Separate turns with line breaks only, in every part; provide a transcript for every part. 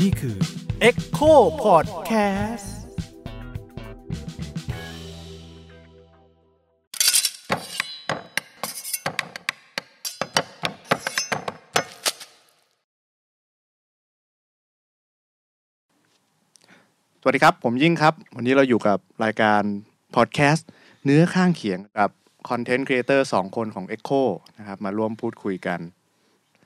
นี่คือ
Echo Podcast
สวัสดีครับ ผมยิ่งครับ วันนี้เราอยู่กับรายการพอดแคสต์เนื้อข้างเขียงกับคอนเทนต์ครีเอเตอร์สองคนของ Echo นะครับมาร่วมพูดคุยกัน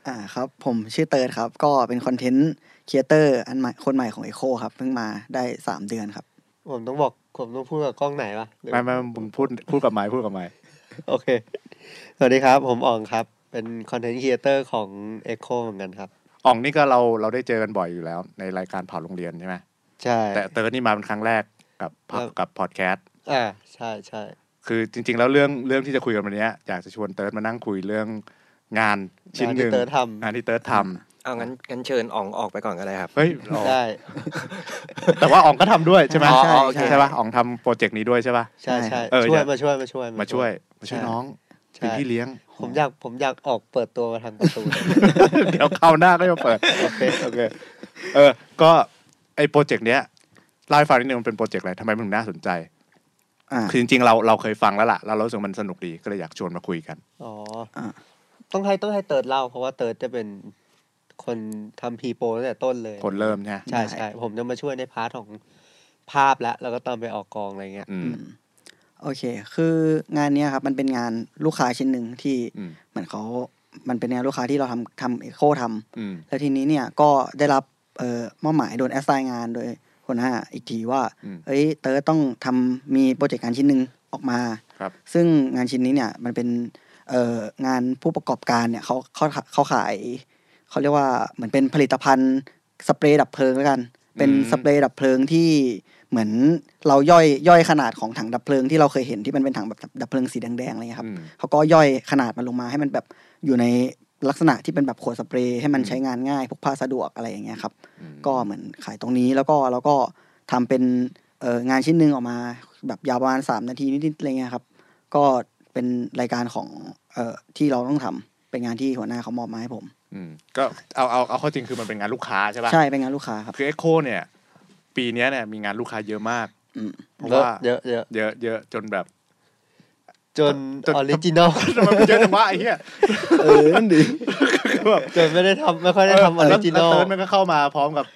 อ่าครับผมชื่อเติร์ดครับ ก็เป็นคอนเทนต์ครีเอเตอร์อันใหม่คนใหม่ของ Echo ครับ เพิ่งมาได้ 3 เดือนครับ
ผมต้องบอกผมต้องพูดกับกล้องไหนปะหรือ
ไม่ไม่มึงพูดพูดกับไม้พูดกับไม้
โอเค สวัสดีครับ ผมอองครับ เป็นคอนเทนต์ครีเอเตอร์ของ Echo เหมือนกันครับ
อ่องนี่ก็เราเราได้เจอกันบ่อยอยู่แล้ว ในรายการเผาโรงเรียนใช่ไหม
ใช่
แต่เติร์ดนี่มาเป็นครั้งแรกกับกับพอดแคสต์
อ่าใช่ใช่
คือจริง ๆ แล้วเรื่องเรื่องที่จะคุยกันวันเนี้ยอยากจะชวนเติร์ดมานั่งคุยเรื่องงานชิ้นหนึ่ง
งาที่เตอร์ท
งานที่เติร์ดท
เอางั้นงั้นเชิญอ๋องออกไปก่อนก็ได้ครับ
ำเฮ้ยอ๋อ
ำได้
แต่ว่าอ่องก็ทำด้วยใช่ไหม
อ๋อโอเค
ใช่ป่ะอ่องทำโปรเจกต์นี้ด้วยใช่ป่ะ
ใช่ใช่
เออ
ช่ว
อย ยาก
มาช่วยมาช่วย
มาช่วยมาช่วย
ใช่
น้อง
ใช่
เป็นพี่เลี้ยง
ผมอยากผมอยากออกเปิดตัวมาทำการ์ตูน
เดี๋ยวคราวหน้าก็จะเปิด โอเคโอเคเออ ก็ไอ้โปรเจกต์เนี้ยเล่าให้ฟังนิดนึงมันเป็นโปรเจกต์อะไรทำไมมันถึงน่าสนใจ
อ่า
คือจริงๆเราเราเคยฟังแล้วล่ะเรารู้สึกมันสนุกดีก็เลยอยากชวนมาคุยกัน
อ๋ออา ต้องให้ต้องให้เติร์ดเล่า เพราะว่าเติร์ดจะเป็นคนทำพีโปตั้งแต่ต้นเลย
คนเริ่มใช่ไหม
ใช่ใช่ผมจะมาช่วยในพาร์ทของภาพแล้วแล้วก็ตอนไปออกกองอะไรเงี้ย
อืม
โอเค คืองานเนี้ยครับ มันเป็นงานลูกค้าชิ้นหนึ่งที่
อืม
เหมือนเขามันเป็นงานลูกค้าที่เราทำทำเอโคท
อืม
ำแล้วทีนี้เนี่ยก็ได้รับเอ่อมอบหมายโดนแอสไซน์งานโดยคนหน้าอีกทีว่า
อืม
เอ้ยเติร์ดต้องทำมีโปรเจกต์งานชิ้นหนึ่งออกมา
ครับ
ซึ่งงานชิ้นนี้เนี่ยมันเป็นเอ่องานผู้ประกอบการเนี่ยเขาเขาเขาขาย เขาเรียกว่าเหมือนเป็นผลิตภัณฑ์สเปรย์ดับเพลิงแล้วกัน เป็น
อืม
สเปรย์ดับเพลิงที่เหมือนเราย่อยย่อยขนาดของถังดับเพลิงที่เราเคยเห็นที่มันเป็นถังแบบดับเพลิงสีแดงๆอะไรเงี้ยครับ
อืม
เขาก็ย่อยขนาดมันลงมาให้มันแบบอยู่ในลักษณะที่เป็นแบบขวดสเปรย์ให้มัน
อืม
ใช้งานง่ายพกพาสะดวกอะไรอย่างเงี้ยครับ
อืม
ก็เหมือนขายตรงนี้แล้วก็เราก็ทำเป็นเอ่องานชิ้นหนึ่งออกมา แบบยาวประมาณสามนาทีนิดๆอะไรเงี้ยครับ ก็เป็นรายการของเอ่อที่เราต้องทำเป็นงานที่หัวหน้าเขามอบมาให้ผม
อืมก็เอาเอาเอาเข้อจริงคือมันเป็นงานลูกค้าใช่ป่ะ
ใช่เป็นงานลูกค้าครับ
คือเอ็กโคเนี่ย ปีเนี้ยเนี่ยมีงานลูกค้าเยอะมาก
อืม
เพราะ
เยอะ
ว่า
เยอะเยอะ
เยอะเยอะจนแบบ
จนออริจินอล
ทำไมมันเยอะจังวะไอ้เหี้ย
เออนั่นดี
คือแบบ
จนไม่ได้ทำไม่ค่อยได้ทำออริจินอล
แล้วเติร์ดมันก็เข้ามาพร้อมกับ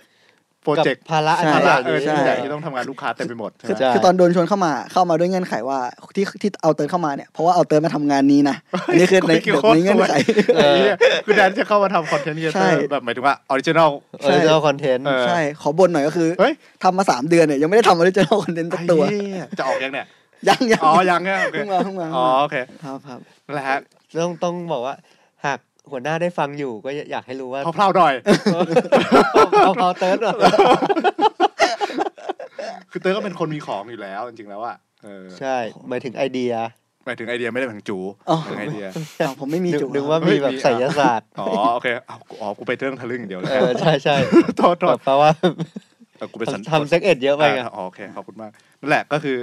โปรเจกต์
ภาระอัน
ใช่
ภาระ
ใหญ่
เออ
ใช่
ที่ใหญ่ที่ต้องทำงานลูกค้าเต็มไปหมดใช่ไหม
ใช่
คือตอนโดนชวนเข้ามาเข้ามาด้วยเงื่อนไขว่าที่ที่เอาเติร์นเข้ามาเนี่ยเพราะว่าเอาเติร์นมาทำงานนี้นะอันนี้คือใน
ไม่กี่
แบบ
คน
ในเงื่อนไข
เออเนี่ยคือแดนจะเข้ามาทำคอนเทนต์เยอะ
ใช่
แบบหมายถึงว่าออริจินอล
ออริจินอลคอนเทนต์
เออ
ใช่ขอบนหน่อยก็คือ
เฮ้ย
ทำมาสามเดือนเนี่ยยังไม่ได้ทำออริจินอลคอนเทนต์สักตัว
ไอ้เหี้ยจะออกยังเนี่ย
ยังยัง
อ๋อ ยังเนี่ยโอเค
เพิ่งมาเพิ่งมา
อ๋อโอเค
ครับ ครับ
นั่นแหละฮะ
ต้องต้องบอกว่า หากหัวหน้าได้ฟังอยู่ก็อยากให้รู้ว่า
เพลาๆหน่อย
เอาเอาเติร์ด
คือเตอร์ก็เป็นคนมีของอยู่แล้วจริงๆแล้วอะเออ
ใช่หมายถึงไอเดีย
หมายถึงไอเดียไม่ได้หมายถึงจู
อ๋อ
หมายถึงไอเดีย
อ้าวผมไม่มี
นึก
จุด
นึกว่ามีแบบ
เฮ้ยมี
ไสยศาสตร์
อ๋อโอเคเอากูอ๋อกูไปเรื่องทะลึ่งอย่างเดียวเลย
เออใช่ใช่
โทษโท
แบ
ษ
บแปลว่า
เออกูไปสัน
ทำเซ็กเอ็ดเยอะไปไง
อ่าอ๋อโอเคขอบคุณมากนั่นแหละก็คือ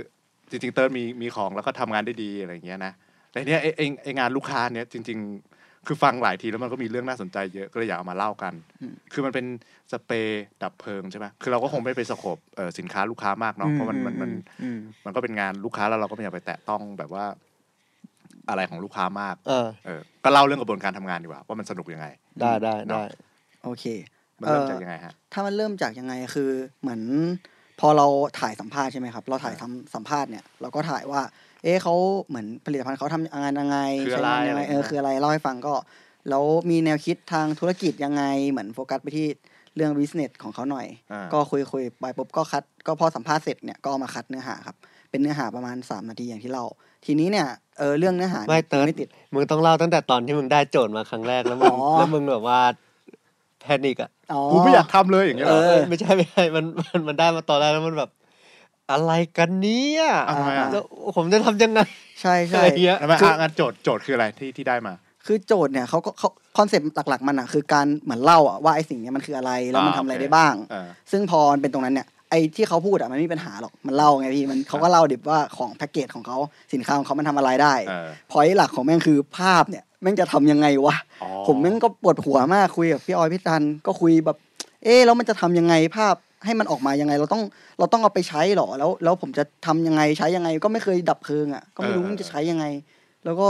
จริง ๆ เติร์ดมีมีของแล้วก็ทำงานได้ดีอะไรอย่างเงี้ยนะแต่เนี้ยไอ้ไอ้ไอ้งานลูกค้าเนี้ยจริง ๆ คือฟังหลายทีแล้วมันก็มีเรื่องน่าสนใจเยอะก็เลยอยากเอามาเล่ากัน คือมันเป็นสเปรย์ดับเพลิงใช่ไหมคือเราก็คงไม่ไปสโคบเอ่อสินค้าลูกค้ามากเนาะเพราะมันมันมันมันก็เป็นงานลูกค้าแล้วเราก็ไม่อยากไปแตะต้องแบบว่า อะไรของลูกค้ามาก
เออ
เออก็เล่าเรื่องกระบวนการทำงานดีกว่าว่ามันสนุกยังไง
ได้ได้ได้
โอเค
มันเริ่มจากยังไงฮะ
ถ้ามันเริ่มจากยังไงคือเหมือนพอเราถ่ายสัมภาษณ์ใช่ไหมครับ เราถ่ายทำสัมภาษณ์เนี่ยเราก็ถ่ายว่า เอ๊ะเขาเหมือนผลิตภัณฑ์เขาทำงานยังไง
คืออะไร
ใช้งานยังไง
อะไรอย่างเงี้ย
เออคืออะไรเล่าให้ฟังก็แล้วมีแนวคิดทางธุรกิจยังไงเหมือนโฟกัสไปที่เรื่อง business ของเขาหน่อย
อ่า
ก็คุยคุยไปปุ๊บก็คัดก็พอสัมภาษณ์เสร็จเนี่ยก็เอามาคัดเนื้อหาครับเป็นเนื้อหาประมาณ 3 นาทีอย่างที่เรา ทีนี้เนี่ยเออเรื่องเนื้อหานี่ย
ไม่เติร์ด
ไม่ติด
มึงต้องเล่าตั้งแต่ตอนที่มึงได้โจทย์มาครั้งแรกแล้วมึง
อ๋อ
แล้วมึงแบบว่าแพนิกอะ
อ๋อ
กูไม่อยากทำเลยอย่างเงี้ยเหรอ
เออ
ไม่ใช่ ไม่ใช่ มันมันมันได้มาตอนแรกแล้วมันแบบ อะไรกันเนี้ย
ะทำไมอ่ะ
แล้วผมจะทำยังไง
ใช่
อะ
ใช่
ไรเงี้ย
แล้วมาอ่ะงานโจทย์โจทย์คืออะไรที่ที่ได้มา
คือโจทย์เนี่ยเขาก็เขาคอนเซปต์หลักๆ มันอะคือการเหมือนเล่าอะว่าไอสิ่งเนี้ยมันคืออะไรแล้วมัน
อ่า
ทำอะไร
โอเค
ได้บ้าง
เออ
ซึ่งพอมันเป็นตรงนั้นเนี่ยไอที่เขาพูดอะมันไม่มีปัญหาหรอกมันเล่าไงพี่มันเขาก็เล่าดิบว่าของแพ็กเกจของเขาสินค้าของเขามันทำอะไรได้
เออ
พอยต์หลักของแม่งคือภาพเนี่ย แม่งจะทำยังไงวะ
อ๋อ
ผมแม่งก็ปวดหัวมากคุยกับพี่ออยพี่ตันก็คุยแบบ เอ๊ะแล้วมันจะทำยังไงภาพให้มันออกมายังไง เราต้องเราต้องเอาไปใช้เหรอแล้ว แล้วผมจะทำยังไงใช้ยังไง ก็ไม่เคยดับเพลิงอ่ะก็ไม่รู้มันจะใช้ยังไง แล้วก็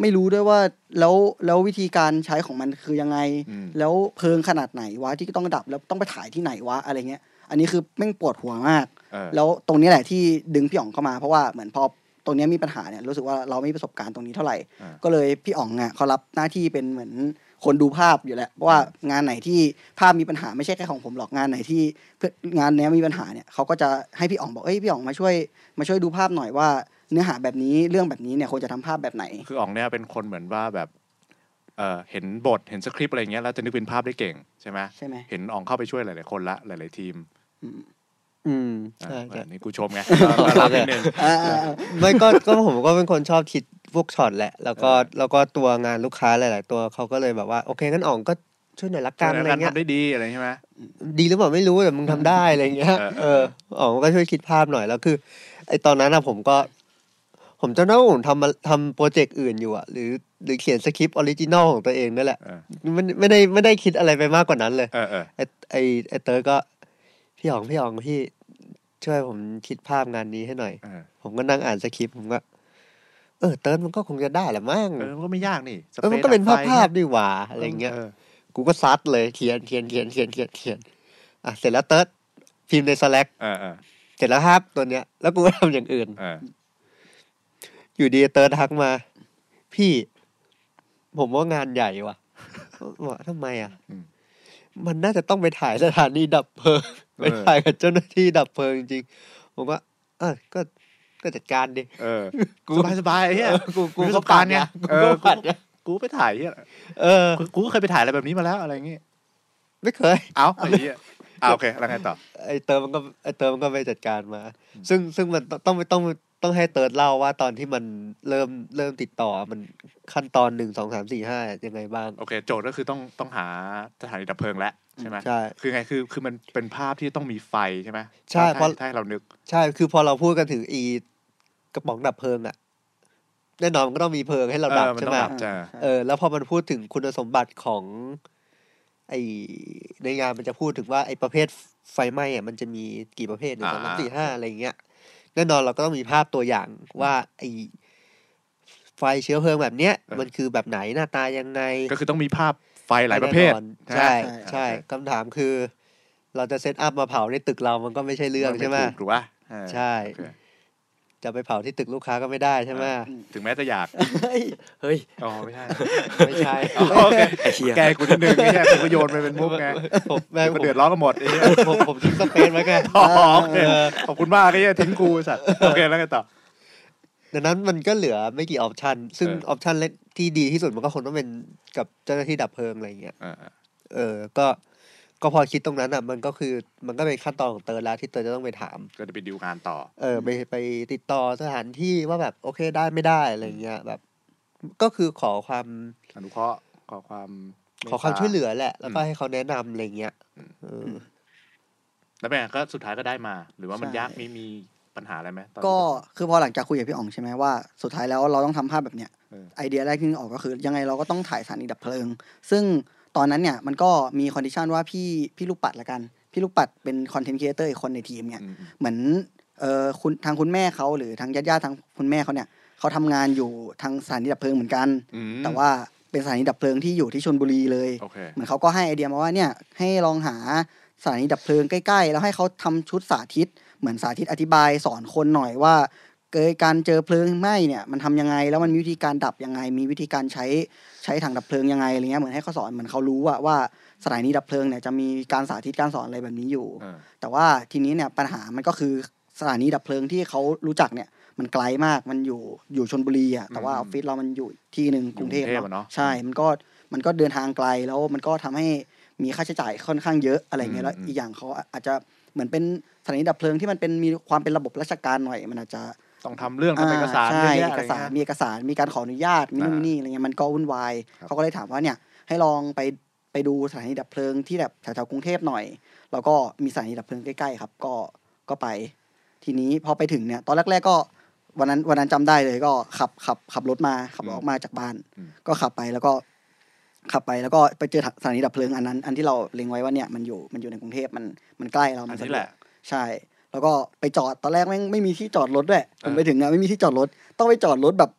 ไม่รู้ด้วยว่าแล้วแล้ววิธีการใช้ของมันคือยังไง
อืม
แล้วเพลิงขนาดไหนวะที่ต้องดับแล้วต้องไปถ่ายที่ไหนวะอะไรเงี้ย อันนี้คือแม่งปวดหัวมาก
เออ
แล้วตรงนี้แหละที่ดึงพี่อ๋องเข้ามาเพราะว่าเหมือนพอตรงเนี้ยมีปัญหาเนี่ยรู้สึกว่าเราไม่มีประสบการณ์ตรงนี้เท่าไหร่
เออ
ก็เลยพี่อ๋องอ่ะเขารับหน้าที่เป็นเหมือนคนดูภาพอยู่แหละเพราะว่างานไหนที่ภาพมีปัญหาไม่ใช่แค่ของผมหรอกงานไหนที่เพื่อนงานเนี้ยมีปัญหาเนี่ยเขาก็จะให้พี่อ๋องบอกเอ้ยพี่อ๋องมาช่วยมาช่วยดูภาพหน่อยว่าเนื้อหาแบบนี้เรื่องแบบนี้เนี่ยควรจะทำภาพแบบไหน
คืออ๋องเนี่ยเป็นคนเหมือนว่าแบบเอ่อเห็นบทเห็นสคริปต์อะไรเงี้ยแล้วจะนึกเป็นภาพได้เก่งใช่ไหม
ใช่ไหม
เห็นอ๋องเข้าไปช่วยหลายๆคนละหลาย ๆ ทีม
อืม
อ่ะ
ใช่
เอ
ใช่
อนี่กูชมไงก็รับนิดนึง
อ่าอ่าอ่า
ไม่ก็ก็ผมก็เป็นคนชอบคิดพวกช็อตแหละ แล้วก็
เออ
แล้วก็ตัวงานลูกค้าหลาย ๆ ตัวเขาก็เลยแบบว่า โอเคงั้นอ่องก็ช่วยหน่อยละกัน
ช่วย
อะไร
แล้วกัน
เงี้ย
ทำได้ดีอะไรใช่ไหม
ดีหรือเปล่าไม่รู้แต่มึงทำได้อะไรเงี้ย
เออ
เอออ่องก็ช่วยคิดภาพหน่อยแล้วคือ ไอตอนนั้นอะผมก็ ผมจำได้ว่าผมทำมาทำโปรเจกต์อื่นอยู่อะหรือหรือเขียนสคริปต์ออริจินอลของตัวเองนั่นแหละ
เออ
ไม่ไม่ได้ไม่ได้คิดอะไรไปมากกว่านั้นเลย
เออเออ
ไอไอไอเตอร์ก็พี่อ๋องพี่อ๋องพี่ช่วยผมคิดภาพงานนี้ให้หน่อย
เออ
ผมก็นั่งอ่านสคริปต์ผมก็เออเติร์นมันก็คงจะได้แหละมั้ง
เออมันก็ไม่ยากนี่ส
เออ
ป
มัน
ซ
ก็เป็นภาพ
ดับไฟ
ภาพดีหว่าอะไรเงี้ยกูก็ซัดเลยเขียนเขียนเขียนเขียนเขียนเขียนอ่ะเสร็จแล้วเติร์นพิมพ์ในสแลก
เออเออ
เสร็จแล้วครับตัวเนี้ย แล้วกูก็ทำอย่างอื่น
เออ
อยู่ดีเติร์นทักมา พี่ ผมว่างานใหญ่ว่ะ ว่าทำไมอ่ะมันน่าจะต้องไปถ่ายสถานีดับเพลิงไปถ่ายกับเจ้าหน้าที่ดับเพลิงจริงๆผมว่าเออก็ก็จัดการดิ
เออ
กู
สบายสบายๆไอ้เฮีย
เออกูกู
มีประสบ
ก็ผ่า
การ
น
ณ์
เนี่ย
ไง
กู
เออ
ก็ผ่านเนี่ย
กูไปถ่ายเฮีย
เออ
กูกูก็เคยไปถ่ายอะไรแบบนี้มาแล้วอะไรอย่างงี้
ไม่เคย
เอ้าไอ้เฮียเอาโอเคแล้วไงต่อ
ไอเติร์มันก็ไอเติร์มันก็ไปจัดการมา ซึ่งซึ่งมันต้องต้องต้องต้องให้เติร์ดเล่าว่าตอนที่มันเริ่มเริ่มติดต่อมันขั้นตอนหนึ่งสองสามสี่ห้ายังไงบ้าง
โอเค โจทย์ก็คือต้องต้องหาสถานีดับเพลิงแล้วใช่ไหม
ใช่
คือไงคือคือมันเป็นภาพที่ต้องมีไฟใช่ไหม
ใช่
ถ้า
เพราะ
ถ้าให้เรานึก
ใช่คือพอเราพูดกันถึงอีกระป๋องดับเพลิงอะแน่นอนมันก็ต้องมีเพลิงให้เราดับ
เออมัน
ใช่
ต้อ
ไหม
งดับจ้ะ
เออแล้วพอมันพูดถึงคุณสมบัติของ ไอในงานมันจะพูดถึงว่าไอประเภทไฟไหม้อะมันจะมีกี่ประเภทหนึ่งสองสามสี่ห้าอะไรอย่างเงี้ยแน่นอนเราก็ต้องมีภาพตัวอย่างว่าไอไฟเชื้อเพลิงแบบเนี้ย
เออ
มันคือแบบไหนหน้าตายังไง
ก็คือต้องมีภาพไฟหลายประเภท
แน่นอนใช่
ใช่
ใช่คำถามคือ เราจะเซตอัพมาเผาในตึกเรามันก็ไม่ใช่เรื่องใช่ไหม
ถูกถูกปะเออ
ใช่
โอเค
จะไปเผาที่ตึกลูกค้าก็ไม่ได้ใช่ไหม
ถึงแม้จะอยาก
เฮ้ย
เฮ้ย
อ๋อไม่ใช่
ไม่ใช่
อ๋อโอเค
ไอ้เหี้ย
แกกูนิดนึงไอ้เนี่ยกูก็โยนไปเป็นมุกไง
ผมแม่ง
กู
ผม
เดือดร้อนกันหมดไอ้เหี้ย
ผมผมทิ้งสเปซไว้ไง
อ๋อโอเคขอบคุณมากไอ้เนี่ยทิ้งกูไอ้สัตว์โอเคแล้วไงต่อ
ดังนั้นมันก็เหลือไม่กี่ออปชันซึ่ง
เอ
อ
อ
อปชันเล็กที่ดีที่สุดมันก็คงต้องเป็นกับเจ้าหน้าที่ดับเพลิงอะไรอย่างเงี้ย
เออ
เออก็ก็พอคิดตรงนั้นอ่ะมันก็คือมันก็เป็นขั้นตอนของเติร์นแล้วที่เติร์นจะต้องไปถาม
ก็จะไปดิวงานต่อ
เออไปไปติดต่อสถานที่ว่าแบบโอเคได้ไม่ได้อะไรอย่างเงี้ยแบบ ก็คือขอความ
อนุเคราะห์ขอความ
ขอความช่วยเหลือแหละ แล้วก็
อืม
ให้เขาแนะนำอะไรเงี้ยเอออ
แล้วเป็นไงก็สุดท้ายก็ได้มา หรือว่ามัน
ใช่
ยากมีมีปัญหาอะไรไหมตอน
ก็คือพอหลังจากคุยกับพี่อ๋องใช่ไหมว่า สุดท้ายแล้วเราต้องทำภาพแบบเนี้ย
เออ
ไอเดียแรกที่นึกออกก็คือ ยังไงเราก็ต้องถ่ายสถานีดับเพลิง ซึ่งตอนนั้นเนี่ยมันก็มีคอนดิชันว่าพี่พี่ลูกปัดละกัน พี่ลูกปัดเป็นคอนเทนต์ครีเอเตอร์อีกคนในทีมเนี่ย
อืม
เหมือนเอ่อคุณทางคุณแม่เขาหรือทางญาติญาติๆทางคุณแม่เขาเนี่ยเขาทำงานอยู่ทางสถานีดับเพลิงเหมือนกัน
อืม
แต่ว่าเป็นสถานีดับเพลิงที่อยู่ที่ชนบุรีเลย
โอเค
เหมือนเขาก็ให้ไอเดียมาว่าเนี่ยให้ลองหาสถานีดับเพลิงใกล้ๆ แล้วให้เขาทำชุดสาธิต เหมือนสาธิตอธิบายสอนคนหน่อยว่า เกิดการเจอเพลิงไหม้เนี่ยมันทำยังไงแล้วมันมีวิธีการดับยังไง มีวิธีการใช้ใช้ถังดับเพลิงยังไงอะไรเงี้ยเหมือนให้เขาสอนเหมือนเขารู้อะว่าสถานีดับเพลิงเนี่ยจะมีการสาธิตการสอนอะไรแบบนี้อยู่
เออ
แต่ว่าทีนี้เนี่ยปัญหามันก็คือสถานีดับเพลิงที่เขารู้จักเนี่ยมันไกลมากมันอยู่อยู่ชนบุรีอ่ะแต่ว่า
อืม
ออฟฟิศเรามันอยู่ที่หนึ่งกรุงเทพ
อยู่กรุงเทพอะเนาะ
เนาะใช่มันก็มันก็เดินทางไกลแล้วมันก็ทำให้มีค่าใช้จ่ายค่อนข้างเยอะอะไรเงี้ย
อืม
แล้ว
อืม
อีกอย่างเขาอาจจะเหมือนเป็นสถานีดับเพลิงที่มันเป็นมีความเป็นระบบราชการหน่อย มันอาจจะ
ต้องทำเรื่องทำเอกสาร
ใช่
เยอะ
เอ
แยะอะ
ก
ไร
สาร
เงี้ย
มีเอกสารมีการขออนุญาตมีนู่น
อ่า
นี่อะไรเงี้ยมันก็วุ่นวาย
ครับ
เขาก็เลยถามว่าเนี่ยให้ลองไปไปดูสถานีดับเพลิงที่แบบแถวๆกรุงเทพหน่อย แล้วก็มีสถานีดับเพลิงใกล้ๆครับ ก็ก็ไป ทีนี้พอไปถึงเนี่ย ตอนแรก ๆ ก็ วันนั้นวันนั้นจำได้เลยก็ขับขับขับรถมาขับ
อืม
รถออกมาจากบ้าน
อืม
ก็ขับไปแล้วก็ ขับไปแล้วก็ไปเจอสถานีดับเพลิงอันนั้น อันที่เราเล็งไว้ว่าเนี่ยมันอยู่มันอยู่ในกรุงเทพมันมันใกล้เรา
อัน
ส
นี้แหละ
ใช่ แล้วก็ไปจอดตอนแรกแม่งไม่มีที่จอดรถด้วยผม
เออ
ไปถึงอะไม่มีที่จอดรถ ต้องไปจอดรถแบบ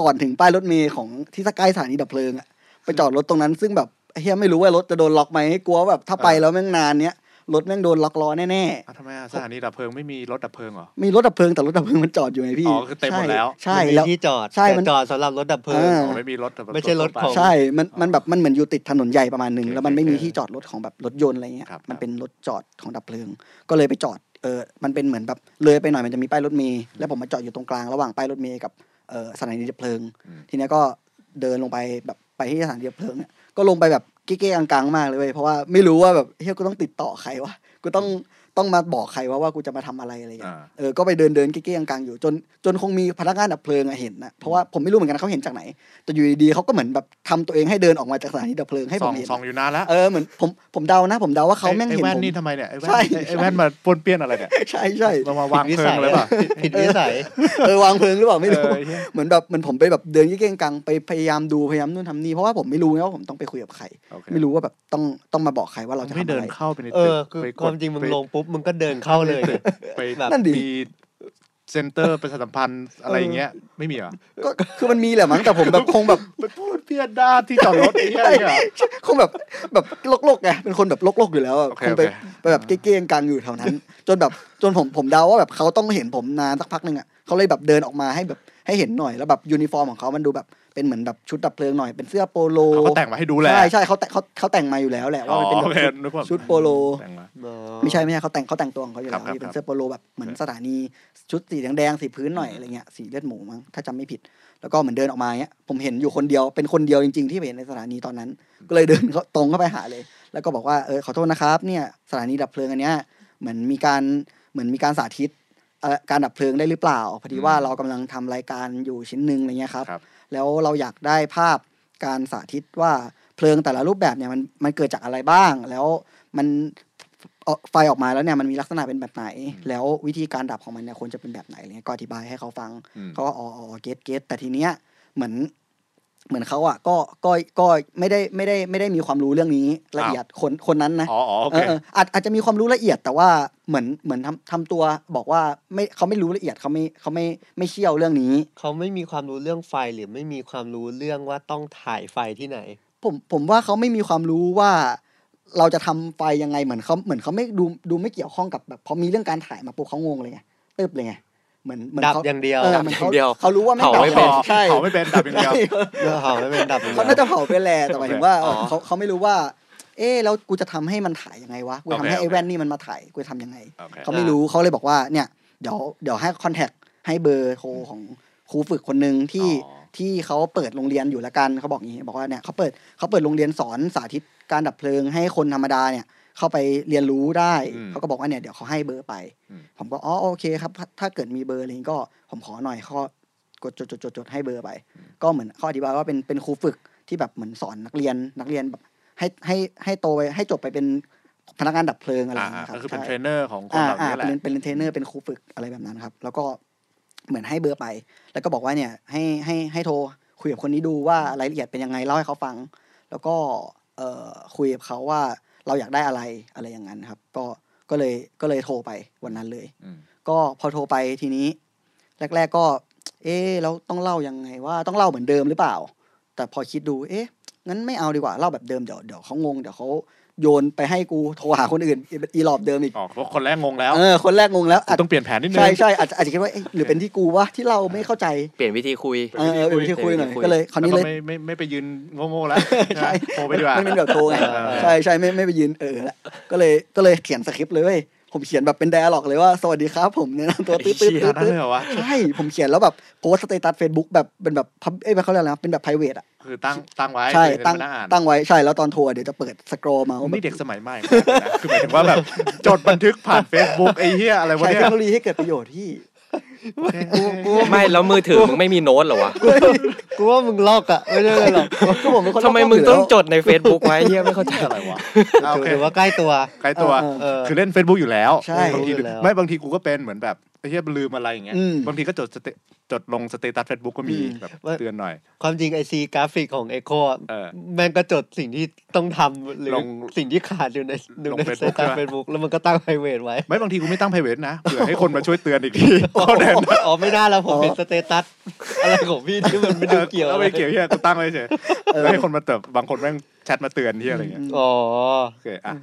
ก่อนถึงป้ายรถเมล์ของที่สกายสถานีดับเพลิงอะไปจอดรถตรงนั้นซึ่งแบบเฮียไม่รู้ว่ารถจะโดนล็อกไหมกลัวว่าแบบถ้าไปแล้วแม่งนานเนี้ยรถแม่งโดนล็อกล้อแน่ๆ
อ้าวทำไมอ่ะสถานีดับเพลิงไม่มีรถดับเพลิงเหรอ
มีรถดับเพลิงแต่รถดับเพลิงมันจอดอยู่ไงพี่
อ๋อคือเต็มหมดแล้ว
ใช่
มันมี
ใช่แล้ว
ที่จอด
ใช่
แต่
มัน
จอดสำหรับรถดับเพลิง
อ่า
อ๋อไม่มีรถแบบ
ไม่ใช่รถข
ทั่ว
อง
ไป
ใช่ มันมันแบบมันเหมือนอยู่ติดถนนใหญ่ประมาณหนึ่ง
โอเค
แล้วมันไม่มี
โอเค
ที่จอดรถของแบบรถยนต์อะไรเงี้ย
ครับ
มันเป็นรถจอดของดับเพลิง ก็เลยไปจอดเออมันเป็นเหมือนแบบเลยไปหน่อยมันจะมีป้ายรถเมล์แล้วผมมาจอดอยู่ตรงกลางระหว่างป้ายรถเมล์กับเออสถานีดับเพลิง ทีเนี้ยก็เดินลงไปแบบไปที่สถานีดับเพลิงเนี่ยก็ลงไปแบบเก๊ๆกังๆมากเลยเว้ยเพราะว่าไม่รู้ว่าแบบเฮ้ยกูต้องติดต่อใครวะกูต้องต้องมาบอกใครว่าว่ากูจะมาทำอะไรอะไรอย่างเงี้ย
อ่า
เออ ก็ไปเดินเดินเก๊ๆกลางๆอยู่จนจนคงมีพนักงานดับเพลิงอะเห็นนะเพราะว่าผมไม่รู้เหมือนกันนะเขาเห็นจากไหนแต่อยู่ดีๆเขาก็เหมือนแบบทำตัวเองให้เดินออกมาจากสถานีดับเพลิงให้
ส่
ผ
อง
มเห็น
ส่องอยู่นานละ
เออเหมือนผมผมเดานะ ผมเดาว่าเขาแม่ง
ไอ้
เห็
ไอ้
น
แว่น
ผม
นี่ทำไมเนี่ยไอ้แว่น
ใช่
ไอ้ไอ้แว่นมาปวนเปี้ยนอะไรเนี่ย
ใช่ใช่
เรามาวางเพลิงเลยป่ะ
ผิดวิสัย
เออวางเพลิงหรือเปล่าไม่รู้
เออเหี้ย
เหมือนแบบเหมือนผมไปแบบเดินเก๊ๆกลางๆไปพยายามดูพยายามนู่นทำนี่เพราะว่าผมไม่รู้ไงว่าผมต้องไปคุยกับใคร
โอเค
ไม่รู้ว่าแบบต้องต้องมาบอกใครว่าเราจะ
ไม่
ทำ
เดิ
อะ
น
ไร
เข้าไปใน
เอ
ตึก
อ คือ
ไปก
ค
ด
วามจริงมึง
ไป
ลงปุ๊บ มึงก็เดินเข้าเลย
ไป
แบบ
นั่นดิ
มีเซ็นเตอร์ประชาสัมพันธ์อะไรอย่างเงี้ยไม่มีเหรอ
ก็คือมันมีแหละมั้งแต่ผมแบบคงแบบ
ไปพูดเพี้ยนด้านที่จอดรถไอ้เหี้ยเนี่ย
คงแบบแบบโลกๆไงเป็นคนแบบโลกๆอยู่แล้วอะ
โอเค
คงไป
โอเค
ไปแบบเก้งๆกลางอยู่แถวนั้น จนแบบจนผมผมเดาว่าแบบเขาต้องเห็นผมนานสักพักหนึ่งอ่ะเขาเลยแบบเดินออกมาให้แบบให้เห็นหน่อยแล้วแบบยูนิฟอร์มของเขามันดูแบบเป็นเหมือนแบบชุดดับเพลิงหน่อยเป็นเสื้อโปโล
เขาก็แต่งมาให้ดูแหละ
ใช่ใช่เขาแต่งเขาเขาแต่งมาอยู่แล้วแหละ
อ๋
ว่า
อ
มันเป็น
โอ
แบบ
เค
ชุด
นึกว่า
ชุดโปโล
แต่งมา
ไม่ใช่ไม่ใช่เขาแต่งเขาแต่งตัวของเขาอยู่
ครับ
แล้ว
ครับ
ที่เป็
ครั
น
บ
เสื้อโปโลแบบเหมือนสถานีชุดสีแดงๆสีพื้นหน่อยอะไรเงี้ยสีเลือดหมูมั้งถ้าจำไม่ผิด แล้วก็เหมือนเดินออกมาเงี้ยผมเห็นอยู่คนเดียวเป็นคนเดียวจริงๆที่เห็นในสถานีตอนนั้น ก็เลยเดินเขาตรงเข้าไปหาเลย แล้วก็บอกว่าเออขอโทษนะครับเนี่ยสถานีดับเพลิงอันเนี้ยเหมือนมีการเหมือนมีการสาธิตเอ่อการดับเพลิงได้หรือเปล่าพอดีว่า
อืม
เรากำลังทำรายการอยู่ชิ้นหนึ่งอะไรเงี้ยครับ
ครับ
แล้วเราอยากได้ภาพการสาธิตว่าเพลิงแต่ละรูปแบบเนี่ยมันมันเกิดจากอะไรบ้างแล้วมัน เอ่อไฟออกมาแล้วเนี่ยมันมีลักษณะเป็นแบบไหน แล้ววิธีการดับของมันเนี่ยควรจะเป็นแบบไหนอะไรเงี้ยก็อธิบายให้เขาฟัง
อืม
เขาก็อ๋ออ๋อเก็ตเก็ตแต่ทีเนี้ยเหมือน เหมือนเขาอ่ะก็ก็ก็ไม่ได้ไม่ได้ไม่ได้มีความรู้เรื่องนี้ละเอียดคนคนนั้นนะ
อ๋ออ๋อโอ
เอ
เค
อเอออาจอาจจะมีความรู้ละเอียดแต่ว่าเหมือนเหมือนทำทำตัวบอกว่าไม่เขาไม่รู้ละเอียดเขาไม่เขาไม่ไม่เชี่ยวเรื่องนี้
เขาไม่มีความรู้เรื่องไฟหรือไม่มีความรู้เรื่องว่าต้องถ่ายไฟที่ไหน
ผมผมว่าเขาไม่มีความรู้ว่าเราจะทำไฟยังไงเหมือนเขาเหมือนเขาไม่ดูดูไม่เกี่ยวข้องกับแบบพอมีเรื่องการถ่ายมาปุ๊บเขางงเลยไงตึบเลยไงเหมือนเหมือน
ดับ
เขา
อย่างเดียว
เออ
ดับ
เหมือน
อ
เขา
ย่างเดียว
เขารู้ว่าไม่
เผาไม่เป็น
ใช่
เผาไม่เป็นดับอย่างเดียว
เรื่องเขาไม่เป็นดับ
เขาน่าจะเผาไปแหละแต่หมายถึงว่า
โอเคอ๋อ
เขาเขาไม่รู้ว่า เออแล้วกูจะทำให้มันถ่ายยังไงวะกูทำให้
โอเค
ไอ้แว่นนี่มันมาถ่ายกูจะทำยังไง
โอเค
เขาไม่รู้เขาเลยบอกว่าเนี่ยเดี๋ยวเดี๋ยวให้คอนแทคให้เบอร์โทรของครูฝึกคนหนึ่งที่
อ๋อ
ที่เขาเปิดโรงเรียนอยู่ละกันเขาบอกอย่างนี้บอกว่าเนี่ยเขาเปิดเขาเปิดโรงเรียนสอนสาธิตการดับเพลิง ให้คนธรรมดาเนี่ยเข้าไปเรียนรู้ได้
อืม
เขาก็บอกว่าเนี่ยเดี๋ยวเขาให้เบอร์ไป
อืม
ผมก็อ๋อโอเคครับถ้าถ้าเกิดมีเบอร์อะไรอย่างงี้ก็ผมขอหน่อยเขาก็กดจดจดจดจดให้เบอร์ไป ก็เหมือนเขาอธิบายว่าเป็นเป็นครูฝึกที่แบบเหมือนสอนนักเรียนนักเรียนแบบให้ให้ให้โตไปให้จบไปเป็นพนักงานดับเพลิงอะไรอ
อ่า
ย่างเงี้ยครับ
ก็คือเป็น
ใช่
เทรนเนอร์ของคน
อ่า
เหล่า
อ่า
นี้แหละ
เป็นเป็นเทรนเนอร์เป็นครูฝึกอะไรแบบนั้นครับ แล้วก็เหมือนให้เบอร์ไป แล้วก็บอกว่าเนี่ยให้ให้ให้โทรคุยกับคนนี้ดูว่ารายละเอียดเป็นยังไงเล่าให้เขาฟัง แล้วก็เอ่อคุยกับเขาว่าเราอยากได้อะไรอะไรอย่างนั้นครับ ก็ก็เลยก็เลยโทรไปวันนั้นเลย
อืม
ก็พอโทรไปทีนี้ แรก ๆก็ เอ๊ะแล้วต้องเล่ายังไงว่าต้องเล่าเหมือนเดิมหรือเปล่า แต่พอคิดดู เอ๊ะ งั้นไม่เอาดีกว่าเล่าแบบเดิมเดี๋ยวเดี๋ยวเขางงเดี๋ยวเขาโยนไปให้กูโทรหาคนอื่นอีหลอบเดิมอีก
อ๋อเพราะคนแรกงงแล้ว
เออคนแรกงงแล้วอาจ
ต้องเปลี่ยนแผนนิดนึง
ใช่ใช่อาจจะอาจจะคิดว่าเอ๊ะหรือเป็นที่กูวะที่เราไม่เข้าใจ
เปลี่ยนวิธีคุย
เออเออเป็นที่คุยหน่อย
คุย
ก็เลยคราวนี้เลย
แวก็ไม่ไม่ไม่ไปยืนโง่ๆแล้วน
ใช่
ะโทรไปดีกว่า
มันเป็นแบบโทรไง
เออ
ใช่ใช่ไม่ไม่ไปยืนเออละก็เลยก็เลยเขียนสคริปต์เลยเว้ยผมเขียนแบบเป็นไดอะล็อกเลยว่าสวัสดีครับผมแนะนำตัวตื้อตื้อ
ขนาดนั้น
ตื้อ
เลยเหรอวะ
ใช่ผมเขียนแล้วแบบโพสต์สเตตัสเฟซบุ๊กแบบเป็นแบบพับเอ้ยเขาเรียกอะไรนะเป็นแบบ p r i v a t อ่ะ
คือตั้งตั้งไว้
ใช่
เดี๋ยว
ตั้ง
มานั่อ่าน
ตั้งไว้ใช่แล้วตอนโทรเดี๋ยวจะเปิดสกรอมาว่าแบบ
นี่เด็กสมัยใหม่มากเลยนะคือหมายถึงว่าแบบจดบันทึกผ่าน Facebook ไอ้เหี้ยอะไรวะ
ใช้
เนี่
เท
ย
คโนโลยีให้เกิดประโยชน์ที่
กูกู
ไม่แล้วมือถือมึงไม่มีโน้ตเหรอวะ
กูว่ามึงลอกอ่ะไม่ใช่หรอก
ก็ผมเป็นคน
ทำไมมึงต้องจดใน Facebook ไว้เฮียไม่เข้าใจ
อะไรวะอ่ะโอเค
ถือว่าใกล้ตัว
ใกล้ตัว
เออเออ
เออ
คือเล่น Facebook อยู่แล้ว
ใช่
บางที
อยู่แล้ว
ไม่บางทีกูก็เป็นเหมือนแบบ ไอ้เหี้ยลืมอะไรอย่างเงี้ย
อืม
บางทีก็จดสเตจดลงสเตตัสเฟซบุ๊กก็มี
อืม
แบบ
ว่า
เตือนหน่อย
ความจริงไอซีกราฟิกของเอโค
เออ
แม่งก็จดสิ่งที่ต้องทำหรือ
ลง
สิ่งที่ขาดอยู่ในอยู่ใน
ลง Facebook
สาย
ใช่ปะ
ตาเฟซบุ๊กแล้วมันก็ตั้งไพรเวทไว้
ไม่บางทีกูไม่ตั้งไพรเวทนะเผื่อให้คนมาช่วยเตือนอีกทีก็แดน
อ๋อไม่น่าแล้วผม
อ๋อ
เป็นสเตตัสอะไรของพี่ที่มันไม่ได้เกี่ยว
ออ
อะไร
ไม่เกี่ยวเฮียกูตั้งไว้เฉยแล้วให้คนมาเติบบางคนแม่งแชทมาเตือนเฮียอะไรเงี้ย
อ๋อ
โอเคอ่ะ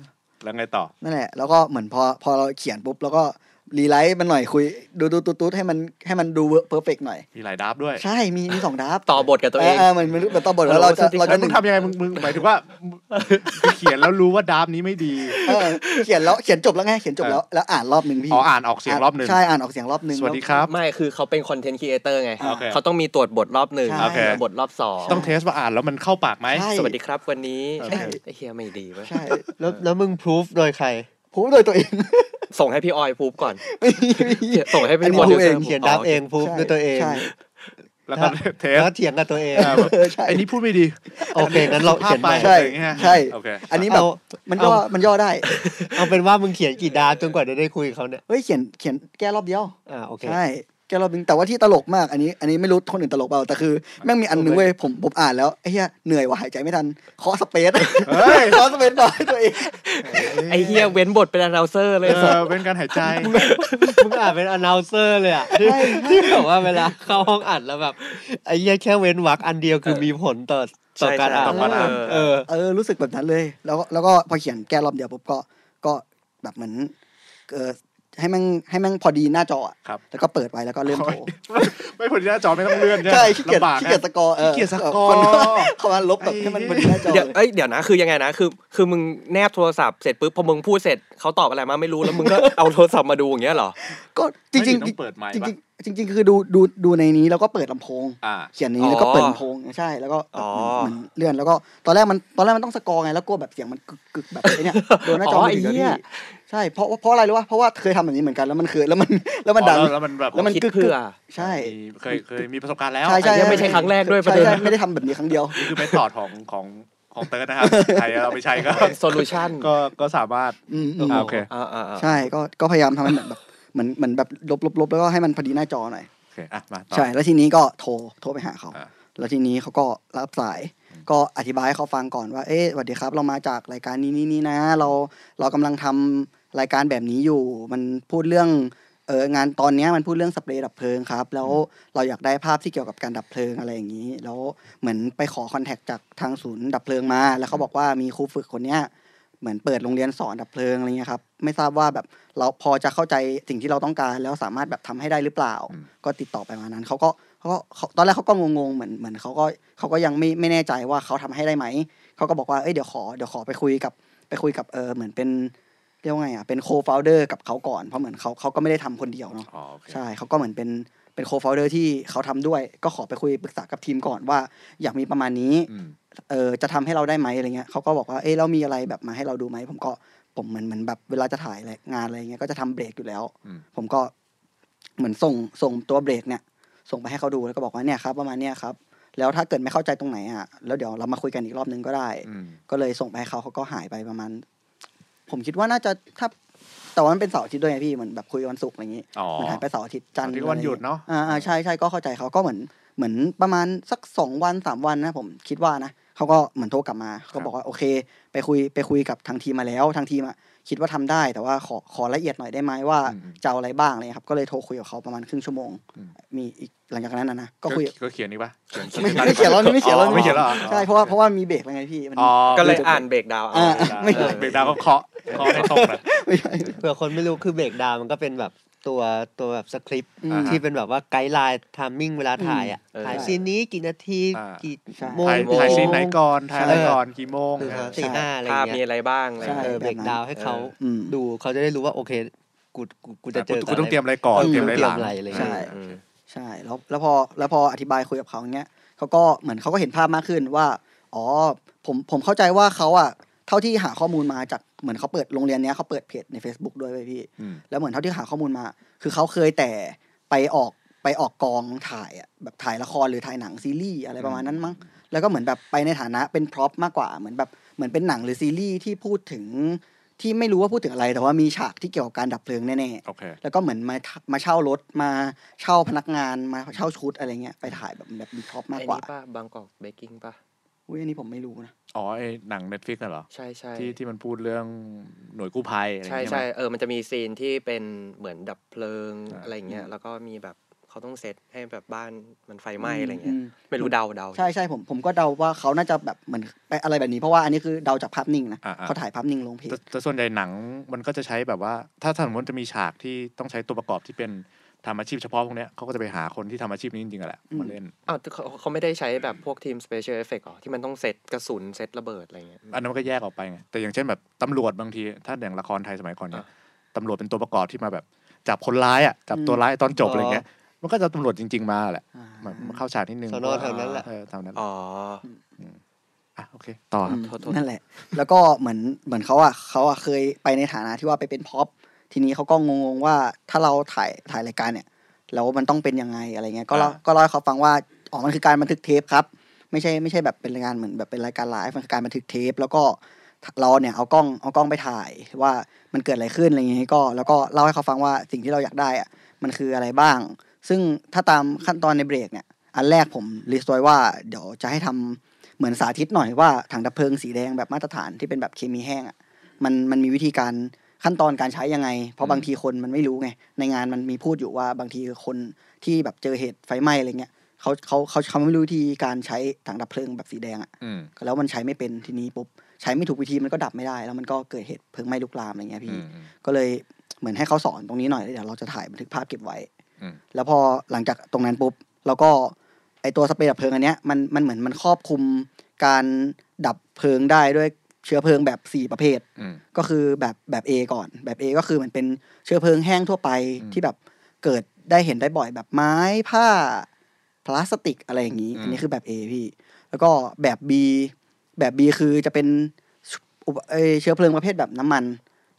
แล้วไงต่อ
นั่นแหละ แล้วก็เหมือนพอพอเราเขียนปุ๊บ แล้วก็รีไลท์มันหน่อยคุย ดูดูตุ๊ดตุ๊ดให้มันให้มันดูเพอร์เฟกหน่อย
มีหลายดับด้วย
ใช่มีมีสองดับ
ต่อบทกับตัวเอง
เหมือนมันมันต้องบทแล้วเราจะเรา
แล้ว
จะห
มึ
นึ่
ง
ง
ทำยังไงมึงมึงหมายถึงว่ามึงเขียนแล้วรู้ว่าดับนี้ไม่ดี
เออเขียนแล้วเขียนจบแล้วไงเขียนจบแล้วแล้วอ่านรอบหนึ่งพี่
อ๋ออ่านออกเสียงรอบหนึ่ง
ใช่อ่านออกเสียงรอบหนึ่ง
สวัสดีครับ
ไม่คือเขาเป็นคอนเทนต์ครีเอเตอร์ไง
โอเค
เขาต้องมีตรวจบทรอบหนึ่ง
ใช่
โอเค
บทรอบสอง
ต้องเทสว่าอ่านแล้วมันเข้าปากไหม
ใช่
สวัสดีครับวันนี้
ใช่
ไอ้เฮียไม่ดีเว้ย
ใช่
แล้วแล้วมึงพรูฟโดยใคร
พูดโดยตัวเอง
ส่งให้พี่ออยพูบก่อน
ไม่มี
ส่งให้
อั
พี่
นนี้
โปรดิวเซอ
พูด
ร์
เขียนดับเองพรูฟ
ใช่
ด้วยตัวเอง
ใช่
แล้วก็เทส
แล้วเถียงกับตัวเอง
เออแบบ
เออใช่
ไอ้นี่พูดไม่ดี
โอเคงั้นเราเขียนใหม่
ใช่
อะไรอย่างเงี้ย
ใช่
โอเค
อันนี้แบบ
เอา
มันย่อ
เอา
มันย่อได้
เอาเป็นว่ามึงเขียนกี่ดาบจนกว่าจะได้คุยกับเขาเนี่ย
เฮ้ยเขียนเขียนแก้รอบเดียว
อ่าโอเค
ใช่แกเราเป็นแต่ว่าที่ตลกมากอันนี้ อันนี้ไม่รู้คนอื่นตลกเปล่าแต่คือแม่งมีอันหนึ่งเว้ยผมผมอ่านแล้วไอ้เหี้ยเหนื่อยว่ะหายใจไม่ทันขอสเปซ
เฮ้ย
ขอสเปซหน่อยตัวเอง
ไอ้เฮียเว้นบทเป็นอนาเซอร์เลย
เอ
สัส
อเป็นการหายใจ
มึงอ่านเป็น announcer เลยอ่ะที่ที่แบบว่าเวลาเข้าห้องอัดแล้วแบบไอ้เหี้ยแค่เว้นวรรคอันเดียวคือมีผลต่อต่อการอ่าน
ต่อการอ่าน
เออ
เออรู้สึกแบบนั้นเลย แล้วก็แล้วก็พอเขียนแกรอบเดียวปุ๊บก็ก็แบบเหมือนเออให้แม่งให้แม่งพอดีหน้าจออะ
ครับ
แล้วก็เปิดไว้แล้วก็เริ่มโทร
ไม่ผลหน้าจอไม่ต้องเลื่อน
ใช่
ใช่ไหม
ขี้เกียจ
ลำบาก
ขี้เกียจส
นะ
กอร์เออ
ขี้เกียจสกอร์
คนเขามาลบแบบให้มันพอดีหน้าจอ
เดี๋ยวเอ้ยเดี๋ยวนะคือยังไงนะคือ คือมึงแนบโทรศัพท์เสร็จปุ๊บพอมึงพูดเสร็จเขาตอบอะไรมาไม่รู้แล้วมึงก็ เอาโทรศัพท์มาดูอย่างเงี้ยเหรอ
ก็จริงจริง
ไม่ต้องเปิดไมค์ปะ
จริงๆจริง ๆ คือดูดูดูในนี้แล้วก็เปิดลำโพง
อ่า
เขียน
อ๋
นี้
อ
แล้วก็เปิดลำโพงใช่แล้วก็แบบ
อ๋อ
มันมันเลื่อนแล้วก็ตอนแรกมันตอนแรกมันต้องสกอร์ไงแล้วกลัวแบบเสียงมันกึกกึกแบบไอ้เนี่ยโดนหน้าจอมัน
ไอ้
ถึงแล้ว
เฮี
นี่
ย
ใช่เพราะเพราะอะไรรู้ป่ะเพราะว่าเคยทำแบบนี้เหมือนกันแล้วมันเคยแล้วมันแล้วมันดัง
อ๋อแล้วมันแบบ
แล้วมัน
คิดเพื่อ
ใช่
มีเคยเคยมีประสบการณ์แล้ว
ใช่ใช่
ไอ้เหี้ยไม่ใช่ครั้งแรกด้วยประเด็น
ใช่ใช่ไม่ได้ทำแบบนี้ครั้งเดียว
นี่คือเมธอดของของของเติร์ดนะครับ ใครเอาไปใช้ ก็
เป็นโซลูชัน
ก็ก็สามารถ
อืมอืม
อ่าโอเค
อ่าอ่าอ่า
ใช่ก็ก็พยายามทำให้เหมือนแบบเหมือนเหมือนแบบลบลบลบแล้วก็ให้มันพอดีหน้าจอหน่อย
โอเคอ่ะมาต่อ
ใช่ แล้วทีนี้ก็โทรโทรไปหาเขา
อ่า
แล้วทีนี้เขาก็รับสาย ก็อธิบายให้เขาฟังก่อนว่า เอ๊ะสวัสดีครับ เรามาจากรายการนี้นี่นี่นะ เราเรากำลังทำรายการแบบนี้อยู่ มันพูดเรื่องเอองานตอนเนี้ยมันพูดเรื่องสเปรย์ดับเพลิงครับ แล้วเราอยากได้ภาพที่เกี่ยวกับการดับเพลิงอะไรอย่างนี้ แล้วเหมือนไปขอคอนแทคจากทางศูนย์ดับเพลิงมา แล้วเขาบอกว่ามีครูฝึกคนเนี้ยเหมือนเปิดโรงเรียนสอนดับเพลิงอะไรเงี้ยครับ ไม่ทราบว่าแบบเราพอจะเข้าใจสิ่งที่เราต้องการแล้วสามารถแบบทำให้ได้หรือเปล่า ก็ติดต่อไปมานั้นเขาก็เขาก็เขาตอนแรกเขาก็งงๆเหมือนเหมือนเขาก็เขาก็ยังไม่ไม่แน่ใจว่าเขาทำให้ได้ไหมเขาก็บอกว่าเอ้ยเดี๋ยวขอเดี๋ยวขอไปคุยกับไปคุยกับเออเหมือนเป็นเรียกว่าไงอ่ะเป็นโคฟ o u เดอร์กับเขาก่อนเพราะเหมือนเขาเขาก็ไม่ได้ทำคนเดียวเนาะ
อ๋อโอเค
ใช่เขาก็เหมือนเป็นเป็นโคฟ o u เดอร์ที่เขาทำด้วย ก็ขอไปคุยปรึกษากับทีมก่อนว่า อยากมีประมาณนี้
อืม
เออจะทำให้เราได้ไหมอะไรเงี้ยเขาก็บอกว่าเอ้ยเรามีอะไรแบบมาให้เราดูไหมผมก็ผมเหมือนเหมือนแบบเวลาจะถ่ายอะไรงานอะไรเงี้ยก็จะทำเบรกอยู่แล้ว
อืม
ผมก็เหมือนส่งส่งตัวเบรกเนี่ย ส่งไปให้เขาดูแล้วก็บอกว่าเนี่ยครับประมาณเนี้ยครับ แล้วถ้าเกิดไม่เข้าใจตรงไหนอ่ะแล้วเดี๋ยวเรามาคุยกันอีกรอบนึงก็ได้
อืม
ก็เลยส่งไปให้เขาเขาก็หายไปประมาณ ผมคิดว่าน่าจะถ้าแต่ว่ามันเป็นเสาร์อาทิตย์ด้วยไงพี่เหมือนแบบคุยวันศุกร์อะไรอย่างงี้
อ๋อ
มันหายไปเสาร์อาทิตย์จันทร์
เสาร์อาทิตย์ก็วัน
อะไร
หยุดเนอะ
อ่อ่ใช่ใช่ก็เข้าใจเขาก็เหมือนเหมือนประมาณสักสองวันสามวันนะผมคิดว่านะเขาก็เหมือนโทรกลับมาเขาก็บอกว่าโอเค ไปคุยไปคุยกับทางทีมมาแล้วทางทีมอะคิดว่าทำได้ แต่ว่าขอขอละเอียดหน่อยได้ไหมว่าจะเอาอะไรบ้างอะไรเลยครับ ก็เลยโทรคุยกับเขาประมาณครึ่งชั่วโมง มีอีกหลังจากนั้นนะนะก็คุยกับ
ก็เขียนนี่ปะเขียน
ไม่ไม่เขียนแล้วนี่ไม่เขียนแล้ว
อ๋อไม่เขียนแล้วเหรอ
ใช่เพราะว่าเพราะว่ามีเบรกแล้วไงพี่มัน
อ๋อ
ก็เลยอ่านเบรกดาวน์เอา
อ่าไม่
เอ
ใช่
อเบรกดาวก็เคาะเคาะให้ตกนะ
ไม่ใช่
เผื่อคนไม่รู้คือเบรกดาวน์มันก็เป็นแบบตัวตัวแบบสคริปต์
อืม
ที่เป็นแบบว่าไกด์ไลน์ทามมิ่งเวลาถ่ายอ่ะ
เออ
ถ่ายซีนนี้กี่นาที
อ่า
กี่
ใช่
โมง
ถ่ายถ่ายซีนไหนก่อนถ่ายอะไรก่อนกี่โมง
หนึ่งสองสี่
ใช่
ห้าอะไร
ภาพมี
เงี้ย
อะไรบ้างอะไร
ใช่
เออเบรกดาวน์ให้เขา
อืม
ดูเขาจะได้รู้ว่าโอเคกูกูกูจะเจอ
กูต้องเตรียมอะไรก่อน
เออ
เตรี
กู
ยม
ต้
อะ
อง
ไร
เตรี
ห
ย
ลัง
มอะไรอะไร
ใช่
เงี้ย
อืม
ใช่แล้วแล้วพอแล้วพออธิบายคุยกับเขาอย่างเงี้ยเขาก็เหมือนเขาก็เห็นภาพมากขึ้นว่า อ๋อผมผมเข้าใจว่าเขาอะเท่าที่หาข้อมูลมาจากเหมือนเขาเปิดโรงเรียนเนี้ยเขาเปิดเพจใน Facebook ด้วยเว้ยพี่
อืม
แล้วเหมือนเท่าที่หาข้อมูลมา คือเขาเคยแต่ไปออกไปออกกองถ่ายอะแบบถ่ายละครหรือถ่ายหนังซีรีส์อะไรประมาณนั้นมั้งแล้วก็เหมือนแบบไปในฐานะเป็นพร็อพมากกว่าเหมือนแบบเหมือนเป็นหนังหรือซีรีส์ที่พูดถึง ที่ไม่รู้ว่าพูดถึงอะไร แต่ว่ามีฉากที่เกี่ยวกับการดับเพลิงแน่
โอเค
ๆแล้วก็เหมือนมามาเช่ารถมาเช่าพนักงานมาเช่าชุดอะไรเงี้ยไปถ่ายแบบแบบมีท็อปมาก
ไอ้
กว่า
นี่ป่ะบางกอกเบกกิ้งป่ะ
อุ้ยอันนี้ผมไม่รู้นะ
อ๋อไอ้หนังเน็ตฟิกน่ะเหรอ
ใช่ใช่
ที่ที่มันพูดเรื่องหน่วยกู้ภัยอะไร
ใช่
อย่าง
ใช่
เงี้ย
เออมันจะมีซีนที่เป็นเหมือนดับเพลิง
อ่า
อะไรเงี้ยแล้วก็มีแบบเขาต้องเซตให้แบบบ้านมันไฟไหม้
อืม
อะไรเงี้ย
อืม
ไม่รู้เดาเดา
ใช่ใช่ผมผมก็เดาว่าเขาน่าจะแบบเหมือนไปอะไรแบบนี้เพราะว่าอันนี้คือเดาจากภาพนิ่งนะ
อ่าๆ
เขาถ่ายภาพนิ่งลงเพจ
แต่แต่ส่วนใหญ่หนังมันก็จะใช้แบบว่า ถ้าสมมติจะมีฉากที่ต้องใช้ตัวประกอบที่เป็นทำอาชีพเฉพาะพวกเนี้ยเขาก็จะไปหาคนที่ทำอาชีพนี้จริงๆอะแหละมาเล่น
อ้าวเขาเขาไม่ได้ใช้แบบพวกทีมสเปเชียลเอฟเฟกต์หรอที่มันต้องเซตกระสุนเซตระเบิดอะไรเงี้ย
อันนั้นมันก็แยกออกไปไงแต่อย่างเช่นแบบตำรวจบางที ถ้าอย่างละครไทยสมัยก่อนเนี่ยตำรวจเป็นตัวประกอบที่มาแบบ จับคนร้ายอ่ะจับตัวร้ายตอนจบ
อ๋ออ
อะไรเงี้ย มันก็จะตำรวจจริง ๆ มาแหละ
อ่า
มามาเข้าฉากนิดนึง
สอนอแถวนั้นแหละ
เออแถวนั้น
อ๋อ
อ่ะโอเค ต่อครับ
โทษโทษ
นั่นแหละ แล้วก็เหมือนเหมือนเขาอ่ะเขาอ่ะเคยไปในฐานะที่ว่าไปเป็นพ็อป ทีนี้เขาก็งงๆว่าถ้าเราถ่ายถ่ายรายการเนี่ยแล้วมันต้องเป็นยังไงอะไรเงี้ย ก็เล่า
อ่า
ก็เล่าให้เขาฟังว่าอ๋อมันคือการบันทึกเทปครับ ไม่ใช่ไม่ใช่แบบเป็นรายการเหมือนแบบเป็นรายการไลฟ์มันคือการบันทึกเทป แล้วก็เราเนี่ยเอากล้องเอากล้องไปถ่ายว่ามันเกิดอะไรขึ้นอะไรเงี้ยก็ แล้วก็เล่าให้เขาฟังว่าสิ่งที่เราอยากได้อ่ะมันคืออะไรบ้าง ซึ่งถ้าตามขั้นตอนในเบรกเนี่ย อันแรกผมรีสต์ไว้ว่าเดี๋ยวจะให้ทำเหมือนสาธิตหน่อยว่าถังดับเพลิงสีแดงแบบมาตรฐานที่เป็นแบบเคมีแห้งอ่ะมันมันมีวิธีการขั้นตอนการใช้ยังไง เพราะบางทีคนมันไม่รู้ไงในงานมันมีพูดอยู่ว่าบางทีคนที่แบบเจอเหตุไฟไหม้อะไรเงี้ยเขาเขาเขาเขาไม่รู้วิธีการใช้ถังดับเพลิงแบบสีแดงอ่ะ
อืม
แล้วมันใช้ไม่เป็นทีนี้ปุ๊บใช้ไม่ถูกวิธีมันก็ดับไม่ได้ แล้วมันก็เกิดเหตุเพลิงไหม้ลุกลามอะไรเงี้ยพี่
อืมอืม
ก็เลยเหมือนให้เขาสอนตรงนี้หน่อยแล้วเดี๋ยวเราจะถ่ายบันทึกภาพเก็บไว้
อืม
แล้วพอหลังจากตรงนั้นปุ๊บเราก็ไอตัวสเปรย์ดับเพลิงอันเนี้ยมันมันเหมือนมันครอบคลุมการดับเพลิงได้ด้วยเชื้อเพลิงแบบสี่ประเภท
อืม
ก็คือแบบแบบ A ก่อนแบบ A ก็คือเหมือนเป็นเชื้อเพลิงแห้งทั่วไป
อืม
ที่แบบเกิดได้เห็นได้บ่อยแบบไม้ผ้าพลาสติกอะไรอย่างนี้
อืม
อันนี้คือแบบ A พี่ แล้วก็แบบ B แบบ B คือจะเป็นอุปเอ่อเชื้อเพลิงประเภทแบบน้ำมัน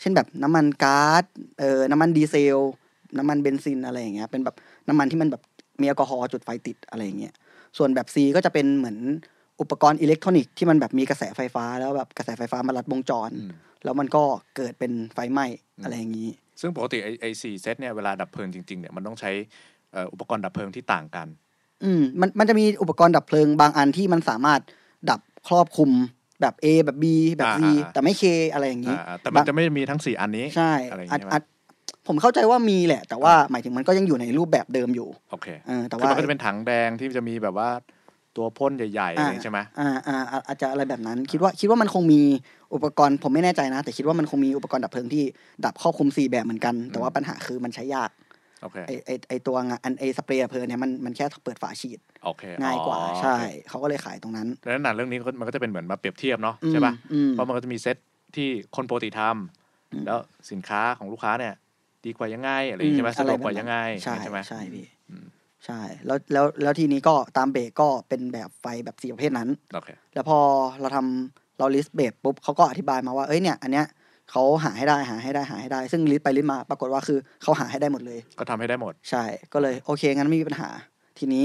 เช่นแบบน้ำมันก๊าซเอ่อน้ำมันดีเซล น้ำมันเบนซินอะไรอย่างเงี้ยเป็นแบบน้ำมันที่มันแบบมีแอลกอฮอล์จุดไฟติดอะไรอย่างเงี้ยส่วนแบบ C ก็จะเป็นเหมือนอุปกรณ์อิเล็กทรอนิกส์ที่มันแบบมีกระแสไฟฟ้าแล้วแบบกระแสไฟฟ้ามารัดวงจร
อืม
แล้วมันก็เกิดเป็นไฟไหม้
อืม
อะไรอย่างนี้
ซึ่งปกติไอไอสี่เซตเนี่ยเวลาดับเพลิงจริงๆเนี่ยมันต้องใช้เอ่ออุปกรณ์ดับเพลิงที่ต่างกัน
อืมมันมันจะมีอุปกรณ์ดับเพลิงบางอันที่มันสามารถดับครอบคลุมแบบ A แบบ B แบบ C
อ่าอ่าอ่า
แต่ไม่ K อะไรอย่างนี้
อ่าอ่าแต่มันจะไม่มีทั้งสี่อันนี้
ใช่
อะไรอย่าง
อัด
เงี้ยใช่ไหม
อัดผมเข้าใจว่ามีแหละ แต่ว่าหมายถึงมันก็ยังอยู่ในรูปแบบเดิมอยู่
โอเค
เออแต่
คือ
ว่า
มันก็จะเป็นถังแดงที่จะมีแบบว่าตัวพ่นใหญ่ๆอะไรอย่างงี้ใช่ไหม
อ่าอ่าอ่าอาจจะอะไรแบบนั้น คิดว่าคิดว่ามันคงมีอุปกรณ์ผมไม่แน่ใจนะ แต่คิดว่ามันคงมีอุปกรณ์ดับเพลิงที่ดับครอบคลุมสี่แบบเหมือนกัน แต่ว่าปัญหาคือมันใช้ยาก
โอเค
ไอไอไอตัวงานอันไอสเปรย์ดับเพลิงเนี่ยมันมันแค่เปิดฝาฉีด
โอเค
ง่ายกว่า
อ๋อ
ใช่
โอเค
เขาก็เลยขายตรงนั้น
ดังนั้นหนังเรื่องนี้ก็มันก็จะเป็นเหมือนมาเปรียบเทียบเนาะ
อืม
ใช่ปะ
อืม
เพราะมันก็จะมีเซตที่คนปกติทำแล้วสินค้าของลูกค้าเนี่ย ดีกว่ายังไงอะไรอย่างงี้ใช่ไหม
อื
สะดวก
อร
กว่ายังไง
ใช่
ใช่ไหม
ใช่พี่
อืม
ใช่แล้วแล้วแล้วทีนี้ก็ตามเบรกก็เป็นแบบไฟแบบสี่ประเภทนั้น
โอเค
แล้วพอเราทำเราลิสต์เบสปุ๊บเขาก็อธิบายมาว่าเอ้ยเนี่ย อันเนี้ยเขาหาให้ได้หาให้ได้หาให้ได้ ซึ่งลิสต์ไปลิสต์มาปรากฏว่าคือเขาหาให้ได้หมดเลย
ก็ทำให้ได้หมด
ใช่ ก็เลยโอเค งั้นไม่มีปัญหา ทีนี้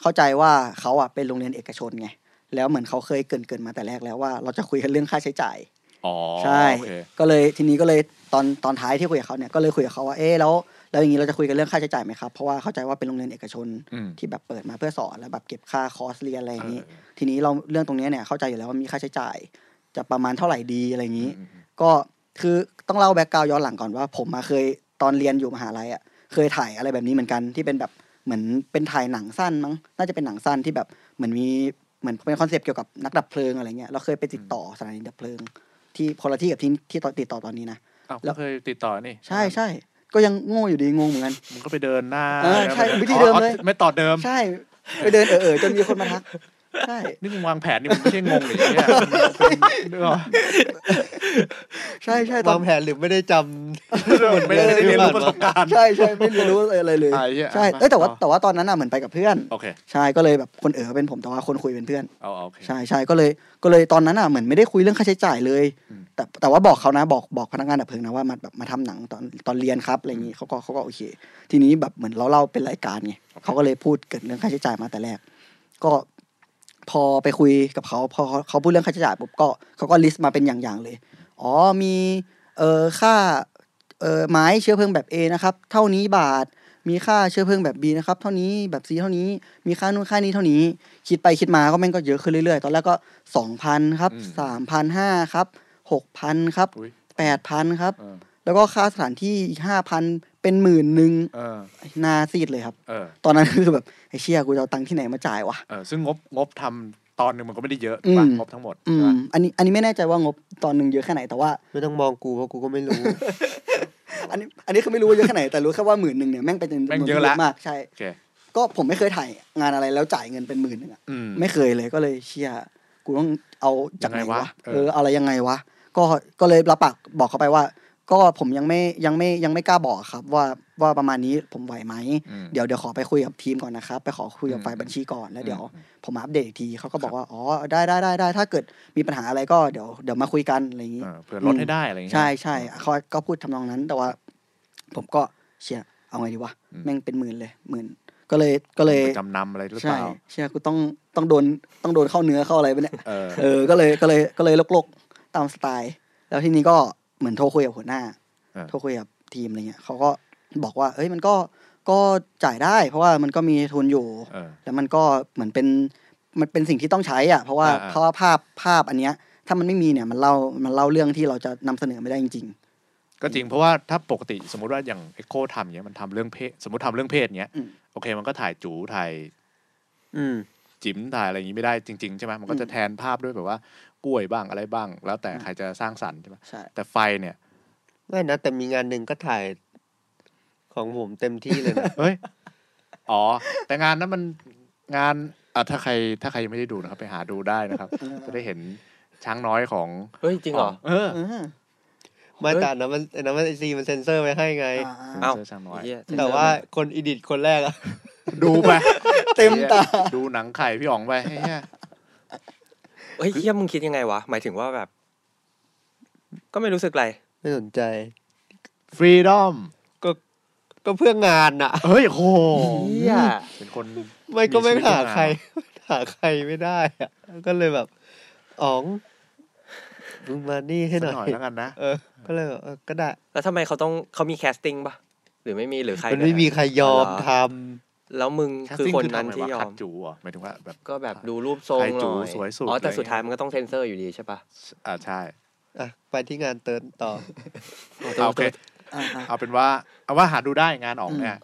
เข้าใจว่าเขาอ่ะเป็นโรงเรียนเอกชนไง แล้วเหมือนเขาเคยเกรินเกินๆมาแต่แรกแล้วว่าเราจะคุยกันเรื่องค่าใช้จ่าย
อ๋อ
ใช่
โอเค
ก็เลยทีนี้ก็เลยตอนตอนท้ายที่คุยกับเขาเนี่ย ก็เลยคุยกับเขาว่า เอ๊ะแล้วแล้วอย่างนี้เราจะคุยกันเรื่องค่าใช้จ่ายไหมครับ เพราะว่าเข้าใจว่าเป็นโรงเรียนเอกชน
อืม
ที่แบบเปิดมาเพื่อสอนแล้วแบบเก็บค่าคอร์สเรียนอะไรอย่างนี้
เออเออ
ทีนี้เราเรื่องตรงเนี้ยเนี่ยเข้าใจอยู่แล้วว่ามีค่าใช้จ่าย จะประมาณเท่าไหร่ดีอะไรอย่างนี้
อืมอืม
ก็คือต้องเล่าแบ็กกราวย้อนหลังก่อนว่า ผมมาเคยตอนเรียนอยู่มหาลัยอ่ะเคยถ่ายอะไรแบบนี้เหมือนกันที่เป็นแบบเหมือนเป็นถ่ายหนังสั้นมั้งน่าจะเป็นหนังสั้นที่แบบเหมือนมีเหมือนเป็นคอนเซปต์เกี่ยวกับนักดับเพลิงอะไรเงี้ยเราเคยไปติดต่อสถานีดับเพลิง ที่คนละที่กับที่ที่ตอนติดต่อตอนนี้นะ
อ้าว
แล้
ก็
ว
เคยติดต่อนี่
ใช่ใช่ก็ยังโง่อยู่ดีงงเหมือนกัน
มันก็ไปเดินหน้า
เออใช่
แล้วน
วิธีเดิม
อ๋อ
เลย
ไม่ต่อเดิม
ใช่ไปเดินเออๆจนมีคนมาทักใช่
นี่มึงวางแผนนี่มึงไม่ใช่งงหรือเนี่ยเรื่อง
ใช่ใช่ตอ
วาน งแผนหรือไม่ได้จำ
มัน ไม่ได้เรียนรู้ประสบ การณ์
ใช่ใช่ไม่เรียนรู้อะไรเลย
อ่าเหี้ย
ใช่
อ่ะ
เอ้ยแต่ว่า
ต่อ
แต่ว่าตอนนั้นน่ะเหมือนไปกับเพื่อน
โอเค
ใช่ก็เลยแบบคนเอ๋อเป็นผมแต่ว่าคนคุยเป็นเพื่อน
เอาเอาโอเค
ใช่ใช่ก็เลยก็เลยตอนนั้นอ่ะเหมือนไม่ได้คุยเรื่องค่าใช้จ่ายเลย
อืม
แต่แต่ว่าบอกเขานะบอกบอกพนักงานดับเพลิงนะว่ามาแบบมาทำหนังตอนตอนเรียนครับอะไรอย่างนี้เขาก็เขาก็โอเค ทีนี้แบบเหมือนเราเล่าเป็นรายการไงเขาก็เลยพูดเกิดเรื่องค่าใช้จ่ายมาแต่แรก ก็พอไปคุยกับเขาพอเขาพูดเรื่องค่าใช้จ่ายปุ๊บก็เขาก็ลิสต์มาเป็นอย่างๆเลย อ๋อมีเอ เออค่าเออไม้เชื้อเพลิงแบบ A นะครับ เท่านี้บาท มีค่าเชื้อเพลิงแบบ B นะครับ เท่านี้แบบ C เท่านี้ มีค่านู่นค่านี้เท่านี้ คิดไปคิดมาก็แม่งก็เยอะขึ้นเรื่อยๆ ตอนแรกก็สองพันครับ
อืม
สามพันห้าครับหกพันครับ
อุ๊ย
แปดพันครับ
เออ
แล้วก็ค่าสถานที่อีกห้าพันเป็นหมื่นหนึ่ง
เออ
หนาซีดเลยครับ
เออ
ตอนนั้นคือแบบไอ้เชี่ยกูจะเอาตังค์ที่ไหนมาจ่ายวะ
เออซึ่งงบงบทำตอนหนึ่งมันก็ไม่ได้เยอะถูกปะ
อืม
งบทั้งหมด
อื
ใช่
ม
ปะ
อันนี้อันนี้ไม่แน่ใจว่างบตอนหนึ่งเยอะแค่ไหนแต่ว่า
ไม่ต้องมองกูเพราะกูก็ไม่รู้
อันนี้อันนี้คือไม่รู้ว่าเยอะแค่ไหนแต่รู้แค่ว่าหมื่นหนึ่งเนี่ยแม่งเป็นจำนวน
แม่ง
ที่
เยอะละ
มากใช่
โอเค
ก็ผมไม่เคยถ่ายงานอะไรแล้วจ่ายเงินเป็นหมื่นหนึ่งอะ
อืม
ไม่เคยเลยก็เลยเชี่ยกูต้องเอาจากไหน
ยังไง
วะ
วะเออ
เออเอาอะไรยังไงวะก็ก็เลยรับปากบอกเขาไปว่า ก็ผมยังไม่ยังไม่ยังไม่กล้าบอกครับว่าว่าประมาณนี้ผมไหวไหม
อืม
เดี๋ยวเดี๋ยวขอไปคุยกับทีมก่อนนะครับ ไปขอคุยกับ
อืม
ฝ่ายบัญชีก่อนแล้วเดี๋ยว
อืม
ผมมาอัปเดตอีกทีเขาก็บอกว่าอ๋อได้ได้ได้ได้ถ้าเกิดมีปัญหาอะไรก็เดี๋ยวเดี๋ยวมาคุยกันอะไรอย่างนี้
เออเผื่อลดให้ได้อะไรอย่างเงี้ย
ใช่ใช่เขาก็พูดทำนองนั้น แต่ว่า ผมก็เชียเอาไงดีวะ
อืม
แม่งเป็นหมื่นเลยหมื่นก็เลยก็เลย
ไปจำนำอะไรหรือเป
ใช่
ล่า
เชียกูต้องต้องโดนต้องโดนเข้าเนื้อเข้าอะไรไปเนี่ย
เออ
เออก็เลยก็เลยก็เลยลกๆตามสไตล์ แล้วทีนี้ก็เหมือนโทรคุยกับหัวหน้า
เออ
โทรคุยกับทีมอะไรเงี้ยเขาก็บอกว่า เอ้ยมันก็ก็จ่ายได้ เพราะว่ามันก็มีทุนอยู่
เออ
แล้วมันก็เหมือนเป็นมันเป็นสิ่งที่ต้องใช้อ่ะเพราะว่า
อ่าๆ
เพราะว่าภาพภาพอันเนี้ย ถ้ามันไม่มีเนี่ยมันเล่ามันเล่าเรื่องที่เราจะนำเสนอไม่ได้จริง
ก็จริงเพราะว่าถ้าปกติสมมติว่าอย่างเอ็กโคทำเนี้ยมันทำเรื่องเพศสมมติทำเรื่องเพศเนี้ย
อืม
โอเคมันก็ถ่ายจูถ่าย
อืม
จิ๋มถ่ายอะไรอย่างงี้ไม่ได้จริงๆใช่ไหมมันก็จะ
อืม
แทนภาพด้วยแบบว่ากล้วยบ้างอะไรบ้าง แล้วแต่ใครจะสร้างสรรค์ใช่ไหม
ๆ ใช่
แต่ไฟเนี่ย
ไม่นะ แต่มีงานหนึ่งก็ถ่ายของผมเต็มที่เลยนะ
เอ้ยอ๋อ แต่งานนั้นมันงานอ่ะถ้าใครถ้าใครยังไม่ได้ดูนะครับ ไปหาดูได้นะครับ จะได้เห็นช้างน้อยของ
เฮ้ยจริงเหรอ
เออ
เออ
ไม่แต่อันนั้นมันอันนั้นมันไอซีมันเซ็นเซอร์ไว้ให้ไง
อ่า
เอ้า
เสื้อช้างน้อย
เหี้ย
แต่ว่าคนอิดิทคนแรกอะ
ดูไป
ๆเต็มตา
ดูหนังไข่พี่อ๋องไปไอ้เหี้ย
เฮ้ยเฮียมึงคิดยังไงวะ หมายถึงว่าแบบ ก็ไม่รู้สึกอะไร
ไม่สนใจ
freedom
ก็เพื่องานอะ
เฮ้ยโห
เฮีย
เป็นคน
ไม่ก็ไม่
มีชีวิต
หาใคร
เพื่
หาใครไม่ได้อะก็เลยแบบอ๋องมึงมานี่ให้
สั
หน่
กหน่อ
อย ย
แล้วกันนะ
เออ ก็เลยแบบเออก็ได้
แล้วทำไมเขาต้องเขามีแคสติ้งปะหรือไม่มีหรือใคร
มันไม่มีใครยอมท
แล้วมึงคือ
casting
คนนั้นที่ยอ
ทำไวะคั
ม
ดจูเหรอหมายถึงว่าแบบ
ก็แบบดูรูปทรง
ใคร
ห
จู๋
น่อย
สวยสุด
อ๋อแต่
อะไรเงี้ย
สุดท้ายมันก็ต้องเซ็นเซอร์อยู่ดีใช่ปะ
อ่าใช่
ำอ่ะไปที่งานเติร์นต่อ
เอาโอเค
อ่า
เอาเป็นว่าเอาว่าหาดูได้งานออกเนี่ย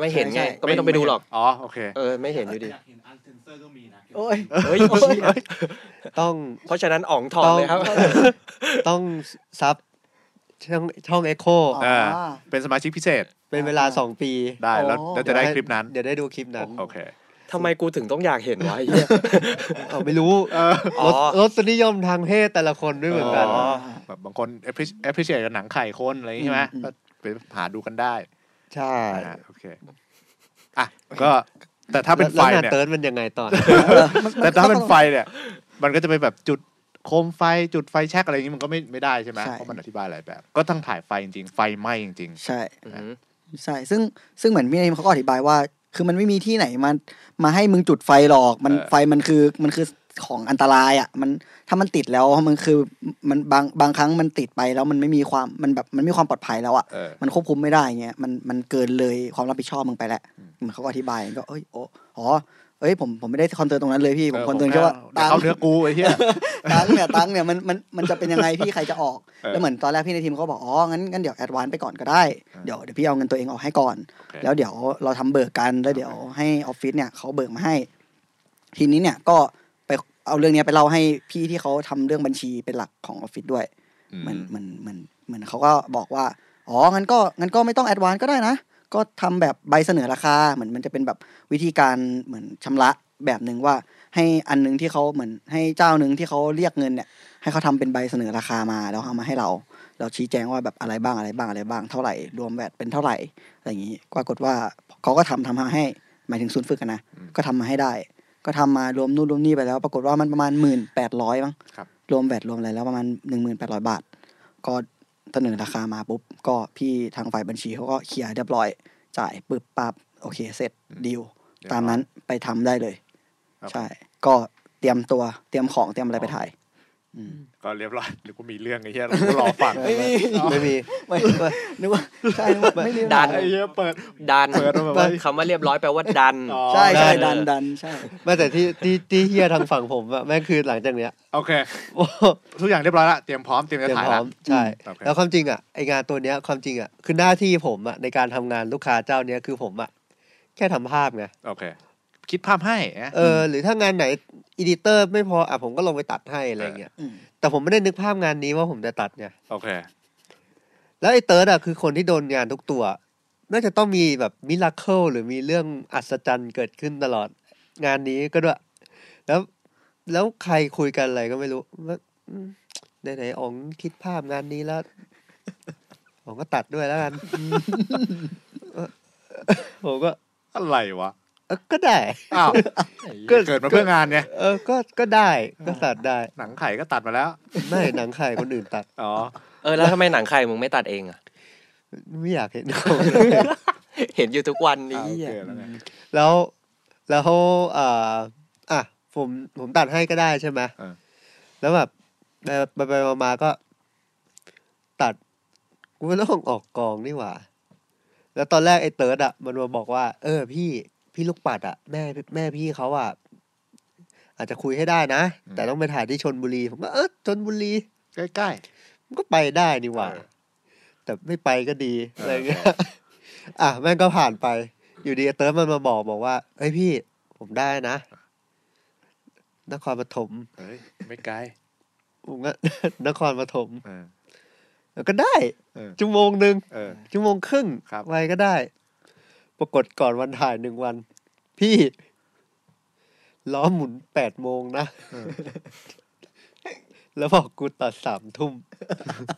ไม่เห็นไง
ใช่ใช่
ก็ไม่ต้องไปดูหรอก
อ๋อโอเค
เออไม่เห็นอยู่ดี
ๆโอ้ย
เฮ้ย
ต้อง
เพราะฉะนั้นอ๋องถอดเลยครับ
ต้องซับช่องช่องเอ็กโค
เออ เป็นสมาชิกพิเศษ
เป็นเวลาสองปี
ได้แล้วแล้วจะได้คลิปนั้น
เดี๋ยวได้ดูคลิปนั้น
โอเค
ทำไมกูถึงต้องอยากเห็นวะไอ้เหี้ย
เอาไม่รู้
อ๋
ร
อ
สรสนิยมทางเพศแต่ละคนด้วยเหมือนกัน
อ๋อ แบบบางคน appreciate appreciate กับหนังไข่คนอะไรอย่างงี้ใช่ไหมก็ไปหาดูกันได้
ใช่
อ่าโอเคอ่ะก็แต่ถ้าเป็นไฟ
แล้วง
เนี่ย
เติร์นมันยังไงต่อ
แต่ถ้าเป็นไฟเนี่ย มันก็จะเป็นแบบจุดโคมไฟจุดไฟแช็กอะไรอย่างนี้มันก็ไม่ไม่ได้ใช่ไหม
ใช่
เพราะมันอธิบายหลายแบบ ก็ต้องถ่ายไฟจริงๆ ไฟไหม้จริง
ใช่
อือหือ
ใช่ซึ่งซึ่งเหมือนพี่เนมเขาก็อธิบายว่า คือมันไม่มีที่ไหนมันมาให้มึงจุดไฟหรอก มัน
เออ
ไฟมันคือมันคือของอันตรายอ่ะมันถ้ามันติดแล้วมันคือมันบางบางครั้งมันติดไปแล้วมันไม่มีความมันแบบมันไม่มีความปลอดภัยแล้วอ่ะ
ๆเออ
มันควบคุมไม่ได้เงี้ยมันมันเกินเลยความรับผิดชอบมึงไปแล้วเหมันเขาก็อธิบายก็เอ้ยโอ้อ๋อเอ้ยผมผมไม่ได้คอนเซิร์นตรงนั้นเลยพี่ผมคอนเซิร์นแค่ว่า
ดี๋ย
ตัง
เข้า
ค์
เนื้อกูไอ้เหี้ย
ตังค์เนี่ยตังค์เนี่ยมันมันมันจะเป็นยังไงพี่ใครจะออก
เออ
แล้วเหมือนตอนแรกพี่ในทีมเขาก็บอกอ๋องั้นงั้นเดี๋ยวแอดวานซ์ไปก่อนก็ได้
อ่า
เดี๋ยวเดี๋ยวพี่เอาเงินตัวเองออกให้ก่อน
อเค
แล้วเดี๋ยวเราทำเบิกกันแล้วเดี๋ยวให้ออฟฟิศเนี่ยเขาเบิกมาให้ ทีนี้เนี่ยก็ไปเอาเรื่องเนี้ยไปเล่าให้พี่ที่เขาทำเรื่องบัญชีเป็นหลักของออฟฟิศด้วย เหมือนเหมือนเหมือนเหมือนเขาก็บอกว่า อ๋อ งั้นก็งั้นก็ไม่ต้องแอดวานก็ได้นะ ก็ทำแบบใบเสนอราคา เหมือนมันจะเป็นแบบวิธีการเหมือนชำระแบบหนึ่งว่า ให้อันหนึงที่เขาเหมือนให้เจ้าหนึ่งที่เขาเรียกเงินเนี่ย ให้เขาทำเป็นใบเสนอราคามาแล้วเอามาให้เรา เราชี้แจงว่าแบบอะไรบ้างอะไรบ้างอะไรบ้างเท่าไหร่ รวมแวดเป็นเท่าไหร่อะไรอย่างนี้ปรากฏว่าเขาก็ทำทำมาให้หมายถึงศูนย์ฝึกอะนะ
อืม
ก็ทำมาให้ได้ ก็ทำมารวมนู่นรวมนี่ไปแล้ว ปรากฏว่ามันประมาณหมื่นแปดร้อยมั้ง
ครับ
รวมแวดรวมอะไรแล้วประมาณหนึ่งหมื่นแปดร้อยบาท ก็เสนอราคามาปุ๊บ ก็พี่ทางฝ่ายบัญชีเขาก็เคลียร์เรียบร้อย จ่ายปึ๊บปั๊บโอเคเสร็จดีล
เรียบร้อย
ตามนั้นไปทำได้เลย
ครับ
ใช่ ก็เตรียมตัวเตรียมของเตรียมอะไรไปถ่าย อืม
ก็เรียบร้อยหรือกูมีเรื่องไอ้เหี้ยเราก็รอฟัง
ไม่มี
ไม่มี
ไม่ไม่นึกว่าใช่นึกว่าไม่เรียก
ดัน
ไอ้เหี้ยเปิด
ดัน
เปิดมาแบบว่า
คำว่าเรียบร้อยแปลว่าดัน
อ๋อ
ใช่ใช่
ได้
ดันดันใช่
ไม่แต่ที่ที่ที่เฮียทางฝั่งผมอะแม่งคือหลังจากเนี้ย
โอเค ทุกอย่างเรียบร้อยละเตรียมพร้อมเตรียม
เต
จะ
รียม
ถ่าย
พร้
ละ
อมใช่
โอเค
แล้วความจริงอะไองานตัวเนี้ยความจริงอะคือหน้าที่ผมอะในการทำงานลูกค้าเจ้าเนี้ยคือผมอะแค่ทำภาพไง
โอเค คิดภาพให้นะ
เออหรือถ้างานไหนอีดิเตอร์ไม่พออะผมก็ลงไปตัดให้อะไรเงี้ย
อืม
แต่ผมไม่ได้นึกภาพงานนี้ว่าผมจะตัดไง
โอเค
แล้วไอ้เติร์ดอะคือคนที่โดนงานทุกตัว น่าจะต้องมีแบบมิราเคิลหรือมีเรื่องอัศจรรย์เกิดขึ้นตลอด งานนี้ก็ด้วย แล้วแล้วใครคุยกันอะไรก็ไม่รู้ว่าอืมไหนๆอ๋องคิดภาพงานนี้แล้วอ๋องก็ตัดด้วยแล้วกันเออผมก็
อะไรวะ
เออก็ได้
อ้าว
ก็
เกิดมาเพื่องานไง
เออก็ก็ได้ก็ตัดได้
หนังไข่ก็ตัดมาแล้ว
ไม่หนังไข่คนอื่นตัด
อ๋อ
เออแล้วทำไมหนังใครมึงไม่ตัดเองอะ
ไม่อยากเห็นเขาเลย
เห็นอยู่ทุกวัน
อ่า
นี้
โอเค
อะ
แล้วไง
แล้วแล้วเอ่ออ่ะผมผมตัดให้ก็ได้ใช่ไหม
เออ
แล้วแบบไปไปๆมาๆก็ ตัดกูก็ต้องออกกองนี่หว่า แล้วตอนแรกไอ้เติร์ดอ่ะ มันมาบอกว่า เออ พี่พี่ลูกปัดอ่ะแม่แม่พี่เขาอ่ะอาจจะคุยให้ได้นะ แต่ต้องไปถ่ายที่ชนบุรี ผมก็เออชนบุรี
ใกล้
มันก็ไปได้นี่หว่า
เออ
แต่ไม่ไปก็ดีอะไรเงี้ย
เออ
อ่ะแม่งก็ผ่านไป อยู่ดีไอ้เติร์ดมันมาบอกบอกว่าเฮ้ยพี่ ผมได้นะนครปฐม
ๆเฮ้ยไม่ไกล
ผมก็ นครปฐม
เออ
ก็ได้
เออ
ชั่วโมงหนึ่ง
เออ
ชั่วโมงครึ่ง
ครับ
อะไรก็ได้ ปรากฏก่อนวันถ่ายหนึ่งวัน พี่ ล้อหมุนแปดโมงนะแล้วบอกกูตัดสามทุ่ม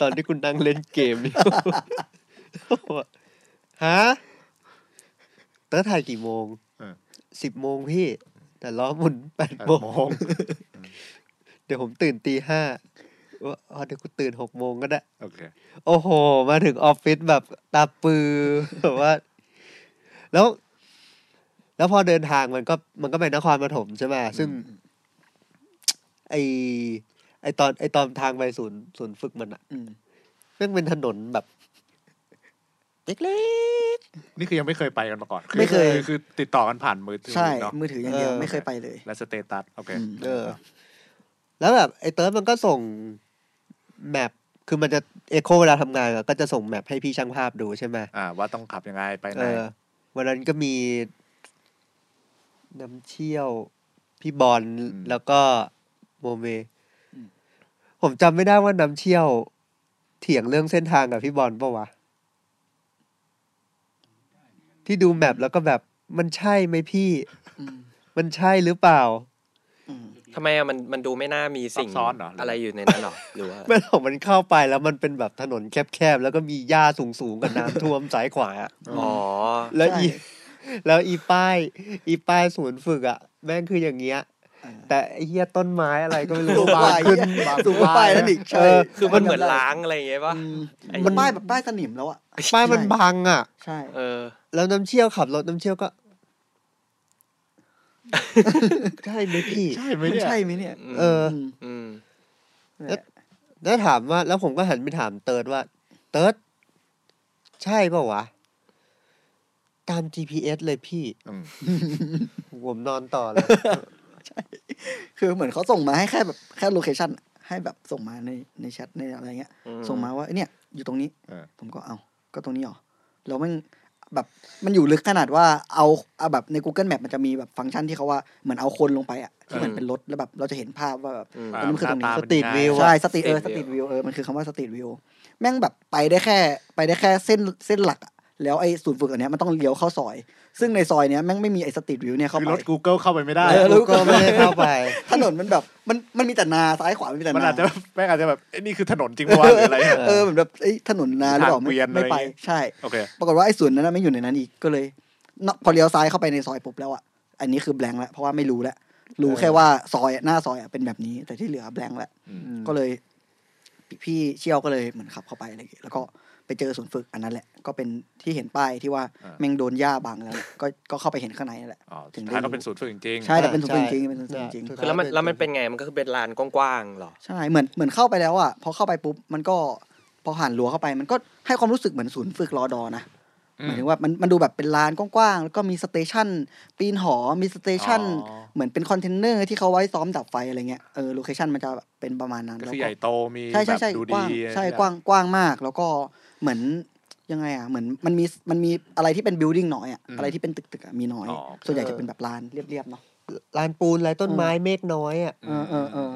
ตอนที่กูนั่งเล่นเกมอยู่ ฮะเตอถ่ายกี่โมง
เออ
สิบโมงพี่ แต่ล้อหมุนแปด
แปด
โมง
โมง
เดี๋ยวผมตื่นตีห้าว่าอ๋อเดี๋ยวกูตื่นหกโมงก็ได้
โอเค
โอ้โห มาถึงออฟฟิศแบบตาปือ แบบว่า แล้ว แล้วพอเดินทางมันก็มันก็ไปนครปฐมใช่ไหมซึ่ง ไอไอตอนไอตอนทางไปศูนย์ศูนย์ฝึกมันอะ
อืม
แม่งเป็นถนนแบบเล็ก
นี่คือยังไม่เคยไปกันมาก่อนอ
ไม่เคย
อคือติดต่อกันผ่านมือถื
ใช่
เนาะ
มือถืออย่างเดียว
เออ
ไม่เคยไปเลย
และสเตตัสโอเค
อืม
ๆเออ แล้วแบบไอเติร์ดมันก็ส่งแมปคือมันจะเอโคเวลาทำงานอะก็จะส่งแมปให้พี่ช่างภาพดูใช่ไหม
อ่า ว่าต้องขับยังไงไปไห
เอน อวันนั้นก็มีน้ำเชี่ยว พี่บอลแล้วก็โมเม ผมจำไม่ได้ว่าน้ำเชี่ยว เถียงเรื่องเส้นทางกับพี่บอลปะวะ ที่ดูแมพแล้วก็แบบมันใช่ไหมพี่
อืม
มันใช่หรือเปล่า
อืม
ทำไมอะมันมันดูไม่น่ามี
ซั
สิ่
บ
ง
ซ้อนเหรอ
อะไรอยู่ในนั้นหรอหรือว่า
แม่ของมันเข้าไปแล้วมันเป็นแบบถนนแคบๆ แล้วก็มีหญ้าสูงๆ กับน้ำท่วมสายขวา
อ๋อ
แล้วอีแล้วอีป้าย อีป้ายศูนย์ฝึกอ่ะ แม่งคืออย่างเงี้ย แต่ไอ้เหี้ยต้นไม้อะไรก็ไม่
สู
รู้
งไป
ขึ้น
อีก
บาง
สูงไปแล้วอีก
เอ
ใช่
อ
คือมันเหมือนล้างอะไรอย่างเงี้ยป่ะ
อืม
ไอ้
มันป้ายแบบป้ายสนิมแล้วอ่ะ
ป้ายมันบังอ่ะ
ใช่
เออ
แล้วน้ำเชี่ยวขับรถน้ำเชี่ยวก็ ใช่ไหมพี่
ใช่ไหม
มัน
เนี่ย
ใช่ไหมเนี่ย
เออ
ม
อืม
นั่นแหละ
แล้วถามว่า แล้วผมก็หันไปถามเติร์ดว่า เติร์ดใช่เปล่าวะ ตาม GPS เลยพี่
อืม
ผมนอนต่อเลย
คือเหมือนเขาส่งมาให้แค่แบบแค่โลเคชั่นให้แบบส่งมาในในแชทในอะไรเงี้ย
อืม
ส่งมาว่าเนี่ย อยู่ตรงนี้
เออ
ผมก็เอา ก็ตรงนี้เหรอ แล้วมันแบบมันอยู่ลึกขนาดว่าเอาเอาแบบใน Google Map มันจะมีแบบฟังก์ชันที่เขาว่าเหมือนเอาคนลงไปอ่ะที่เหมือนเป็นรถแล้วแบบเราจะเห็นภาพว่าแบบ
อืม
เออมันคือตรงนี้
อ่า
สตรีทวิว
ใช่
อะ
สตรีทเออส
Street
ตรีทวิวเออมันคือคำว่าสตรีทวิวแม่งแบบไปได้แค่ไปได้แค่เส้นเส้นหลักอะแล้วไอ้ศูนย์ฝึกอันเนี้ยมันต้องเลี้ยวเข้าซอย ซึ่งในซอยเนี้ยแม่งไม่มีไอ้สตรีทวิวเนี่ยเข้า
คือ
ไป
รถ Google เข้าไปไม่ได้
เออแล้วก็ไม่ได้เข้าไป
ถนนมันแบบมันมันมีแต่นาซ้ายขวามันมีแต่
มันอา
นา
จจะแม่งอาจจะแบบเอ้ยนี่คือถนนจริงปะวะหรืออะไรเนี่ย
เออเหมือนแบบไอ้ยถนนนาหรือเปล่า
ทาง
ไม่
เกวียน
ไม่ไป
อะไรเงี้ย
ใช่
โอเค
ปรากฏว่าไอ้ส่วนนั้นนะไม่อยู่ในนั้นอีกก็เลยนพอเลี้ยวซ้ายเข้าไปในซอยปุ๊บแล้วอ่ะอันนี้คือแบงค์แล้วเพราะว่าไม่รู้แล้วรู้แค่ว่าซอยอะหน้าซอยอะเป็นแบบนี้ แต่ที่เหลือแบงค์แล้ว
อืม
ก็เลย พี่เชี่ยวก็เลยเหมือนขับเข้าไปอะไรอย่างเงี้ยแล้วก็ ไปเจอศูนย์ฝึกอันนั้นแหละ ก็เป็นที่เห็นป้ายที่ว่า
อ่า
แม่งโดนหญ้าบังแล้วเนี่ยก็ก็เข้าไปเห็นข้างในนั่นแหละ
อ๋อ
ถึ
สุ
ง
ด
ได้
ท้ายก็
รู้
เป็นศูนย์ฝึกจริงๆ
ใช่ แต่เป็นศูนย์ฝึกจริงๆเป็นศูนย์ฝึกจริง
คือแล้วมันแล้วมันเป็นไงมันก็คือเป็นลานกว้างๆเหรอ
ใช่เหมือนเหมือนเข้าไปแล้วอ่ะพอเข้าไปปุ๊บมันก็พอผ่านรั้วเข้าไป มันก็ให้ความรู้สึกเหมือนศูนย์ฝึกรอดอนะ
อื
หมาย
ม
ถึงว่ามันมันดูแบบเป็นลานกว้างๆแล้วก็มีสเตชันปีนหอมีสเตชัน
อ๋อ
เหมือนเป็นคอนเทนเนอร์ที่เขาไว้ซ้อมดับไฟอะไรเงี้ยเออโลเคชันมันจะแบบเป็นประมาณนั้น
ก็
แล้ว
คือ
ก็
ใหญ่โตมี
ใช่
แบ
ใช่
บ
ใช่
ดู
ก
ดี
ว้าง
อะไร
ใช่
อย่าง
กว้างกว้างมาก แล้วก็เหมือนยังไงอ่ะเหมือนมันมีมันมีอะไรที่เป็นบิลดิ่งน้อยอ่ะอะไรที่เป็นตึกตึกๆอ่ะมีน้อย
อ๋อโอเค
ส่วนใหญ่จะเป็นแบบลานเรียบๆเนาะ
ลานปูนลายต้นไม้เมฆน้อยอ่ะ
เออเออเออ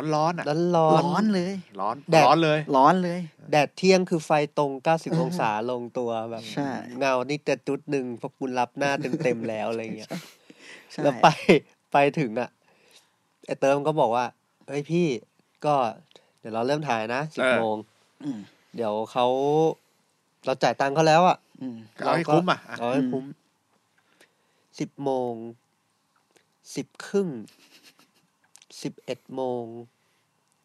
มมร้อนๆอ่ะ
ร้อนร้อน
ร้อนเลย
ร้อน
แดด
ร้อนเลย
ร้อนเลย
แดดเที่ยงคือไฟตรง 90 องศาลงตัวแบบ
ใช่
เงานี่แต่จุดหนึ่งเพราะคุณรับหน้าเต็มๆแล้วอะไรเงี้ย
ใช่
แล้วไปไปถึงอ่ะไอเติมก็บอกว่าเฮ้ยพี่ก็เดี๋ยวเราเริ่มถ่ายนะสิ
เอบ อ
โมง
อืม
เดี๋ยวเขาเราจ่ายตังค์เขาแล้วอ่ะ
อืม
เอาให้
ก็
คุ้มอ่ะอ่ะ
เอาให้คุ้มสิบโมงสิบครึ่งสิบเอ็ดโมง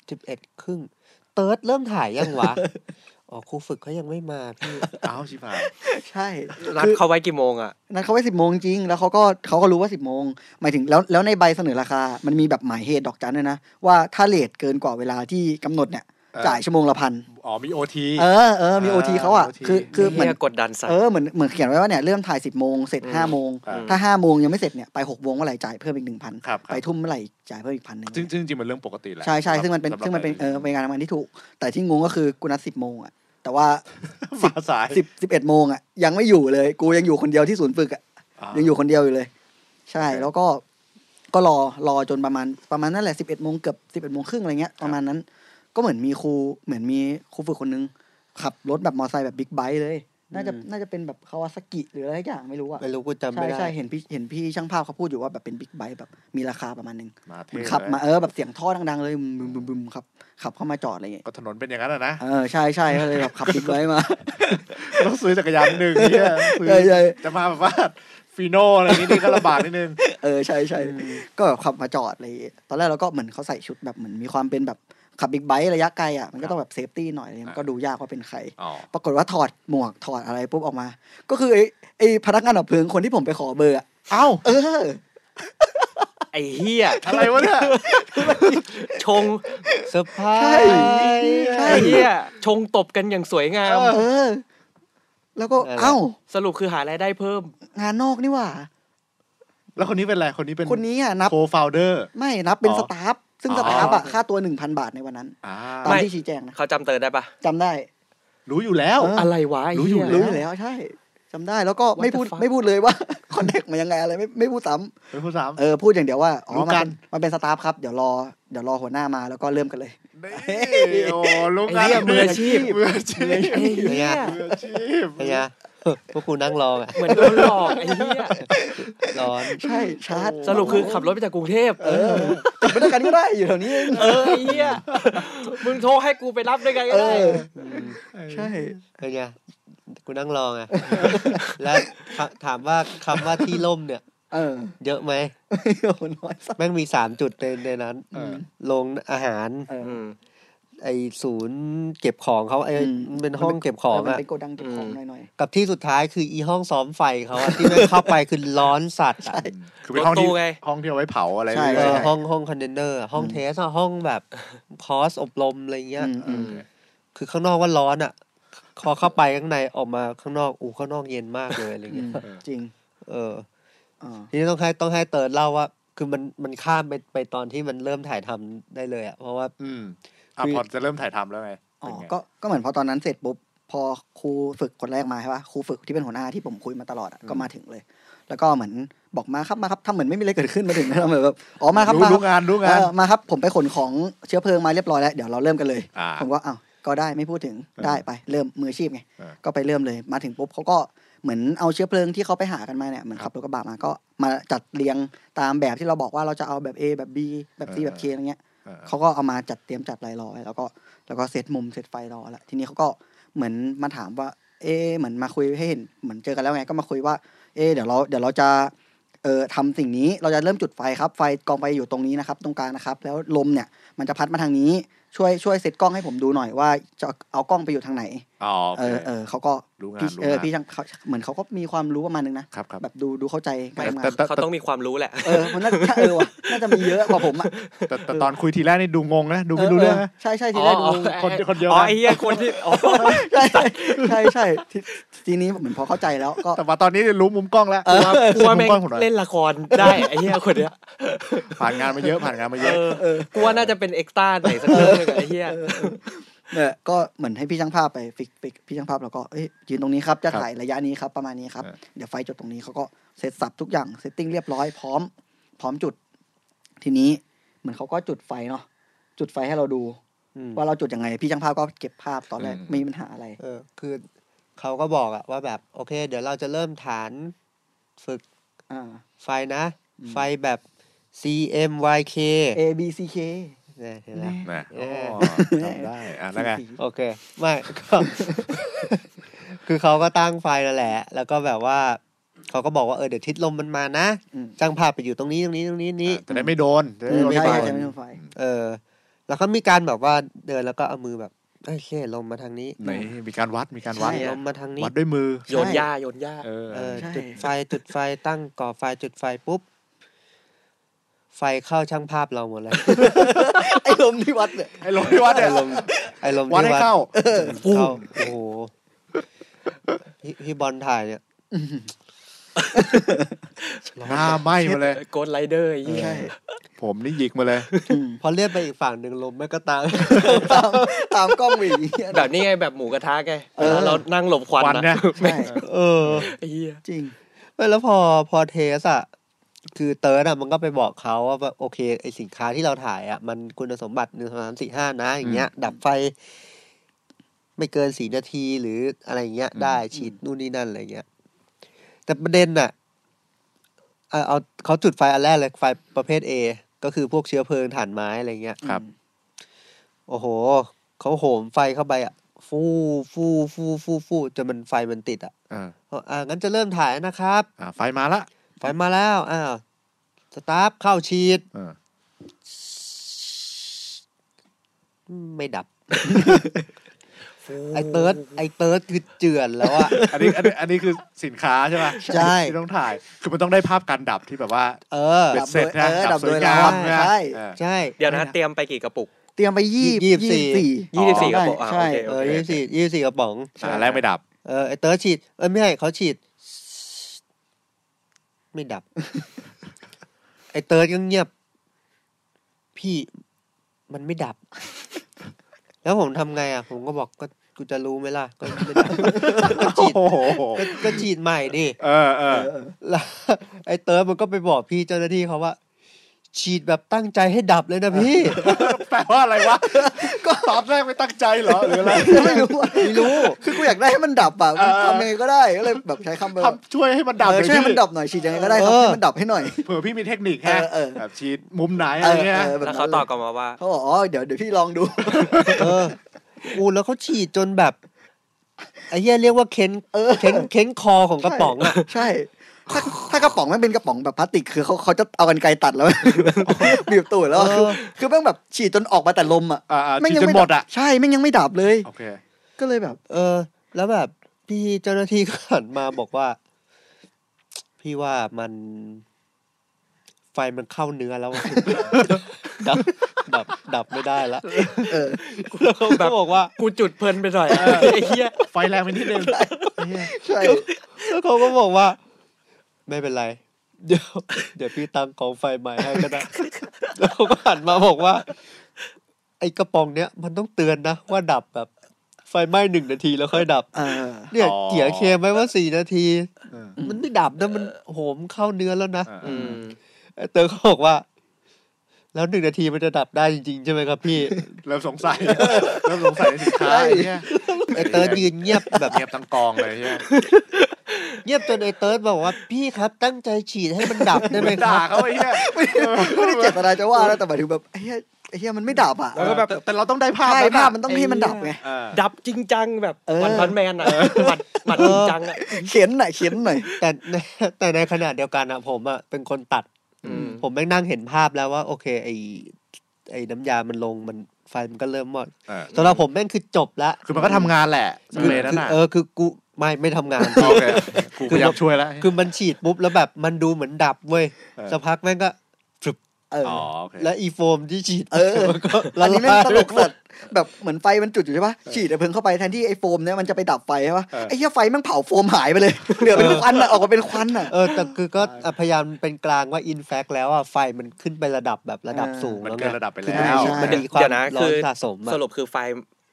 สิบเอ็ดครึ่งเติร์ดเริ่มถ่ายยังวะ อ๋อครูฝึกเขายังไม่มาพี่
เอาชิบหาย
ใช่
นัด
คือ
เขาไว้กี่โมงอ่ะ
นัดเขาไว้สิบโมงจริง แล้วเขาก็เขาก็รู้ว่าสิบโมงหมายถึงแล้วแล้วในใบเสนอราคา มันมีแบบหมายเหตุดอกจันด้วยนะ ว่าถ้าเลทเกินกว่าเวลาที่กำหนดเนี่ย จ่ายชั่วโมงละพัน
อ๋อมีโอที
เออเออมีโอทีเขาอ่ะ
อ่า OT
คือคือเหมือน
เหี้ยกดดันสัต
เอ
ว์
อเหมือนเหมือนเขียนไว้ว่าเนี่ยเริ่มถ่ายสิบโมงเสร็จ
อืม
ห้าโมง
อ่า
ถ้าห้าโมงยังไม่เสร็จเนี่ยไปหกโมงเมื่อไหร่จ่ายเพิ่มอีกหนึ่งพัน
ครับครับ
ไปทุ่มเมื่อไหร่จ่ายเพิ่มอีกพันหนึ่ง
ซึ่งซึ่งจริงๆมันเรื่องปกติแหละ
ใช่ใช่ซึ่งมันเป็น
สำหรับ
ซึ่งมันเป็น
ใคร
เออเป็นการทำงานที่ถูก แต่ที่งงก็คือกูนัดสิบโมงอ่ะแต่ว่า
มาสาย
สิบสิบเอ็ดโมงอ่ะยังไม่อยู่เลย กูยังอยู่คนเดียวที่ศูนย์ฝึกอ่ะ
า
ยังอยู่คนเดียวอยู่เลย ใช่
โอเค
แล้วก็ก็รอรอจนประมาณประมาณนั่นแหละสิบเอ็ดโมงเกือบสิบเอ็ดโมงครึ่งอะไรเงี้ยประมาณนั้น ก็เหมือนมีครูเหมือนมีครูฝึกคนนึงขับรถแบบมอเตอร์ไซค์แบบบิ๊กไบค์เลย น่าจะ
อืม
น่าจะเป็นแบบคาวาซากิหรืออะไรสักอย่างไม่รู้อะ
ไม่รู้กูจำ
ใช่
ไม่ได้
ใช่เห็นพี่เห็นพี่ช่างภาพเขาพูดอยู่ว่าแบบเป็นบิ๊กไบค์แบบมีราคาประมาณหนึง
มาเท
เหมือน
ศ
ขับมา
เลย
เออแบบเสียงท่อดัง ๆ เลยบึมบึมบึมบึมครับขับเข้ามาจอดอะไรอย่างเงี้ย
ก็ถนนเป็นอย่างนั้นอะนะ
เออใช่ใช่ก็เลยแบบขับบิ๊กไบค์มา
ต้องซื้อจักรยานหนึ่งเนี่ยซื้อ
ใช่ใช่
จะมาแบบว่าฟีโนอะไรนี้นี่ก็ลำบากนิดนึง
เออใช่ใช่ก็แบบขับมาจอดอะไรอย่างเงี้ยตอนแรกเราก็เหมือนเขาใส่ชุดแบบเหมือนมีความเป็นแบบขับบิ๊กไบค์ระยะไกลอ่ะมันก็ต้องแบบเซฟตี้หน่อยอะไรเงี้ยมันก็ดูยากว่าเป็นใคร
อ๋อ
ปรากฏว่าถอดหมวกถอดอะไรปุ๊บออกมา ก็คือไอ้ไอ้พนักงานดับเพลิงคนที่ผมไปขอเบอร์อะ
เอ้า
เออ
ไอ้เหี้ย
อะไรวะเนี่ย
ชง
เซอร์ไพร
ใช่
ส์
ใช่
ไอ้เหี้ยชงตบกันอย่างสวยงาม
เอ
เออ แล้วก็เอ้า
สรุปคือหารายได้เพิ่ม
งานนอกนี่หว่า
แล้วคนนี้เป็นอะไร คนนี้เป็น
คนนี้อ่ะนับ
โคฟาวเดอร์
ไม่นับเป็น
อ๋อ
สตาฟซึ่ง
อ๋อ
สตาฟอ่ะค่าตัวหนึ่งพันบาทในวันนั้น
อ่า
ตาม
ไม่
ที่ชี้แจงนะ
เขาจำเติร์ดได้ปะ
จำได้
รู้อยู่แล้ว
เออ
อะไรวะไอ้
รู้อยู่
เหี้ย
รู้อยู่แล้วใช่จำได้แล้วก็
What the
ไม่พูด
fuck?
ไม่พูดเลยว่า คอนเน t มายังไงอะไรไม่ไม่พูดซ้ำ
เป็นผู้สาม
เออพูดอย่างเดียวว่าอ๋อ
รู้
มัน
กั
เป็น นมันเป็นสตาฟครับ เดี๋ยวรอเดี๋ยวรอหัวหน้ามาแล้วก็เริ่มกันเลย
นี่โอ้ลูก
ไอ้เหี้ยมืออาชีพ
มืออาชีพ
ไอ้เหี้ย
มืออาชีพ
ไอ้ยะพวกกูนั่งรออ่ะ
เหมือนโดนหลอกไอ้เหี้ย
ร้อน
ใช่ชาร์จ
สรุปคือขับรถไปจากกรุงเทพ
เออจบไม่ได้กันก็ได้อยู่แถวนี้เอง
เออไอ้เหี้ยมึงโทรให้กูไปรับด้วยกันก็
เอ
ได้
อ ใช่
ไอ้ยะกูนั่งรอไงแล้วถถามว่าคำว่าที่ล่มเนี่ย
เออ
เยอะไหม
ไม่โหน้อยสัก
แม่งมีสามจุดในในนั้น
เออ
โรงอาหาร
เออ
อืม
ไอศูนย์เก็บของเขาไอ
อืม
มันเป็นห้องเก็บของ
เมัน
อะ
เป็นโกดังเก็บของหน่อย
กับที่สุดท้ายคืออีห้องซ้อมไฟเขาอะที่แม่งเข้าไปคือร้อนสัตว์อะ
คือเป็นห้องที่
รถตู้ไง
ห้องที่เอาไว้เผาอะไร
ๆใช่
เอ
เรื่
อ
อย
ห้องห้องคอนเทนเนอร์อะห้องเทสอะห้องแบบคอร์สอบรมอะไรเงี้ย
อืมอืม
คือข้างนอกว่าร้อนอ่ะพอเข้าไปข้างในออกมาข้างนอกอู้ข้างนอกเย็นมากเลยอะไรเงี้ย
อืมจริง
เออ
อ่า
ทีนี้ต้องให้ต้องให้เติร์ดเล่าว่า คือมันมันข้ามไปไปตอนที่มันเริ่มถ่ายทำได้เลยอ่ะ เพราะว่า
ๆอืมอ่ะ
คือ
พอจะเริ่มถ่ายทำแล้วไง
อ๋อ
เป็นไง
ก็ ก็เหมือนพอตอนนั้นเสร็จปุ๊บ พอครูฝึกคนแรกมาใช่ปะครูฝึกที่เป็นหัวหน้าที่ผมคุยมาตลอดอะก็มาถึงเลย แล้วก็เหมือนบอกมาครับมาครับทำเหมือนไม่มีอะไรเกิดขึ้น มาถึง แล้วแบบ อ๋อ มาครับ
รู้
มาค
รู้
รับ
งานรู้งาน
เออมาครับ ผมไปขนของเชื้อเพลิงมาเรียบร้อยแล้ว เดี๋ยวเราเริ่มกันเลย
อ่า
ผมก็อ้าวก็ได้ไม่พูดถึง
เออ
ได้ไป เริ่มมืออาชีพไง
เออ
ก็ไปเริ่มเลย มาถึงปุ๊บเขาก็เหมือนเอาเชื้อเพลิงที่เขาไปหากันมาเนี่ย เหมือนขับรถกระบะมา ก็มาจัดเรียงตามแบบที่เราบอกว่าเราจะเอาแบบ A แบบ B แบบ C แบบ K อะไรเงี้ย
เออ
เขาก็เอามาจัดเตรียมจัดอะไรรอไว้แล้วก็แล้วก็เซตมุมเซตไฟรอแล้วทีนี้เขาก็เหมือนมาถามว่า เอะเหมือนมาคุยให้เห็นเหมือนเจอกันแล้วไงก็มาคุยว่า เอะเดี๋ยวเราเดี๋ยวเราจะเอ่อทำสิ่งนี้เราจะเริ่มจุดไฟครับ ไฟกองไฟอยู่ตรงนี้นะครับ ตรงกลางนะครับ แล้วลมเนี่ยมันจะพัดมาทางนี้ช่วยช่วยเซตกล้องให้ผมดูหน่อยว่าจะเอากล้องไปอยู่ทางไหน
อ๋อโอ
เอ
เค
อเออเขาก็
รู้งาน
พี่เออง
รู้าน
พี่ช่างเขาเหมือนเขาก็มีความรู้ประมาณนึงนะครับ
ครับ
แบบดูดูเข้าใจการทำงาน
แต่
เขาต้องมีความรู้แหละ
เออมันน่าเออว่ะน่าจะมีเยอะกว่าผมอ่ะ
แต่แต่ตอนคุยทีแรกนี่ดูงงนะดูไม่รู้เรื่องนะ
ใช่ใช่ทีแรก
อ๋อ
ดู
อ๋อ
คนคนเดียวกัน
อ๋อไอ้เหี้ยคนที่อ๋อ
ใช่ใช่ใช่ใช่ทีทีนี้เหมือนพอเข้าใจแล้วก็
แต่ว่าตอนนี้รู้มุมกล้องแล้ว
กลัวกลัวแม่
มุม
ง
กล้องผมหน่อย
เล่นละครได้ไอ้เหี้ยคนเนี้ย
ผ่านงานมาเยอะผ่านงานมาเย
เอ
อะ
อกูว่าน่าจะเป็นเอ็กซ์ต้าไหนสักเรื่องหนึ่งไอ้เหี้ย
เนี่ยก็เหมือนให้พี่ช่างภาพไปฟิกฟิกพี่ช่างภาพเราก็เอ้ยยืนตรงนี้ครับจะถ่ายระยะนี้ครับประมาณนี้ครับเดี๋ยวไฟจบตรงนี้เขาก็เซตสับทุกอย่างเซตติ้งเรียบร้อยพร้อม พร้อมจุด ทีนี้เหมือนเขาก็จุดไฟเนาะจุดไฟให้เราดู
อืม
ว่าเราจุดยังไง พี่ช่างภาพก็เก็บภาพตอนแรกไม่มีปัญหาอะไร
เออ คือเขาก็บอกอะว่าแบบ โอเค เดี๋ยวเราจะเริ่มฐานฝึก
อ่า
ไฟนะ
อืม
ไฟแบบ CMYK
A B C K
เนี่ยเห็นไหม
นะ
เอ
อ๋อ
อ
จำได้อ่ะแล้วไง
โอเค ไม่ ก็คือเขาก็ตั้งไฟนั่นแหละ แล้วก็แบบว่า เขาก็บอกว่า เออ เดี๋ยวทิศลมมันมานะ
อืม
จ้างภาพไปอยู่ตรงนี้ตรงนี้ตรงนี้นี้
อ่ะจะได้ไม่โดนจะได้
เออ
ไม่
ใช่
โดน
ใช่ใช่ไม่โดนไฟ
เออ แล้วก็มีการแบบว่าเดินแล้วก็เอามือแบบเอ้ยโอเคลมมาทางนี้
ไหนมีการวัดมีการวัด
ลมมาทางนี้
วัดด้วยมือ
โยนย่าโยนย่า
เออ
เออ
ใช่
จุดไฟจุดไฟตั้งก่อไฟจุดไฟปุ๊บ ไฟเข้าช่างภาพเราหมดเลย
ไอ้ลมที่วัดเนี่ย
ไอ้ลมที่วัดเนี่ย
ไอ้ลม
วัด
ที่
ให้เข้า
เข้าโอ้โหพี่พี่บอลถ่ายเนี่ย
หน้าไหม้มาเลย
โกดไลเดอร์ไอ้เหี้ย
ใช่
ผมนี่หยิกมาเลย
พอเลื่อนไปอีกฝั่งหนึ่งลมแม่งก็ตาม
ตามตามกล้องอีกเหี้ย
แบบนี้ไงแบบหมูกระทะไง
เออ
เรานั่งหลบควัน
ควันเนี่ย
นะแม่ง
ใช่
เออ
ไอ้เหี้ย
จริง
ไม่แล้วพอพอเทสอะคือเติร์ดอะมันก็ไปบอกเขาว่าแบบโอเคไอสินค้าที่เราถ่ายอะมันคุณสมบัติหนึ่งสองสามสี่ห้านะ อย่างเงี้ย ดับไฟ ไม่เกินสี่นาทีหรืออะไรอย่างเงี้ย ได้ฉีดนู่นนี่นั่นอะไรเงี้ย แต่ประเด็นน่ะเอาเอาเขาจุดไฟอันแรกเลยไฟประเภท A ก็คือพวกเชื้อเพลิงถ่านไม้อะไรเงี้ย
ครับ
โอ้โห เขาโหมไฟเข้าไปอ่ะ ฟูฟูฟูฟูฟูจนมันไฟมันติดอ่ะ
เออ
เขาอ่างั้นจะเริ่มถ่ายแล้วนะครับ
อ่ะไฟมาละ
ไฟมาแล้ว อ้าว สตาร์ทเข้าชีด
เออ
ไม่ดับ ไอเติร์ดไอเติร์ดคือเจือนแล้วอ่ะ
อันนี้อันนี้อันนี้คือสินค้าใช่ไหม
ใช่
ที่ต้องถ่าย คือมันต้องได้ภาพการดับที่แบบว่า
เออ
เบ็ดเสร็จนะ
เออดั
ดับบส
โด
วย ยงาม
เรา
นะ
ใช่
เออ
ใช่
เดี๋ยวนะเตรียมไปกี่กระปุก
เตรียมไปยี่
ยี่สิบสี่
ยี่สิบสี่กระปุกอ่ะ
ใช่
โอเค
เออยี่สิบสี่ยี่สิบสี่กระป๋อง
อ่ะแรกไม่ดับ
เออ ไอเติร์ดฉีด เออไม่ใช่เขาฉีด ไม่ดับ ไอเติร์ดก็เงียบ พี่มันไม่ดับ แล้วผมทำไงอ่ะ ผมก็บอกก็กูจะรู้ไหมล่ะ ก็ไม่ดับ ก็ฉีด
โอ้โห
ก็ก็ฉีดใหม่ดิ
เออเออ
แล้วไอเติร์ดมันก็ไปบอกพี่เจ้าหน้าที่เขาว่า ฉีดแบบตั้งใจให้ดับเลยนะพี่
แปลว่าอะไรวะ ก็ตอนแรกไม่ตั้งใจเหรอหรืออะไร
ไม่รู้อะ
ไม่รู้
คือกูอยากได้ให้มันดับอ่ะ
เออ
ทำยังไงก็ได้ก็เลยแบบใช้คำแบบ
ทำช่วยให้มันดับ
เออ
น่อย
ช่วยให้มัน
พี่
ดับหน่อยฉีดยังไงก็ได้ครับ
เออ
ให้มันดับให้หน่อย
เผื่อพี่มีเทคนิค
เอ
ฮะ
อเออ
แบบฉีดมุมไหนอะไรเงี้ย
เออบบ
แล้
นั้
วน เขาตอบกลับมาว่า
เขาบอกอ๋อเดี๋ยวเดี๋ยวพี่ลองดู
เอออูแล้วเขาฉีดจนแบบไอ้เหี้ยเรียกว่าเค้น
เออ
เค้นเค้นคอของกระป๋องอ่ะ
ใช่ถ้าถ้ากระป๋องมันเป็นกระป๋องแบบพลาสติกคือเขาเขาจะเอากันไกลตัดแล้ว บีบตูดแล้วอะคือ
เออ
คือแม่งแบบฉีดจนออกมาแต่ลมอ่ะ
อ่าอ่า
แม่งยั
ฉีดจน
ไม่
หมดอะ
ใช่แม่งยังไม่ดับเลย
โอเค
ก็เลย แบบ
เออ แล้วแบบพี่เจ้าหน้าที่ ก็หันมาบอกว่า พี่ว่ามัน ไฟมันเข้าเนื้อแล้วอะ ดับ ดับ ดับไม่ได้ละ
เออ
แล้วเขาก็บอกว่า
กูจุดเพลินไปห น่อยไอ้เหี้ย
ไฟแรงไปนิดนึง
ใช่
แล้วเขาก็บอกว่า ไม่เป็นไร เดี๋ยวเดี๋ยวพี่ตั้งกองไฟใหม่ให้ก็ได้ แล้วเขาก็หันมาบอกว่า ไอ้กระป๋องเนี้ยมันต้องเตือนนะว่าดับแบบ ไฟไหม้หนึ่งนาทีแล้วค่อยดับ
เออ
เนี่ยเกี่ยเคมไว้ว่าสี่นาที มันไม่ดับนะมันโหมเข้าเนื้อแล้วนะ
อืม
ไอ้เตอร์เขาบอกว่า แล้วหนึ่งนาทีมันจะดับได้จริงๆ ใช่ไหมครับพี่
เริ่มสงสัย เริ่มสงสัยในสินค้าไอ้เหี้ย
ไอ้เตอร์ยืนเงียบแบบ
เงียบทั้งกองเลยไอ้เหี้ย
เงียบจนไอ้เตอร์บอกว่าพี่ครับ ตั้งใจฉีดให้มันดับได้ไหมค
ด่า
รับ
เขาไอ้เหี้ย
ไม่ได้เจตนาจะว่านะแต่หมายถึงแบบไอ้เหี้ยไอ้เหี้ยมันไม่ดับอ่ะ
แล้วก็แบบแต่เราต้องได้ภาพ
ใช่
นั้น
ภา
อะ
พมันต้องให้มันดับไง
เออ
ดับจริงจังแบบ
เออ
วันพันแมนอ่ะหมัดหมัดจริงจังอ่ะ
เขียนหน่อยเขียนหน่อย
แต่ในแต่ในขณะเดียวกันอะผมอะเป็นคนตัด
อืม
ผมแม่งนั่งเห็นภาพแล้วว่า โอเค ไอ้ไอ้น้ำยามันลงมันไฟ ไฟมันก็เริ่มหมด
เออ
สำหรับผมแม่งคือจบละ
คือมันก็ทำงานแหละส
คือ
เปรย์นั่น
คือ
น่ะ
เออคือกูไม่ไม่ทำงาน
โอเคกูพยายามช่วยแล้ว
คือมันฉีดปุ๊บแล้วแบบมันดูเหมือนดับเว้ย
เออ
สักพักแม่งก็
เออ
อ๋อโอเค
แล้วอีโฟมที่ฉีด
เออ
มันก็ละ
อันนี้แม่ง
ลาย
ตลกสัตว์แบบเหมือนไฟมันจุดอยู่ใช่ปะฉีดไอ้เพลิงเข้าไปแทนที่ไอ้โฟมเนี่ยมันจะไปดับไฟใช่ปะ
เออ
ไอ้เหี้ยไฟแมันเผาโฟมหายไปเลย เหลือเป็นควันอ่ะออกมาเป็นควันอ่ะ
เออแต่คือก็อ่ะพยายามเป็นกลางว่าอินแฟกแล้วอ่ะไฟมันขึ้นไประดับแบบระดับ
เออ
สูง
มัน
แล้ว
เกิ
ไง
นระดับไป
คือ
แล้
มัน
ว
มีมันมีความ
เดี๋ยวนะ
ร้อน
คือ
สะสมอะ
สรุปคือไฟ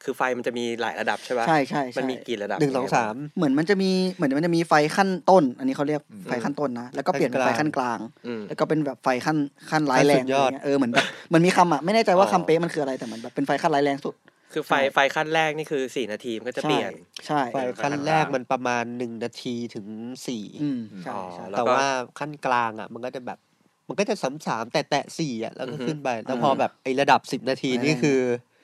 คือไฟมันจะมีหลายระดับใช่ปะ
ใช่ใช่ใช่
มันมีกี่ระดับ
หนึ่งสองสาม
เหมือนมันจะมีเหมือนมันจะมีไฟขั้นต้น อันนี้เขาเรียกไฟขั้นต้นนะแล้วก็เปลี่ยนเป็นไฟขั้นกลาง
อืม
แล้วก็เป็นแบบไฟขั้นขั้นร้ายแรง
ขั้นสุดยอ
ะ
ด
ไรเงี้เออเหมือนแบบเหมันมีคำอ่ะไม่แน่ใจว่า
อ๋อ
คำเป๊ะมันคืออะไรแต่เหมือนแบบเป็นไฟขั้นร้ายแรงสุด
คือไฟ
ใช่
ไฟขั้นแรกนี่คือสี่นาทีมันก็จะ
ใช่
เปลี่ยน
ใช่
ไฟขั้นแรกมันประมาณหนึ่งนาทีถึงสี่
อืมใช่
อ๋อ
ใช่
แล้วก็
แต่ว่าขั้นกลางอ่ะ มันก็จะแบบ มันก็จะสามสามแต่แตะสี่อ่ะแล้วก็
อือฮึ
ขึ้นไป แล้ว
อ่า
พอแบบไอ้ระดับสิบนาทีนี่
แรง
คือ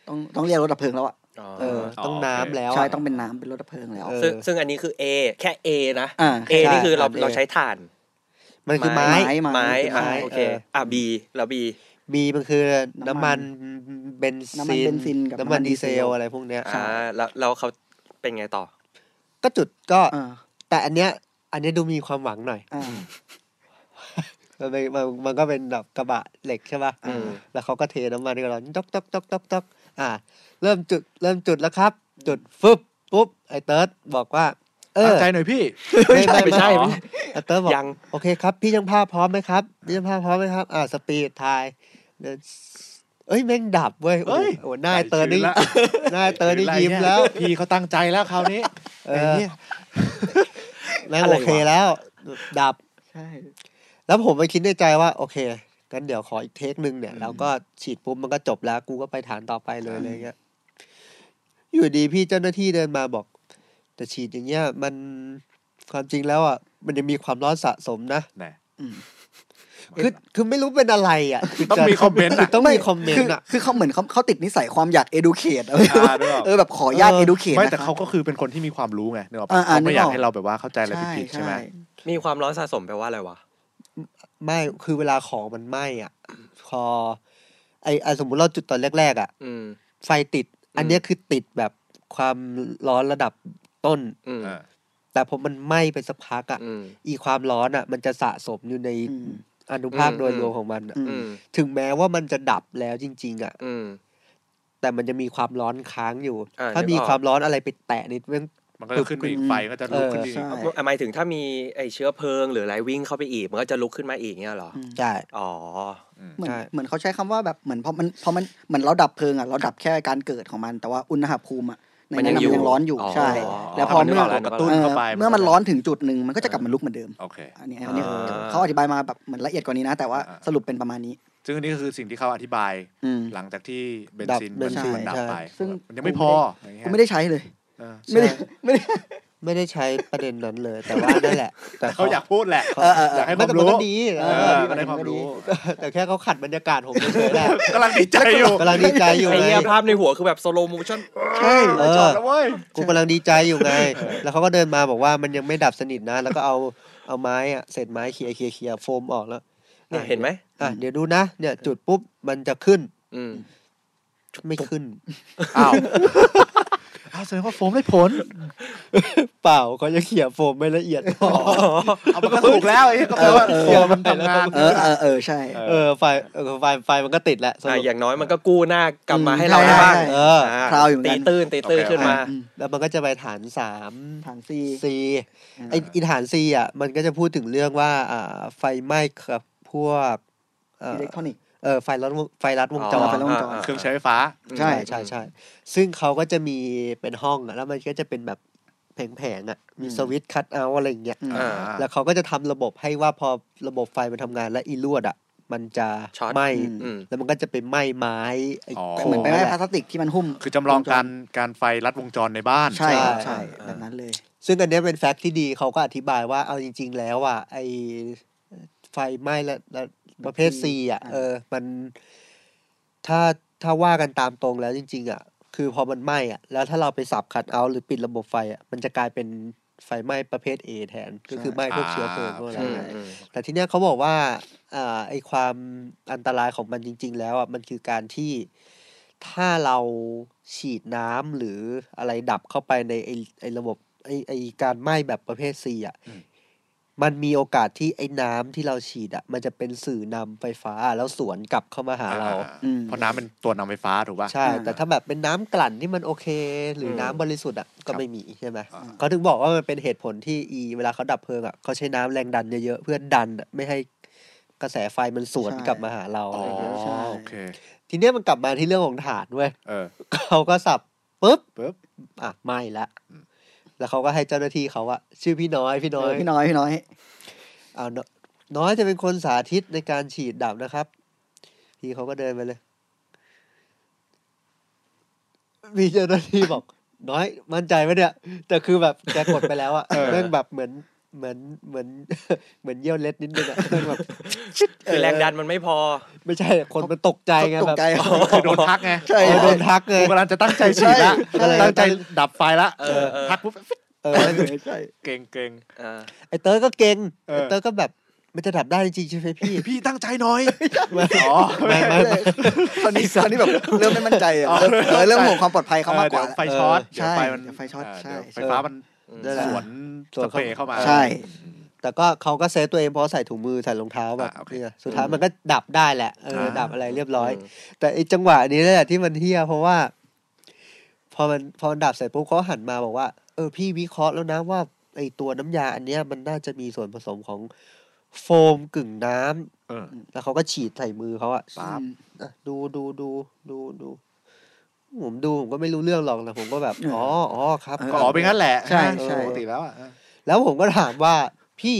ต้องต้องเรียกรถดับเพลิงแล้วอ่ะ
อ๋อ
เออ
อ๋อ
ต้อง
โอเค
น้ำแล้ว
ใช่
อะ
ต้องเป็นน้ำเป็นรถดับเพลิงแล้ว
เออ
ซึ่งซึ่งอันนี้คือ A แค่ A นะ
อ่า
เอนี่คือเรา
ใช่
เราใช้ถ่าน
มันคือไม้
ไม้
ไม้อ่ะ
ไม้
โอเค
เออ
อ่ะ B แล้ว B
มีมันคือ
น้ำ
น้ำ
มั
มัน นเบน
น้ำมัน
ซิน
เบนซินกับ
น้ำมัน
น้ำมัน
ดีเซ
ดีเซ
ล
ล
อะไรพวกเนี้ย
อ่าแล้วแล้วเขาเป็นไงต่อ
ก็จุดก็
อ่า
แต่อันเนี้ยอันเนี้ยดูมีความหวังหน่อย
อ่า
มันเป็นมันมันก็เป็นแบบกระบะเหล็กใช่ป่ะ
อืม
แล้วเขาก็เทน้ำมันกันเราต๊อกต๊อกต๊อกต๊อกต๊อกอ่า เริ่มจุดเริ่มจุดแล้วครับ จุดฟึบปุ๊บไอ้เติร์ดบอกว่า เอ
ตั้
อง
ใจหน่อยพี่
ไม่ไม่
ไม่
ไม่
ใช่
ใช่
หรอ
ไอ้เติร์ดบอก
ยัง
โอเคครับ พี่ยังภาพพร้อมไหมครับพี่ยังภาพพร้อมไหมครับ อ่าสปีดทายเดินเอ้ยแม่งดับเว้ยโอ้
เอ้ย
โหโอ้โหหน้าไอ้เติร์ดนี่
ใจชื้นละ
หน้าไอ้เติร์ดนี่ยิ้มแล้ว
พี่เขาตั้งใจแล้วคราวนี้
เอ
ไอ้
อ
เหี้ย
แม่งโอเคแล้ว ดับ
ใช่
แล้วผมไปคิดในใจว่าโอเคงั้นเดี๋ยวขออีกเทคหนึ่งเนี่ยแล้วก็ฉีดปุ๊บมันก็จบแล้วกูก็ไปฐานต่อไปเลยอะไรเงี้ยอยู่ดีพี่เจ้าหน้าที่เดินมาบอก แต่ฉีดอย่างเงี้ย มันความจริงแล้วอ่ะมันยังมีความร้อนสะสมนะ
แน่
คือคือไม่รู้เป็นอะไรอ่ะคื
ต้องมี
จะ
คอมเมนต์
คือ
อะ
ต้องมีคอมเมนต์อ่ะ
คือเขาเหมือนเขาเขาติดนิสัยความอยาก educate เอาไว้
อ่านึกออก
เออแบบขออนุญาต
เออ
educate
ไม่
นะ
แต่
ครั
เขา
บ
ก็คือเป็นคนที่มีความรู้ไงเนกอะ
อ่าอ่า
เขาไม่อยาก
นึกออก
ให้เราแบบว่าเข้าใจอะไรผิดๆใช่ไหม
มีความร้อนสะสมแปลว่าอะไรวะ
ไม่คือเวลาของมันไหม้อ่ะพอไอไอสมมุติเราจุดตอนแรกๆอ่ะ
อืม
ไฟติด อันเนี้ยคือติดแบบความร้อนระดับต้น
อืม
เออ
แต่พอมันไหม้ไปสักพักอ่ะ
อืม
อีความร้อนอ่ะ มันจะสะสมอยู่ใน
อืม
อนุภาคโดย
อืม
รวมของมันอะ
อืม
อืม
ถึงแม้ว่ามันจะดับแล้วจริง ๆ อ่ะ
อืม
แต่มันจะมีความร้อนค้างอยู่
อ่า
ถ้า
นึกออก
มีความร้อนอะไรไปแตะนิดนึง
มันก็จะขึ้นไปอีกไฟก็จะลุกขึ้นไปอีก
ใช่
อ่ะหมายถึงถ้ามีไอเชื้อเพลิงหรืออะไรวิ่งเข้าไปอีก มันก็จะลุกขึ้นมาอีกเนี่ยเหรอ
ใช่
อ๋อ
เหมือน
ใช่
เหมือนเขาใช้คำว่าแบบเหมือนพอมันพอมันเหมือนเราดับเพลิงอ่ะเราดับแค่การเกิดของมัน แต่ว่าอุณหภูมิอ่ะใน
มันยั
นั้
ง
นอะมัน
อยู่
ยังร้อนอยู่
อ๋อ
ใช่
อ๋อ
แล้วพอ
มัน
เมื่
นึ
อ
กออกแล้วกระตุ้น
เอ่อ
เข้าไป
เมื่อมั
มั
น
นก็
ร้อนถึงจุดหนึ่งมันก็จะกลับมาลุกเหมือนเดิม
โอเค
อันนี้อันนี้
อ่า
เขาอธิบายมาแบบเหมือนละเอียดกว่านี้นะ แต่ว่า
อ่า
สรุปเป็นประมาณนี้
ซึ่งอันนี้ก็คือสิ่งที่เขาอธิบาย
อืม
หลังจากที่เบนซิน
ดับเบ
มัน
นซิน
มันดับ
ใช่
ไป
ซึ่ง
มันยังไม่พออะไรเงี้ย
กูไม่ได้ใช้เลย
เออ
ไม่ได้ไม่ได้
ไม่ได้ใช้ประเด็นนั้นเลย แต่ว่านั่นแหละ แต่
เขาอยากพูดแหละ
เออเออเอออ
ยากให้ค
ไม่
วาม
แต่มัน
รู้
ก็ดี
เอ
เอ
อ
อ
มันได้ความรู้
แต่แค่เขาขัดบรรยากาศผมเฉยๆแหละ
กำลังดีใจอยู่
กำลังดีใจอยู่
ไอ
เล
เหี้
ย
ยภาพในหัวคือแบบสโลมูชั่น
ใช่จอดแล้วเว้ย
กูกำลังดีใจอยู่ไง แล้วเขาก็เดินมาบอกว่ามันยังไม่ดับสนิทนะ แล้วก็เอาเอาไม้อะเศษไม้เขี่ยเขี่ยเขี่ยโฟมออกแล้ว
เนี่ยเห็นไหม
อ่ะเดี๋ยวดูนะเนี่ยจุดปุ๊บมันจะขึ้น
อืม
ไม่ขึ้น
อ้าวอ้าวแสดงว่าโฟมได้ผล
เปล่าเขาจะเขี่ยโฟมไม่ละเอียดพอ
เอามันก็ถูกแล้วไอ้ก็แปลว่าโฟมมันทำงาน
เออเออเออใช่
เอ
เออไฟเออไฟไฟมันก็ติดแหละส
อ่ะ
รุป
อย่างน้อยมันก็กู้หน้ากลับมา
อืม
ให้เรา
ใช่
ได้บ้าง
ใช่
เออ
อ่ะ
คราวอยู่เหมือนกั
ตี
น
ตื้นตีตื้น
โอเค
ขึ้นมา
อืม
แล้วมันก็จะไปฐานสาม
ฐานซี
ซีไออีฐานซีอ่ะมันก็จะพูดถึงเรื่องว่าอ่าไฟไหม้กับพวกเอ่อ
อิเล็กทรอนิกส์
เออไฟรัดวงไฟรัดวงจ
อ๋อ
ร
ไฟรัดวงจร
เครื่องใช้ไฟฟ้า
ใช่
ใช่ใช่ใช่ซึ่งเขาก็จะมีเป็นห้องอ่ะแล้วมันก็จะเป็นแบบแผงๆอ่ะมีสวิตช์คัตเอาท์อะไรอย่างเงี้ย
อืม
อ่า
แล้วเขาก็จะทำระบบให้ว่าพอระบบไฟมันทำงานและอีลวดอ่ะ มันจะ
ช็อต
ไหม้
อืม
อืม
แล้วมันก็จะไปไหม้ไม้ไอ้
อ๋อ
โค
เหมือน
ง
เป็นไม้
นั่นแห
พลา
ละ
สติกที่มันหุ้ม
คือจำลองการการไฟรัดวงจรในบ้าน
ใช่ครับ
ใช่
ใช่แบบนั้นเลย
ซึ่งอันเนี้ยเป็นแฟกต์ที่ดีเขาก็อธิบายว่าเอาจริง ๆ แล้วอ่ะไอไฟไหม้และและประเภทซีอ่ะ
อ่า
เออ มัน ถ้าถ้าว่ากันตามตรงแล้วจริง ๆ อ่ะ คือพอมันไหม้อ่ะ แล้วถ้าเราไปสับคัดเอาท์หรือปิดระบบไฟอ่ะมันจะกลายเป็นไฟไหม้ประเภท A แทน ก็คือไหม้พวกเชื้อเพลิงพวกอะไร
อื
อย่าง
ม
เงี้ย
อืม
แต่ทีเนี้ยเขาบอกว่าอาไอความอันตรายของมันจริง ๆ แล้วอ่ะมันคือการที่ ถ้าเราฉีดน้ำหรืออะไรดับเข้าไปในไอไอระบบไอไอการไหม้แบบประเภทซีอ่ะ มันมีโอกาสที่ไอ้น้ำที่เราฉีดอ่ะ มันจะเป็นสื่อนำไฟฟ้าแล้วสวนกลับเข้ามาหาเรา
อืม
เพราะน้ำเป็นตัวนำไฟฟ้าถูกป่ะ
ใช่ แต่ถ้าแบบเป็นน้ำกลั่นที่มันโอเค หรืออ
ม
น้ำบริสุทธิ์อ่ะก็
ครับ
ไม่มีใช่ไหม
อ่า
เขาถึงบอกว่ามันเป็นเหตุผลที่อีเวลาเขาดับเพลิงอ่ะเขาใช้น้ำแรงดันเยอะๆเพื่อดันอะไม่ให้กระแสไฟมันสวน
ใช่
กลับมาหาเรา
อ๋อ
อะไรอย่างเงี้ย
ใช่
โอเค
ทีเนี้ยมันกลับมาที่เรื่องของฐานเว้ย
เออ
เขาก็สับปุ๊บ
ปึ๊บ
อ่ะไหม่ละ
อืม
แล้วเขาก็ให้เจ้าหน้าที่เขาอะชื่อพี่น้อยพี่น้อ
เอย อพี่น้อยพี่น้อย
เอานน้อยจะเป็นคนสาธิตในการฉีดดับนะครับ พี่เขาก็เดินไปเลย มีเจ้าหน้าที่บอก น้อยมั่นใจไหมเนี่ย แต่คือแบบแกกดไปแล้วอะ
เออ
เรื่องแบบเหมือนเหมือนเหมือน เหมือนเยี่ยวเล็ดนิดนึงอะเรื่องแบบ
คือแรงดันมันไม่พอ
ไม่ใช่คนมันตกใจไง
ต
แบ
ก
บ
ใจ
คือโดนทักไง
ใช่
เออโดนทักเล
กู
ย
กำลังจะตั้งใจฉีดละ
ใช่ใช่
ตั้งใจดับไฟละ
เออเออ
ทักปุ๊บ
เออ
ใช่
เกรงเกรง
อ่า
ไอเตอร์ก็เก่ง
เออ
ไอเตอร์ก็แบบมันจะดับได้จริงๆใช่ไหมพี่
พี่ตั้งใจหน่อยอ๋อ
ไม่ไม่ไม่
คราวนี้คราวนี้แบบเริ่มไม่มั่นใจอะ
อ๋อ
เริ่มเออเริ่มห่วงความปลอดภัยเขามากกว่า
เดี๋ยไฟช็อต
เออ
เดี๋ยวไฟมัน
ใช่เดี๋ยวไฟช็อต
เ
ใช่
เดี๋ยวไฟฟ้ามัน
นั่นแหละ
สวน
ส่ว
ส
น
เปรย์เข้ามา
ใช่
แต่ก็เขาก็เซฟตัวเองเพราะใส่ถุงมือใส่รองเท้าแบบ
อ่ะโอเค
เนี่ยสุดท้ายมันก็ดับได้แหละเอออา ดับอะไรเรียบร้อย
อืม
แต่ไอจังหวะนี้แหละที่มันเฮี้ยเพราะว่า พอมันพอมันดับเสร็จปุ๊บเขาหันมาบอกว่าเออพี่วิเคราะห์แล้วนะว่าไอตัวน้ำยาอันเนี้ยมันน่าจะมีส่วนผสมของโฟมกึ่งน้ำ
เออ
แล้วเขาก็ฉีดใส่มือเขาอะ
ปั๊บ
อ่ะดูดูดูดูดูผมดูผมก็ไม่รู้เรื่องหรอกนะผมก็แบบ
เอออ๋
อ๋ออ๋อครับ
เออ
ก็อ๋อเป็นงั้นแหละ
ใช่
นะ
ใช่
ปกติแล้วอ่ะ
แล้วผมก็ถามว่าพี่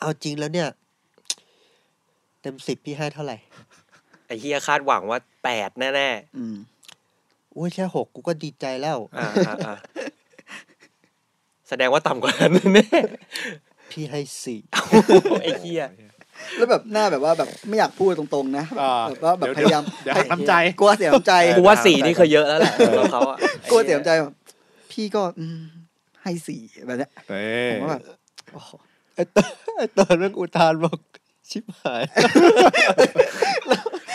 เอาจริงแล้วเนี่ย เต็มสิบพี่ให้เท่าไหร่
ไอ้เฮียคาดหวังว่าแปดแน่
อืม
อุ้ยแค่หกกูก็ดีใจแล้ว
ๆอ่าอ่าอ่า แสดงว่าต่ำกว่านั้นแน่
พี่ให้สี่
ไอ้เฮีย
แล้วแบบหน้าแบบว่าแบบไม่อยากพูดตรงๆนะ
อ่า
แบบว่าแบบ
เดี๋
พ
ยวๆ
ยายาม
เดี๋ยวหักน้ำใจ
กลัวเสียน้ำใจ
กูว่าสี่นี่เคยเยอะแล้วแหละสำหรับเขาอะ
กลัวเสียน้ำใจแบบพี่ก็อืมให้สี่แบบเนี้ย
เอ
ผ
อ
มก็แบบโอ้โห
ไอ้เตอนไอ้เตอนมันอุทานบอกชิบหาย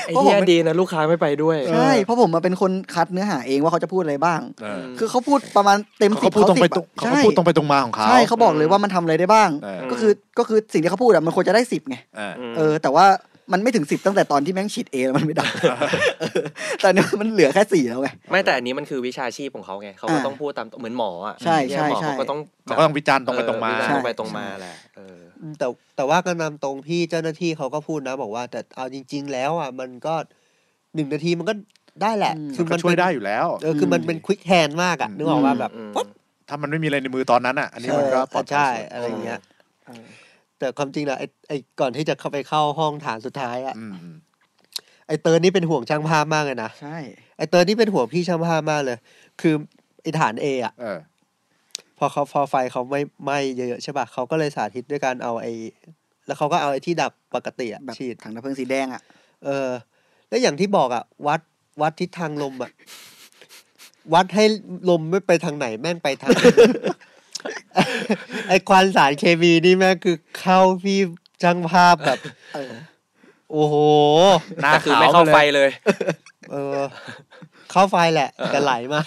ไอ้เฮียดีนะลูกค้าไม่ไปด้วย
ใช่เพราะผมมาเป็นคนคัดเนื้อหาเองว่าเขาจะพูดอะไรบ้าง
เออ
ม
คือเขาพูดประมาณเต็ม
เขา
สิ
ก็
บ
พูดตรงไปตรง
10อะ
เขาก็
ใช่
พูดตรงไปตรงมาของเขา
ใช่เขาบอกเลยว่ามันทำอะไรได้บ้าง
เออ
ก็คือก็คือสิ่งที่เขาพูดอะมันควรจะได้สิบไง
เออ
เออแต่ว่ามันไม่ถึงสิบตั้งแต่ตอนที่แม่งฉีดเอแล้วมันไม่ได้ เออตอนนี้มันเหลือแค่สี่แล้วไง
ไม่แต่อันนี้มันคือวิชาชีพของเขาไงเขาก็
อ่า
ต้องพูดตามเหมือนหมออ่ะ
ใช่ใช่
หมอเขา
ใช่
ก็ต้อง
เขาก็ต้องวิจารณ์ตรงไปตรงมา
เออ
ใช่
ตรงไปตรงมาแหละเออ
อืมแต่แต่ว่าก็นำตรงพี่เจ้าหน้าที่เขาก็พูดนะ บอกว่า แต่เอาจริง ๆ แล้วอ่ะมันก็หนึ่งนาทีมันก็ได้แหละ
อืม
คือ
มั
มัน น
ช่วย
เป็น
ได้อยู่แล้ว
เออคือมันเป็นควิกแฮนด์มากอ่ะ
อืม
นึกออกว่าแบบ
อืม
ปุ๊บ
ถ้ามันไม่มีอะไรในมือตอนนั้นอ่ะ อันนี้
เอ
มัน
อ
ก็ปลอดภัย
ใช่
สุด
อะไรอย่างเงี้ยแต่ความจริงนะไอ้ไอ้ก่อนที่จะเข้าไปเข้าห้องฐานสุดท้ายอ่ะ
อืมอืม
ไอ้เติร์นนี่เป็นห่วงช่างภาพมากเลยนะ
ใช่
ไอ้เติร์นนี่เป็นห่วงพี่ช่างภาพมากเลย คือไอ้ฐานเออ่ะ
เออ
พอเขาพอไฟเขาไม่ไหม้เยอะๆใช่ป่ะเขาก็เลยสาธิตด้วยการเอาไอ้แล้วเขาก็เอาไอ้ที่ดับปกติอ่ะ
แบบ
ฉีด
ถังดับเพลิงสีแดงอ่ะ
เออ แล้วอย่างที่บอกอ่ะ วัดวัดทิศทางลมอ่ะ วัดให้ลมไม่ไปทางไหนแม่งไปทางนั้น ไอควันสารเคมีนี่แม่งคือเข้าพี่ช่างภาพแบบ
เออ
โอ้โห
หน้า
แต่คือ
ขาว
ไม่เข้าไฟ
ปลย
เลย
เออ เข้าไฟแหละ แต่ไหลมา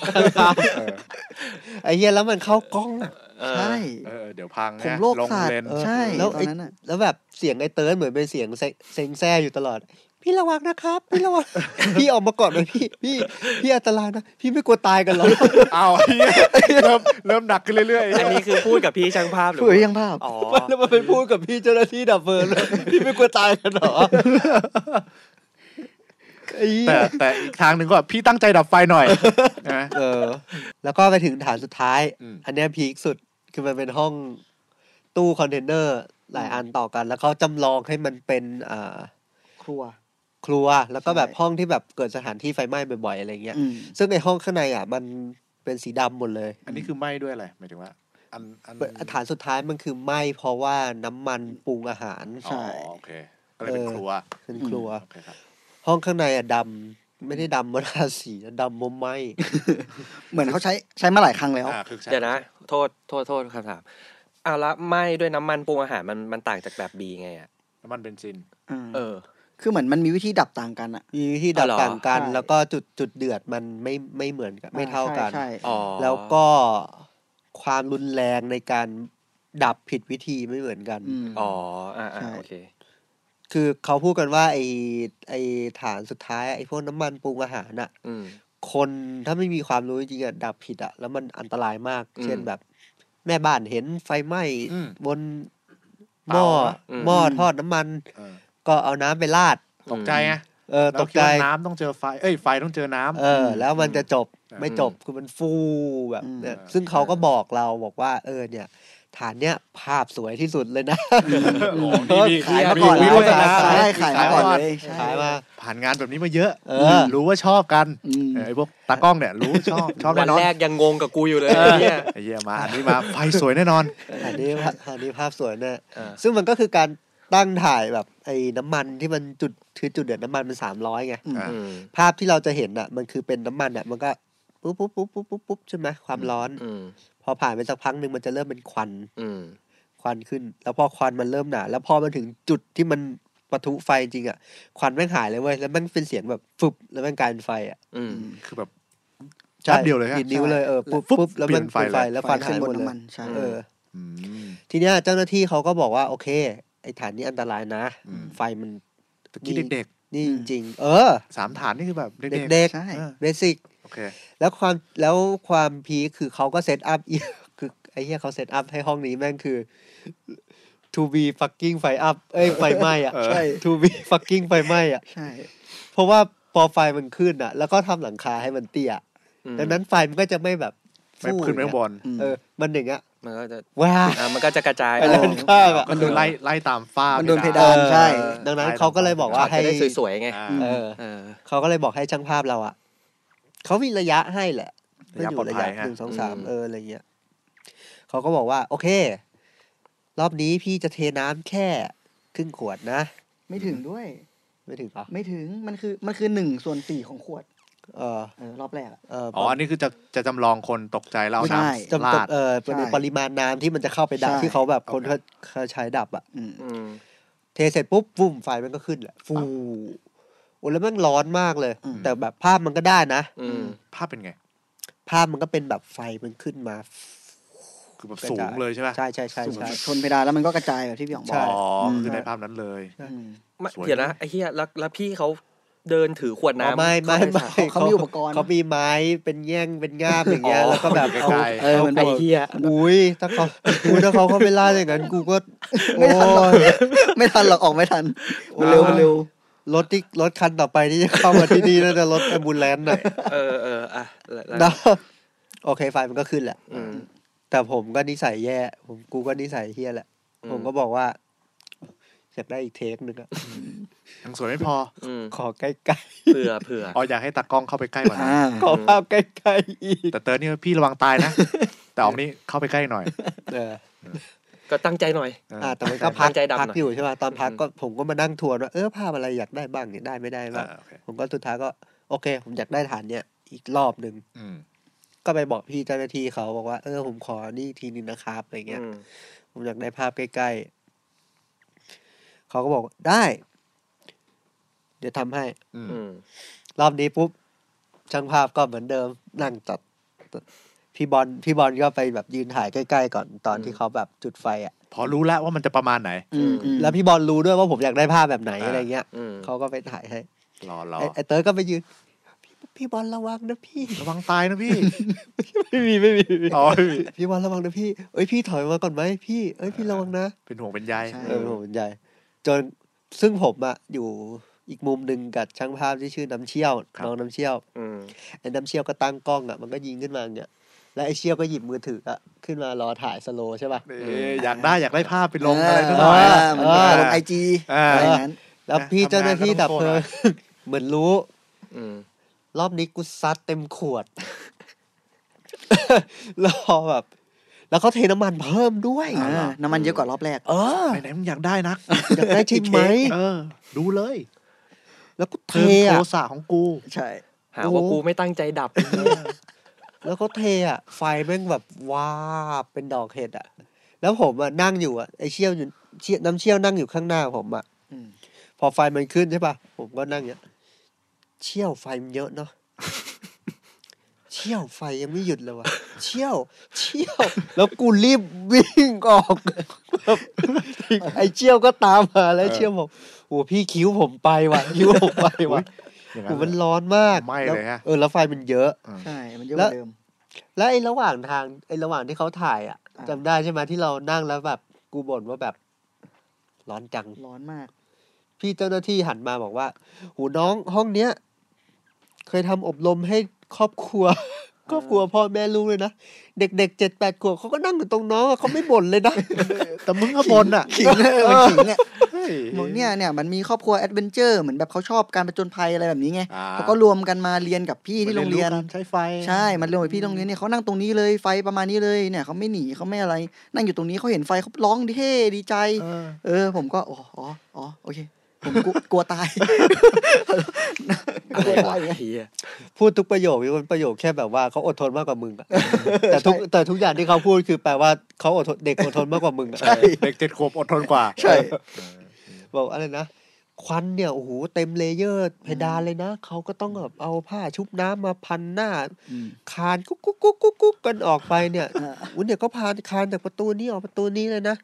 ไอเหี้ยแล้วมันเข้ากล้องอ่ะ
เออ
ใช่
เออเดี๋ยวพังนะ
ผมโรค
ลง
สัตว์
เลน
เออ
ใช่
แล้ว
ตอ
ไอ้
นนั้นอ่ะ
แล้วแบบเสียงไอเติร์นเหมือนเป็นเสียงเซ็งเซ็งแซ่อยู่ตลอด พี่ระวังนะครับ พี่ระวัง พี่ออกมาก่อนเลยพี่ พี่ พี่อันตรายนะ พี่ไม่กลัวตายกันเหรอ
เอา เหี้ยเริ่มเริ่มหนักขึ้นเรื่อยๆ
อันนี้คือพูดกับพี่ช่างภาพหรือ
ผู้ยยังภาพ
อ๋อ
มันแล้วมันไปพูดกับพี่เจ้าหน้าที่ดับเพลิงเลยพี่ไม่กลัวตายกันเหรอไอ้เหี้ย
แต่แต่อีกทางหนึ่งก็แบบพี่ตั้งใจดับไฟหน่อยนะ
เออ แล้วก็ไปถึงฐานสุดท้าย
อืม
อันเนี้ยพีคสุดคือมันเป็นห้องตู้คอนเทนเนอร์หลายอันต่อกัน แล้วเขาจำลองให้มันเป็นอ่า
ครัว
ครัว แล้วก็แบบ
ใช่
ห้องที่แบบเกิดสถานที่ไฟไหม้บ่อยๆอะไรเงี้ย
อืม
ซึ่งในห้องข้างในอ่ะ มันเป็นสีดำหมดเลย
อันนี้คือไหม้ด้วยอะไรหมายถึงว่า อันอัน
ฐานสุดท้ายมันคือไหม้เพราะว่าน้ำมันปรุงอาหาร
อ๋อโอเคก็เลยเป็นครัว
เป็นครัว
โอเคครับ
ห้องข้างในอะดำไม่ได้ดำมาราสีอะดำมอมไหม
เหมือนเขาใช้ใช้มาหลายครั้งแล้ว
อ่าคือใช่
เดี๋ยวนะ โทษโทษโทษคำถามเอาละไหม้ด้วยน้ำมันปรุงอาหารมันมันต่างจากแบบบีไงอ่ะ
น้ำมันเบนซิน
เออ
คือเหมือนมันมีวิธีดับต่างกันอ่ะ
มีที่ดับ
อ๋อเหรอ
ต่างกัน
ใช่
แล้วก็จุดจุดเดือดมันไม่ไม่เหมือนกันไม่เท่ากัน
ใช่ใช่
อ๋อ
แล้วก็ความรุนแรงในการดับผิดวิธีไม่เหมือนกัน
อืม
อ๋ออ่าอ่า
ใช่
โอเค
คือเขาพูดกันว่าไอ้ไอ้ฐานสุดท้ายอะไอ้พวกน้ำมันปรุงอาหารน่ะ
อืม
คนถ้าไม่มีความรู้จริงๆอะดับผิดอะแล้วมันอันตรายมาก
อืม
เช่นแบบ แม่บ้านเห็นไฟไหม้
อืม
บนหม้อ
เตาอะ
อืม
หม้อทอดน้ำมัน
เออ
ก็เอาน้ำไปราด
ตกใจไง
เออต
เรา
ก
คิด
ใจ
ว่าน้ำต้องเจอไฟ เอ้ยไฟต้องเจอน้ำ
เออ แล้วมันจะจบ
อืม
ไม่จบคือมันฟูแบบ
อืม
เนี่ย
อ่า
ซึ่งเขาก็บอกเราบอกว่า เออเนี่ย ฐานเนี้ยภาพสวยที่สุดเลยนะ
โอ้โหนี่มีขายมาก่อน
มี
แล้ว
โฆษณา
นะ
ใช่ขายมาก่อน
ข
เลย
ขายมา
ผ่านงานแบบนี้มาเยอะ
เออ
รู้ว่าชอบกัน
อืม
เออไอ้พวกตากล้องเนี่ยรู้ชอบชอบ
วั
แน่
น
นอน
แรกยังงงกับกูอยู่เลยเนี่ย
ไอ้เหี้ยมาอันนี้มาไฟสวยแน่นอน
ฐานนี้ภาพฐานนี้ภาพสวยเนี่ย
เออ
ซึ่งมันก็คือการตั้งถ่ายแบบไอ้น้ำมันที่มันจุดคือจุดเดือดน้ำมันมันสามร้อยไง
อ่ะ
อืม
ภาพที่เราจะเห็นอ่ะ มันคือเป็นน้ำมันอ่ะมันก็ปุ๊บปุ๊บปุ๊บปุ๊บปุ๊บปุ๊บใช่ไหมความร้อน
อืม
พอผ่านไปสักพักหนึ่งมันจะเริ่มเป็นควัน
อืม
ควันขึ้น แล้วพอควันมันเริ่มหนาแล้วพอมันถึงจุดที่มันปะทุไฟจริงอ่ะควันแม่งหายเลยเว้ยแล้วแม่งเป็นเสียงแบบฟึบแล้วแม่งกลายเป็นไฟอ่ะ
อืม
คือแบบ
ใช่
แป๊บเดียวเลยฮะ
ดีดนิ้วเลยเออปุ๊บ
ปุ๊บ
ปุ๊บแล้วมัน
เปลี่ย
เป็น
น
ไฟ
ไฟ
แล้ว
ไฟ
ฟัน
ขึ้
หานย
บ
หม
น
ดเลย
น้ำมันใช่
เออ
อืม
ทีเนี้ยเจ้าหน้าที่เขาก็บอกว่า โอเค ไอ้ฐานนี้อันตรายนะ
อืม
ไฟมัน
ตะกี้เด็ก
นี่จ
อืม
ริงๆเออ
ๆสามฐานนี่คือแบบเด็กๆ
เด็ก
ใช่
เบสิก
โอเค
แล้วความแล้วความพีคคือเขาก็เซตอั พอีกคือไอ้เหี้ยเขาเซตอัพให้ห้องนี้แม่งคือ to be fucking ไฟอัพเอ้ยไฟไหม้อ่ะ
เออ
ใช่ to be fucking ไฟไหม้อ่ะ
ใช่
เพราะว่าพอไฟมันขึ้นอ่ะ แล้วก็ทำหลังคาให้มันเตี้ย
อืม
ดังนั้นไฟมันก็จะไม่แบบ
ไม่ขึ้นไม่บน
ม
เออ มันอย่างเงี้ย
มันก็จะ
ว้าว
อ่ามันก็จะกระจาย
ไป
ออก
ด้านข้างอ่ะ
ก็คือไล่ไล่ตามฝ้า
มันโดนเพ
เพ
ดาน ใช่
เออดังนั้นเขาก็เลยบอกว่า
จะ
ให้
ได้สวยๆไง
อ่า
เออ
เออ
เขาก็เลยบอกให้ช่างภาพเราอ่ะเขามีระยะให้แหละ
ระยะปลอดภัยฮะ
หนึ่งสองสาม
อืม
เอออะไรเงี้ยเขาก็บอกว่า โอเค รอบนี้พี่จะเทน้ำแค่ครึ่งขวดนะ
ไม่ถึงด้วย
ไม่ถึงปะ
ไม่ถึงมันคือมันคือหนึ่งส่วนสี่ของขวด
เออ
เออรอบแรกอะ
เออ
อ๋ออันนี้คือจะจะจำลองคนตกใจแล้วเอาน้
ใช่
จำ
ำลาด
เออเป็นปริมาณน้ำที่มันจะเข้าไปดับ
ใช่
ที่เขาแบบคนเขาเขาใช้ดับอ่ะ
อืม
อืม
เทเสร็จปุ๊บฟุ่มไฟมันก็ขึ้นแหละฟูโอ้แล้วมันร้อนมากเลย
อืม
แต่แบบภาพมันก็ได้นะ
อืม
ภาพเป็นไง
ภาพมันก็เป็นแบบไฟมันขึ้นมา
คือแบบสูงเลยใช่ไหม
ใช่ใช่ใช่
สูง
ใช่
ชนเพดานแล้วมันก็กระจายแบบที่พี่หยองบ
ใช่
อก
อ๋อคือได้ภาพนั้นเลย
อืม
มา
สวย
เดี๋ยวนะไอ้เหี้ยแล้วแล้วพี่เขาเดินถือขวด
อ๋อ
น้ำ
ไม่ไม่ไม่
เขามีอุปกรณ์
เขามีไม้เป็นแง่งเป็นง่ามอย่างเงี้ย
อ๋อ
แล้วก็แบบเอา
ไกล
เออมันไป
ไอ้เหี้ย
อุ้ยถ้าเขาอุ้ยถ้าเขาเข้าไปล่าอย่างนั้นกู ก็
ไม่
โอ้
ทันหรอก
ย
ไม่ทันหรอกออกไม่ทัน
โอ้
มันเร็วมันเร็ว
รถที่รถคันต่อไปที่จะเข้ามาที่นี่น่าจะรถแอมบูเลนต์น่ะ
เออเอออ่ะแล้วแล้ว
นะโอเคไฟมันก็ขึ้นแหละ
อืม
แต่ผมก็นิสัยแย่ ผมกูก็นิสัยเฮี้ยแหละ
อืม
ผมก็บอกว่าอยากได้อีกเทคหนึ่งอะ
ยังสวยไม่พอ
อืม
ขอใกล้
เผื่อเผื่อ
อ๋ออยากให้ตากล้องเข้าไปใกล้กว่านั้น
อ่า
ๆขอภาพใกล้ๆอีก
แต่เติร์ดนี่พี่ระวังตายนะ แต่ออกนี้เข้าไปใกล้หน่อย
เออ
ก็ตั้งใจหน่อย
อ่าแต่มันก็พัก
ใจดำหน่อย
พักอยู่ใช่ป่ะตอนพัก
อืม
ก็ผมก็มานั่งทวนว่าเออภาพอะไรอยากได้บ้างเนี่ยได้ไม่ได้บ้าง
อ่าโอเค
ผมก็สุดท้ายก็ โอเค ผมอยากได้ฐานเนี่ยอีกรอบหนึ่ง
อืม
ก็ไปบอกพี่เจ้าหน้าที่เขาบอกว่าเออผมขอนี่ทีนึงนะครับอะไรเงี้ย
อืม
ผมอยากได้ภาพใกล้ๆเขาก็บอกได้ เดี๋ยวทำให้
อืม
อืม
รอบนี้ปุ๊บช่างภาพก็เหมือนเดิมนั่งจัดพี่บอลพี่บอลก็ไปแบบยืนถ่ายใกล้ๆก่อนตอนที่เขาแบบจุดไฟอ่ะ
พอรู้แล้วว่ามันจะประมาณไหน
อืมอืม
แล้วพี่บอลรู้ด้วยว่าผมอยากได้ภาพแบบไหน
อ่า
อะไรเงี้ย
อืม
เขาก็ไปถ่ายให้
รอรอ
ไอ้ไอ้เต๋อก็ไปยืนพี่พี่บอลระวังนะพี่
ระวังตายนะ พี่
ไม่มีไม่มี
อ๋อไม่มี
พี่บอลระวังนะพี่เอ้ยพี่ถอยมาก่อนไหมพี่เอ้ยพี่ระวังนะ
เป็นห่วงเป็นใย
เออผมใหญ่จนซึ่งผมอะอยู่อีกมุมหนึ่งกับช่างภาพที่ชื่อน้ำเชี่ยวน้องน้ำเชี่ยว
อืม
ไอ้น้ำเชี่ยวก็ตั้งกล้องอะมันก็ยิงขึ้นมาอย่างเงี้ยแล้วไอ้เชี่ยวก็หยิบมือถืออะขึ้นมารอถ่ายสโลว์ใช่ป่ะ
เอ๊ะอยากได้อยากได้ภาพไปลงอะไรก็หน่อย
เออมันจะ
เออ
ลงไอจี
เอออ
อะไรอย่างนั้น
แล้ว
นะ
พี่เจ้าหน้าที่
ทำงานก็
ดับ
ต้อง
เพลิ
โทษ
ง
น ะ
เหมือนรู้
อืม
รอบนี้กูซัดเต็มขวด แล้วพอแบบ แล้วเขาเทน้ำมันเพิ่มด้วย
อ่าน้ำมันเยอะกว่ารอบแรก
เออ
ไหนๆมึงอยากได้นัก
อยากได้ใช่ไหม
เออ ดูเลย
แล้วก็เท
เติมโท
อะ
สะของกู
ใช่
หาว่ากูไม่ตั้งใจ ดับ
แล้วก็เทอะไฟแม่งแบบวาบเป็นดอกเห็ดอะแล้วผมอะนั่งอยู่อะไอเชี่ยวอยู่เชี่ยน้ำเชี่ยวนั่งอยู่ข้างหน้าผมอะ
อืม
พอไฟมันขึ้นใช่ป่ะ ผมก็นั่งเนี้ย เชี่ยวไฟมันเยอะเนาะ เชี่ยวไฟยังไม่หยุดเลยวะเชี่ยว เชี่ยว แล้วกูรีบวิ่งออกแบบไอ้เชี่ยวก็ตามมาแล้ว
เออ
เชี่ยวบอกโอ้พี่คิ้วผมไปว่ะคิ้วผมไปว่ะ
อย่าง
โอ้
นั้น
มัน
เลย
ร้อนมาก
ไหม้
แล้ว
เลยฮะ
เออแล้วไฟมันเยอะ
ใช่มันเยอะกว่าเดิม
แล้วไอ้ระหว่างทางไอ้ระหว่างที่เขาถ่ายอ่ะ
อ่า
จำได้ใช่ไหมที่เรานั่งแล้วแบบ กูบ่นว่าแบบ ร้อนจัง
ร้อนมาก
พี่เจ้าหน้าที่หันมาบอกว่า หูน้องห้องเนี้ย เคยทำอบรมให้ครอบครัว ครอบครัวพ่อแม่ลูกเลยนะ เด็กๆเจ็ดแปดขวบเขาก็นั่งอยู่ตรงน้องอะเขาไม่บ่นเลยนะ
แต่มึงก็บนอ่ะ
ขิงเนี่ยมันขิงเนี่ย
เฮ้ย
บอกเนี่ยเนี่ยมันมีครอบครัวแอดเวนเจอร์เหมือนแบบเขาชอบการประจนภัยอะไรแบบนี้ไง
อ่า
เขาก็รวมกันมาเรียนกับพี่ที่โรงเรียน
มัการใช้ไฟ
ใช่ มันรวมกับพี่โรงเรียนเนี่ยเขานั่งตรงนี้เลยไฟประมาณนี้เลยเนี่ยเขาไม่หนีเขาไม่อะไร นั่งอยู่ตรงนี้เขาเห็นไฟเขาร้องดิเท่ดีใจ
เออ
เออ ผมก็อ๋ออ๋ออ๋อโอเค ผมกลัว กลัวตาย
อะไรวะเฮีย
พูดทุกประโยคมีคนประโยคแค่แบบว่าเขาอดทนมากกว่ามึงอะ แต่ทุกแต่ทุกอย่างที่เขาพูดคือแปลว่าเขาอดทนเด็กอดทนมากกว่ามึงอะ
เด็กเจ็ดขวบอดทนกว่า
ใช่
บอกอะไรนะควันเนี่ยโอ้โหเต็มเลเยอร์เพดานเลยนะเขาก็ต้องแบบเอาผ้าชุบน้ำมาพันหน้า คานกุ๊กกุ๊กกุ๊กกุ๊กกุ๊กกันออกไป เนี่ย
อ่า
อุ้นเนี่ยก็พานคานจากประตูนี้ออกประตูนี้เลยนะ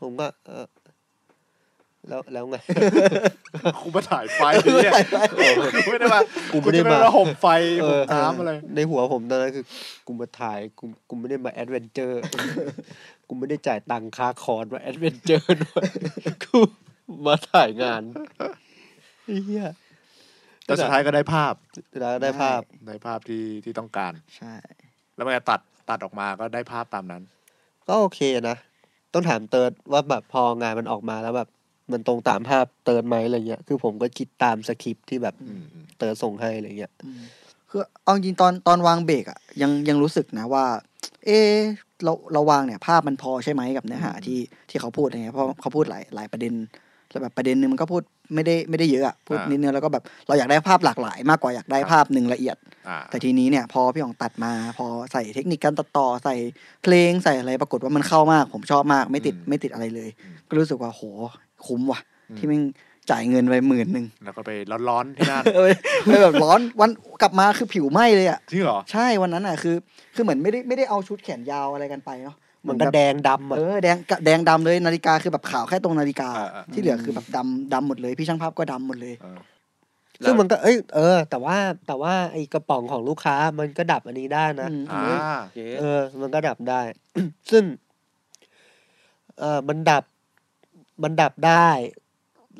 ผมก็เออแล้วแล้วไง
กูมาถ่ายไฟเนี่ยกูไม่ได้มา
กู
กู
ไม่
ไม่
ได้
ได้
มา
มาระห่มไฟ
เอ
ห่
อ
มน้ำอะไร
ในหัวผมตอนนั้นคือกูมาถ่ายกูกูไม่ได้มาแอดเวนเจอร์ กูไม่ได้จ่ายตังค่าคอร์สมาแอดเวนเจอร์ด้วย กูมาถ่าย งานเฮีย
แต่สุดท้ายก็ได้ภาพ
แล้วได้ภาพ
ได้ภาพที่ที่ต้องการ
ใช่
แล้วมันจะตัดตัดออกมาก็ได้ภาพตามนั้น
ก็โอเคนะต้องถามเติร์ดว่าแบบพองานมันออกมาแล้วแบบ มันตรงตามภาพเติร์ดไหมอะไรเงี้ยคือผมก็คิดตามสคริปต์ที่แบบ
อืมอืม
เติร์ดส่งให้อะไรเงี้ย
อืมคือเอาจริงๆตอนตอนวางเบรกอะยังยังรู้สึกนะว่า เออเราเราวางเนี่ย ภาพมันพอใช่ไหมกับเนื้อหาที่ที่เขาพูดอะไรเงี้ยเพราะเขาพูดหลายหลายประเด็นแล้วแบบประเด็นหนึงมันก็พูดไม่ได้ไม่ได้เยอะอะพูด
อ่านิ
นิดนึงแล้วก็แบบเราอยากได้ภาพหลากหลาย มากกว่าอยากได้ภาพหนึ่งละเอียด
อ่า
แต่ทีนี้เนี่ยพอพี่อ๋องตัดมา พอใส่เทคนิคการตัดต่อใส่เพลงใส่อะไรปรากฏว่ามันเข้ามาก ผมชอบมากไม่ติดไม่ติดอะไรเลย ก็รู้สึกว่าโหคุ้มว่ะ ที่แม่งจ่ายเงินไปหมื่นหนึ่ง
แล้วก็ไปร้อนๆที่นั่น
เออเออแบบร้อนวันกลับมาคือผิวไหม้เลยอ่ะ
จริงเหรอ
ใช่วันนั้นอ่ะคือ คือเหมือนไม่ได้ไม่ได้เอาชุดแขนยาวอะไรกันไปเนาะ
มันก็
แบบ
แดงดำอะ
เออแดงกะแดงดำเลยนาฬิกาคือแบบขาวแค่ตรงนาฬิกา
อ่าอ่า
ที่เหลือคือแบบดำดำหมดเลย พี่ช่างภาพก็ดำหมดเลย
เออ
ซึ่งมันก็เอ้ยเออ แต่ว่าแต่ว่าไอกระป๋องของลูกค้ามันก็ดับอันนี้ได้นะ
อืม
อ่า
เฮีย
เออ มันก็ดับได้ ซึ่ง เออมันดับ มันดับได้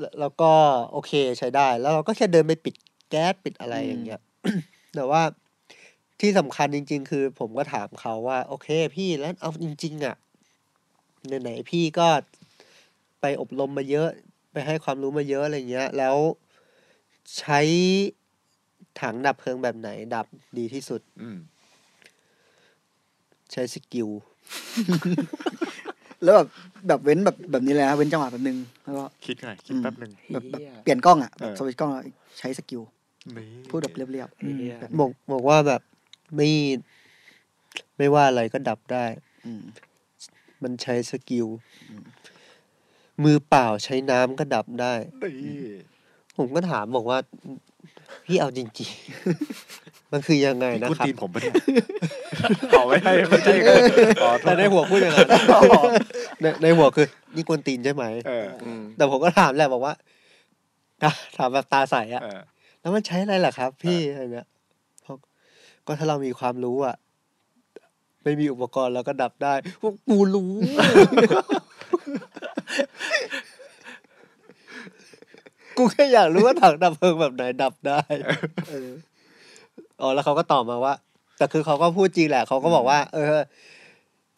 แล้วแล้วก็โอเคใช้ได้ แล้วเราก็แค่เดินไปปิดแก๊สปิดอะไรอย่างเงี้ย แต่ว่าที่สำคัญจริง ๆ คือ ผมก็ถามเขาว่า โอเค พี่แล้วเอาจริง ๆ อ่ะไหนๆพี่ก็ไปอบรมมาเยอะ ไปให้ความรู้มาเยอะอะไรเงี้ย แล้วใช้ถังดับเพลิงแบบไหน ดับดีที่สุด
อืม
ใช้สกิล
แล้วแบบแบบเว้นแบบแบบนี้เลยนะเว้นจังหวะแบบนึงแล้วก็
คิดไงคิด
อืม
แป๊บหนึ่ง
แบบแบบเปลี่ยนกล้องอ่ะแบบ
เออ
สวิตช์กล้องอะใช้สกิล
นี่
พูดแบบเรียบๆอืมแบบ
บอกบอกว่าแบบไม่ไม่ว่าอะไรก็ดับได้
อืม
มันใช้สกิล มือเปล่าใช้น้ำก็ดับได้
นี่
ผมก็ถามบอกว่า พี่เอาจริง ๆ มันคือยังไงนะ
คุณ
ครับ
ตีนผมปะเนี่ยขอไม่ให้ไม่ใช่กูอ๋อโท
แต่
ษ
ในหัวพูดอย่างนั้น ในในหัวคือ นี่กวนตีนใช่ไหม
เออ
อืม
แต่ผมก็ถามแหละบอกว่า ถาถามแบบตาใสอะ
เออ
แล้วมันใช้อะไรล่ะครับ พี่อะไรเงี้ยบอกก็ถ้าเรามีความรู้อะไม่มีอุปกรณ์เราก็ดับได้พวกกูรู้ กูแค่อยากรู้ว่าถังดับเพลิงแบบไหนดับได้
เออ
อ๋อแล้วเขาก็ตอบมาว่า แต่คือเขาก็พูดจริงแหละเขาก็บอกว่า เออ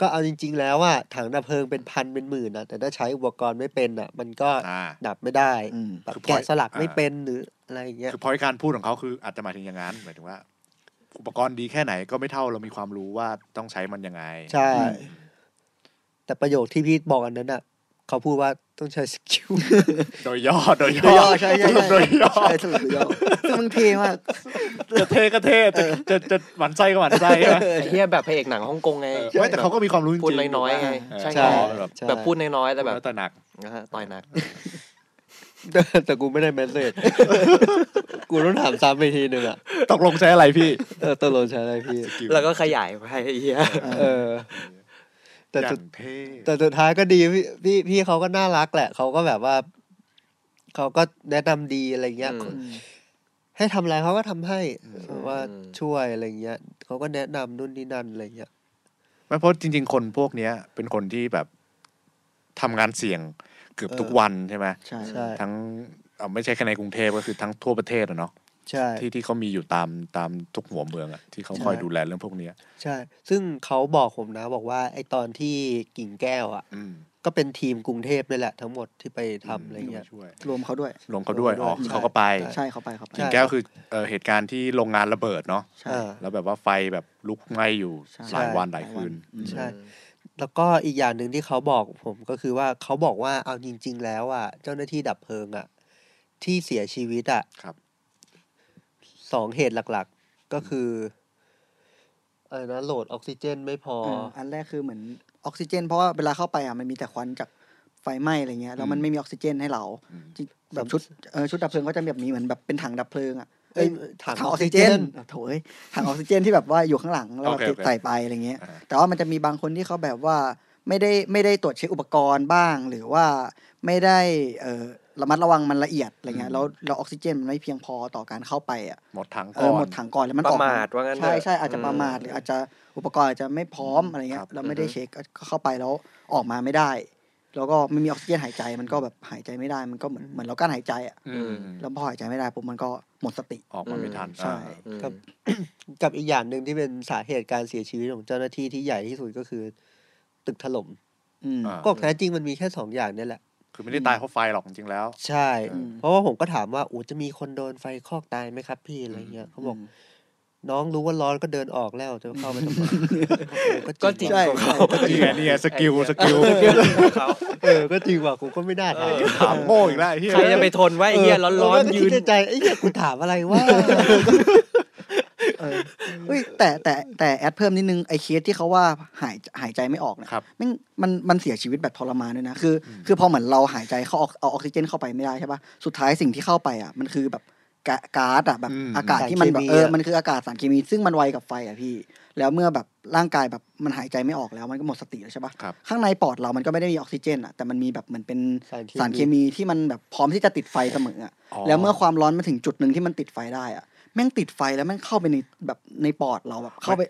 ก็เอาจริง ๆ แล้วว่าถังดับเพลิงเป็นพันเป็นหมื่นนะแต่ถ้าใช้อุปกรณ์ไม่เป็นอ่ะ มันก็
อ่า
ดับไม่ได้
อืม
แบบ
คือ
แกะสลักไม่เป็นหรืออะไรอย่างเงี้ย
คือพอยการพูดของเขาคืออาจจะหมายถึงอย่างนั้นหมายถึงว่า อุปกรณ์ดีแค่ไหนก็ไม่เท่าเรามีความรู้ว่าต้องใช้มันยังไง
ใช่ แต่ประโยคที่พี่บอกอันนั้นอ่ะเขาพูดว่าต้องใช้สกิ ล
โดยย่อโดย
โด
ย่
ยย่อ
อ
ใช่ใช่
สรุปโดยย่อ
ใช่สรุปโดยย่อ ซึ่งมันเท่มาก
จะเท่ก็เท่จะจะจะหมันไส้ก็หมันไส้ใช่ไหม
ไอ้เฮียแบบพระเอกหนังฮ่องกงไง
ไม่แต่เขาก็มีความรู้จริง
พูดน้อยๆไง
เออ
ใช่
ใช่
ไง
แบบ
แบบพูดน้อยๆแต่
แบ
แบบ บ
แต่หนัก
ต่อยหนัก
แต่ แต่กูไม่ได้เมสเซจ กูต้องถามซ้ำไปทีหนึ่งอ่ะ
ตกลงใช้อะไรพี่
เออตกลงใช้อะไรพี่
แล้วก็ขยายไปไอ้เหี้ย
เออ แต่
อย่า
สุด
งเท่
แต่สุดท้ายก็ดีพี่พี่พี่เขาก็น่ารักแหละ เขาก็แบบว่า เขาก็แนะนำดีอะไรเงี้ย
อืม
ให้ทำอะไรเขาก็ทำให้แบบว่า
อืม
ช่วยอะไรเงี้ยเขาก็แนะนำนู่นนี่นั่นอะไรเงี้ย
ไม่เพราะจริง ๆ คนพวกเนี้ย เป็นคนที่แบบทำงานเสี่ยงเกือบทุกวันใช่ไหม
ใช่
ใช่
ทั้งเอ่อไม่ใช่แค่ในกรุงเทพก็คือทั้งทั่วประเทศอะเนาะ
ใช่
ที่ที่เขามีอยู่ตามตามทุกหัวเมืองอะที่เขา
ใช่
คอยดูแลเรื่องพวกเนี้ย
ใช่ ซึ่งเขาบอกผมนะ บอกว่า ไอตอนที่กิ่งแก้วอ่ะ
อืม
ก็เป็นทีมกรุงเทพนี่แหละ ทั้งหมดที่ไปทำอะไรเงี้ย
ช่วย
รวมเขาด้วย
รวมเขาด้วย
ร
อ๋
ว
อ
มเขาด้วย
เขาก็ไป
ใช่
ใช่เขาไปเขาไป
ใช่
กิ่งแก้วคือเอ่อเหตุการณ์ที่โรงงานระเบิดเนาะ
ใช่
อ่า
แล้วแบบว่าไฟแบบลุกไหม้อยู่
ใช่
หลายวันหลายคืน
อืม
ใช่ แล้วก็อีกอย่างหนึ่งที่เขาบอกผมก็คือว่าเขาบอกว่าเอาจริง ๆ แล้วอ่ะ เจ้าหน้าที่ดับเพลิงอ่ะ ที่เสียชีวิตอ่ะ
ครับ
สองเหตุหลักๆ ก็คืออะไรนะโหลดออกซิเจนไม่พออ
มอันแรกคือเหมือนออกซิเจน เพราะว่าเวลาเข้าไปอ่ะมันมีแต่ควันจากไฟไหม้อะไรเงี้ยแล้วมันไม่มีออกซิเจนให้เรา
อืม
จริงแบบชุดเออชุดดับเพลิงก็จะแบบนี้เหมือนแบบเป็นถังดับเพลิงอ่ะ
เอ้ยถัง
เถั
อง
อ
อ
อก ก
ซิ
ซิ
เจ
เจ
น
นโถ่เอ้ยถังออกซิเจนที่แบบว่าอยู่ข้างหลังแล้ว
โอ
แบบ
เคโอเค
ใส่ไปอะไรเงี้ย
อ่า
แต่ว่ามันจะมีบางคนที่เขาแบบว่าไม่ได้ไม่ได้ตรวจเช็คอุปกรณ์บ้าง หรือว่าไม่ได้เอ่อระมัดระวังมันละเอียดอะไรเงี้ยแล้วแล้วออกซิเจนมันไม่เพียงพอต่อการเข้าไปอ่ะ
หมดถังก่
เอ
อ
อน หมดถังก่อนแล้วมัน
ป
อ
ระ
อก
มาทว่างั้นเถอะ
ใช่ใช่อาจจะประมาท
อืม
หรืออาจจะอุปกรณ์อาจจะไม่พร้อมอะไรเงี้
ครั
ย
บ
เราไม่ได้
อือฮึ
เช็คก็เข้าไปแล้วออกมาไม่ได้ แล้วก็ไม่มีออกซิเจนหายใจมันก็แบบหายใจไม่ได้มันก็เหมือนเหมือนเรากั้นหายใจอ่ะ
อืม
แล้วพอหายใจไม่ได้ปุ๊บมันก็หมดสติ
ออกมาไม่ทัน
ใช่
อ่า
อืม
ครับ กับอีกอย่างหนึ่งที่เป็นสาเหตุการเสียชีวิตของเจ้าหน้าที่ที่ใหญ่ที่สุดก็คือ ตึกถล่ม
อืม
อ่า
ก็แท้จริงมันมีแค่สองอย่างเนี่ยแหละ
คือไม่ได้ตายเพราะไฟหรอกจริงๆแล้ว
ใช่
อืม
เพราะว่าผมก็ถามว่าอูจะมีคนโดนไฟคอกตายไหมครับพี่อะไรเงี้ยเขาบอก น้องรู้ว่าร้อนก็เดินออกแล้วจะเข้าไปทำไม
ก็จริง
ใช่
ของ
ใช่
เขา
ก็จริ
นี่
ง
ไงนี่ไงสกิลสกิล
ของเขา
เออก็จริงว่ะกูก็ไม่น่าถาม
ถามโง่อีกแล้วไอ้เฮีย
ใครจะไปทนว่าไอ้เหี้ยร้อนๆยื
คิด
น
ใใจไอ้เหี้ยกูถามอะไรวะ
เออเฮ้ยแต่แต่แต่แอดเพิ่มนิดนึงไอเคสที่เขาว่าหายหายใจไม่ออกเนี่ย
ครับ
แม่งมันมันเสียชีวิตแบบทรมานด้วยนะคือ คือพอเหมือนเราหายใจเข้าออกเอาออกซิเจนเข้าไปไม่ได้ใช่ปะสุดท้ายสิ่งที่เข้าไปอ่ะมันคือแบบกะก๊าซอ่ะแบบ
อืม
อากาศที่มันแบบเออมันคืออากาศสารเคมีซึ่งมันไวกับไฟอ่ะพี่ แล้วเมื่อแบบร่างกายแบบมันหายใจไม่ออกแล้วมันก็หมดสติแล้วใช่ปะ
ครับ
ข้างในปอดเรามันก็ไม่ได้มีออกซิเจนอ่ะแต่มันมีแบบเหมือนเป็นสารเคมีที่มันแบบพร้อมที่จะติดไฟเสมออ่ะ
อ๋อ
แล้วเมื่อความร้อนมาถึงจุดหนึ่งที่มันติดไฟได้อะแม่งติดไฟแล้วแม่งเข้าไปในแบบในปอดเราแบบเข้าไป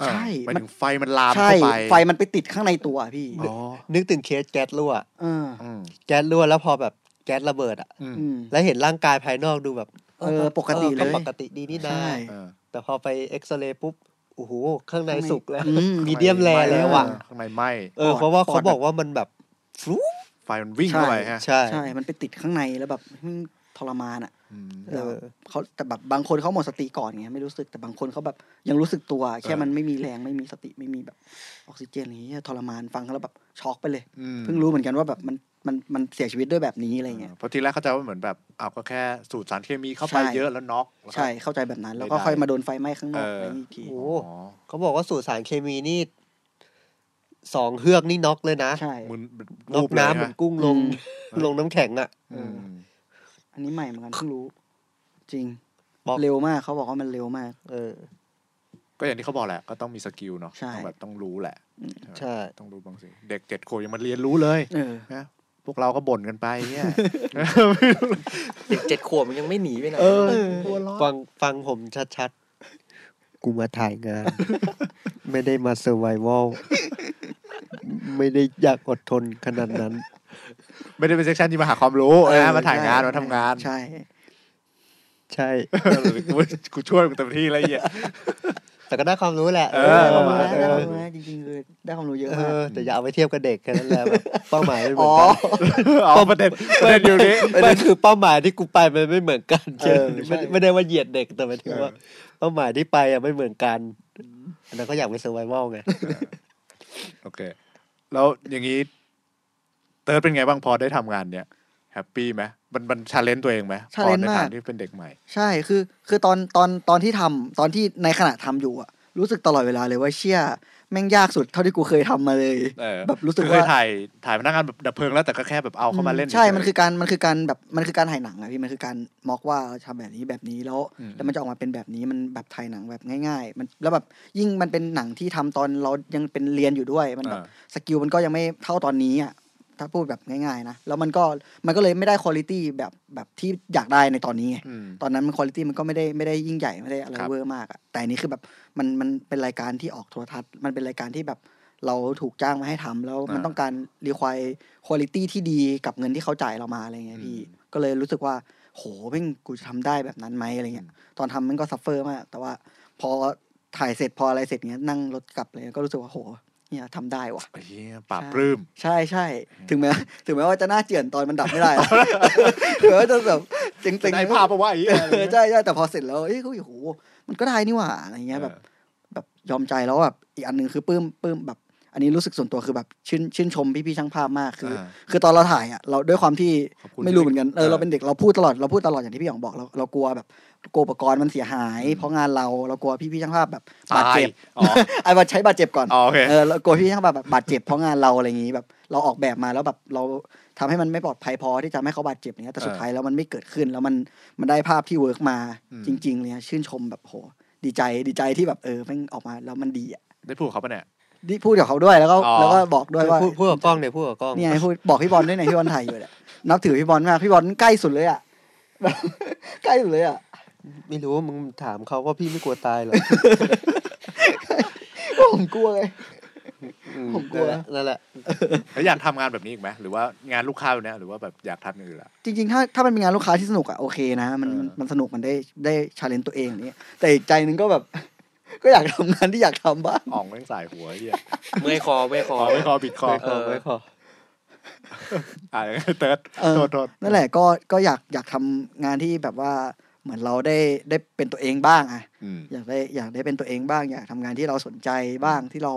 อ่า
ใช่
หมาย
มัน
ถึงไฟมันลาม
ใช่
เข้าไป
ไฟมันไปติดข้างในตัวอะพี่
อ๋อ
นึกถึงเคสแก๊สรั่ว
เออ
อืม
แก๊สรั่วแล้วพอแบบแก๊สระเบิดอ่ะ
อืม
อืม
แล้วเห็นร่างกายภายนอกดูแบบ
เออปกติเลย
ปกติดีนี่นา
ใช่
เออ
แต่พอไปเอ็กซเรย์ปุ๊บโอ้โหข้างในสุกแล้ว
อืม
มีเดียมแร
ข้างใน
แล้วอ่ะ
ไหม้ข้างในไหม้
เออเพราะว่า
ปอ
เขา
ดแบบ
บอกว่ามันแบบฟลุ๊บ
ไฟมันวิ่งเข้าไปฮะ
ใช่
ใช่ มันไปติดข้างในแล้วแบบแม่งทรมานอ่ะ
อืม
เออ
เขาแต่แบบบางคนเขาหมดสติก่อนไงไม่รู้สึกแต่บางคนเขาแบบยังรู้สึกตัว แค่
เออ
มันไม่มีแรงไม่มีสติไม่มีแบบออกซิเจนอย่างเงี้ยทรมานฟังแล้วแบบช็อกไปเลย
อืม
เพิ่งรู้เหมือนกันว่าแบบมันมันมันเสียชีวิตด้วยแบบนี้อะไรเงี้ย
เพราะทีแรกเข้าใจว่าเหมือนแบบอ้าวก็แค่สูตรสารเคมีเข้าไป
ใช่
เยอะแล้วน็อกแล้วก็
ใช่เข้าใจแบบนั้น แล้วก็
ไม่ได้
ค่อยมาโดนไฟไหม้ข้างนอก
เอออ
อะไรอีกที
โอ้
โอ้
เขาบอกว่าสูตรสารเคมีนี่สองเฮือกนี่น็อกเลยนะ
ใช่
มึน
น็
รู
อ
ป
ก
เลย
น้ำเหมือนกุ้งลง ลงน้ำแข็งอ่ะ
อืม
อันนี้ใหม่เหมือนกันเพิ่งรู้ จริง
บอก
เร็วมากเขาบอกว่ามันเร็วมาก
เออ
ก็อย่างที่เขาบอกแหละก็ต้องมีสกิลเนาะ
ใช่
ต้องแบบต้องรู้แหละ
ใช่
ต้องรู้บางสิ่งเด็กเจ็ดขวบยังมาเรียนรู้เลย
เออ
นะพวกเราก็บ่นกันไปเนี่ย
เด็กเจ็ดขวบมันยังไม่หนีไปไหน
เออ
ฟังฟังผมชัดๆ กูมาถ่ายงาน ไม่ได้มาเซอร์ไววัล ไม่ได้อยากอดทนขนาดนั้น
ไม่ได้เป็นเซ็กชันที่มาหาความรู้
เออ
นะมาถ่ายงาน
ใช่
มาทำงาน
ใช่
ใช่
กูกูช่วยมึงเต็มที่แล้วไอ้ เหี้ย
แต่ก็ได้ความรู้แหละ
เออ
ได้ความ
ปะณ
รู้นะ
เอ
ได้ค
อ
วามรู้นะจริงๆคือได้ความรู้เยอะ
เอ
มาก
อแต่อย่าเอาไปเทียบกับเด็กแค่นั้นแหละแบบเป้าหมายไม่เหมื
อ๋
อ
อ
นกัน
เอาประเด็นประเด็น อยู่นี้
ประเด็น คือเป้าหมายที่กูไปมันไม่เหมือนกัน
เออ ใช่
ไม่ไม่ได้ว่าเหยียดเด็กแต่หมายถึงว่า เป้าหมายที่ไปอ่ะไม่เหมือนกันอันนั้นก็อยากไปเซอร์ไววัลไง
โอเค แล้วอย่างนี้ เติร์ดเป็นไงบ้างพอได้ทำงานเนี่ยแฮปปี้ไหมมันมันชาเลนจ์ตัวเองไหมพอ
challenge
ในฐาม
าน ก
ที่เป็นเด็กใหม่
ใช่คือคือตอนตอนตอนที่ทำตอนที่ในขณะทำอยู่อะรู้สึกตลอดเวลาเลยว่าเชี่ย แม่งยากสุดเท่าที่กูเคยทำมาเลย
เออ
แบบรู้สึก
คือ
ว่า
เคยถ่ายถ่ายพนักงานแบบดับเพลิงแล้วแต่ก็แค่แบบเอาเข้ามาเล่น
ใช่
เฉยๆ
มันคือการ มันคือการแบบ มันคือการถ่ายหนังอะพี่ มันคือการมอกว่าเราทำแบบนี้แบบนี้แล้ว
อืม
แล้วมันจะออกมาเป็นแบบนี้ มันแบบถ่ายหนังแบบง่าย ๆ มันแล้วแบบยิ่งมันเป็นหนังที่ทำตอนเรายังเป็นเรียนอยู่ด้วย มันแบบสกิลมันก็ยังไม่เท่าตอนนี้อะถ้าพูดแบบง่ายๆนะ แล้วมันก็ มันก็เลยไม่ได้คุณภาพแบบแบบที่อยากได้ในตอนนี้ไง
อืม
ตอนนั้นมันคุณภาพมันก็ไม่ได้ไม่ได้ยิ่งใหญ่ไม่ได้อะไร
ครับ
เวอร์มากอะแต่อันนี้คือแบบมันมันเป็นรายการที่ออกโทรทัศน์ มันเป็นรายการที่แบบเราถูกจ้างมาให้ทำแล้วมันต้องการรีควายคุณภาพที่ดีกับเงินที่เขาจ่ายเรามาอะไรเงี้ยพี่ ก็เลยรู้สึกว่า โหแม่งกูจะทำได้แบบนั้นไหมอะไรเงี้ย ตอนทำมันก็ซัฟเฟอร์มาก แต่ว่าพอถ่ายเสร็จพออะไรเสร็จเงี้ยนั่งรถกลับเลย ก็รู้สึกว่าโหเนี่ยทำได้ว่ะ
เฮียปราบปลื้ม
ใช่ใช่ถึงแม้ถึงแม้ว่าจะหน้าเจือนตอนมันดับไม่ได้ นะ ถึงแม้ว่าจะแบบเจ๋งๆ
เป็นไอ้ภาพเอาไว้
เออใช่ใช่แต่พอเสร็จแล้วเอ้ยเขาโหมันก็ได้นี่หว่าอะไรเงี้ยแบบ แบบยอมใจแล้วแบบอีกอันหนึ่งคือปลื้มปลื้มแบบ อันนี้รู้สึกส่วนตัวคือแบบชื่นชื่นชมพี่พี่ๆช่างภาพมากคือ
อ่า
คือตอนเราถ่ายอ่ะเราด้วยความที่
ขอบคุณ
ไม่รู้เหมือนกันเออ
เออ
เราเป็นเด็กเราพูดตลอดเราพูดตลอดอย่างที่พี่หยองบอกเราเรากลัวแบบกลัวอุปกรณ์มันเสียหาย เพราะงานเราเรากลัวพี่พี่ๆช่างภาพแบบบาดเจ็บ
ตายอ๋อ
ไอ้บาใช้บาดเจ็บก่อน
อ๋อโอเค
เออแล้วกลัวพี่ช่างแบบบาดเจ็บเพราะงานเราอะไรอย่างงี้แบบ เราออกแบบมาแล้วแบบเราทำให้มันไม่ปลอดภัยพอที่จะไม่ให้เขาบาดเจ็บเนี้ยแต่สุด
เออ
ท้ายแล้วมันไม่เกิดขึ้นแล้วมันมันได้ภาพที่เวิร์กมา
อืม
จริงๆเลยนะชื่นชมแบบโหดีใจดีใจที่แบบเออแมันออกมาแล้วมันดีอ่ะ
ได้พูดกับเขาปะเนี่ย
นี่พูดกับเขาด้วยแล้วก็
อ๋อ
แล้วก็บอกด้วยว่า
พูดพูดกับกล้องเนี่ยพูดกับกล้อง
เนี่ยให้พูดบอกพี่บอลด้วยเนี่ยพี่บอลถ่ายอยู่เนี่ยนับถือพี่บอลมากพี่บอลใกล้สุดเลยอ่ะ แบบใกล้สุดเลยอ่ะ
ไม่รู้ว่ามึงถามเขาว่าพี่ไม่กลัวตายเหรอ
ผมกลัวเลย
อื
ผมกลัว
นั่นแหละ
แล้วอยากทำงานแบบนี้อีกไหมหรือว่างานลูกค้าแบบเนี้ยหรือว่าแบบอยากทำอย่างอื่นละ
จริงๆ ถ้าถ้ามันเป็นงานลูกค้าที่สนุกอะโอเคนะ มัน
เออ
มันมันสนุกมันได้ได้ชาเลนจ์ตัวเองนี่แต่อีกใจหนึงก็แบบ ก็อยากทำงานที่อยากทำบ้าง
อ่องแม่งสายหัวไอ้เฮีย
เมื่อยคอเมื่อยค
ค
อ
อไม่คอบิดคอ
ไม่ขอ
เออ
ไม่ขอ
อ่าเติร์ด
เออ
โทษโทษ
นั่นแหละก็ก็อยากอยากทำงานที่แบบว่าเหมือนเราได้ได้เป็นตัวเองบ้างอะ
อืม
อยากได้อยากได้เป็นตัวเองบ้าง อยากทำงานที่เราสนใจบ้างที่เรา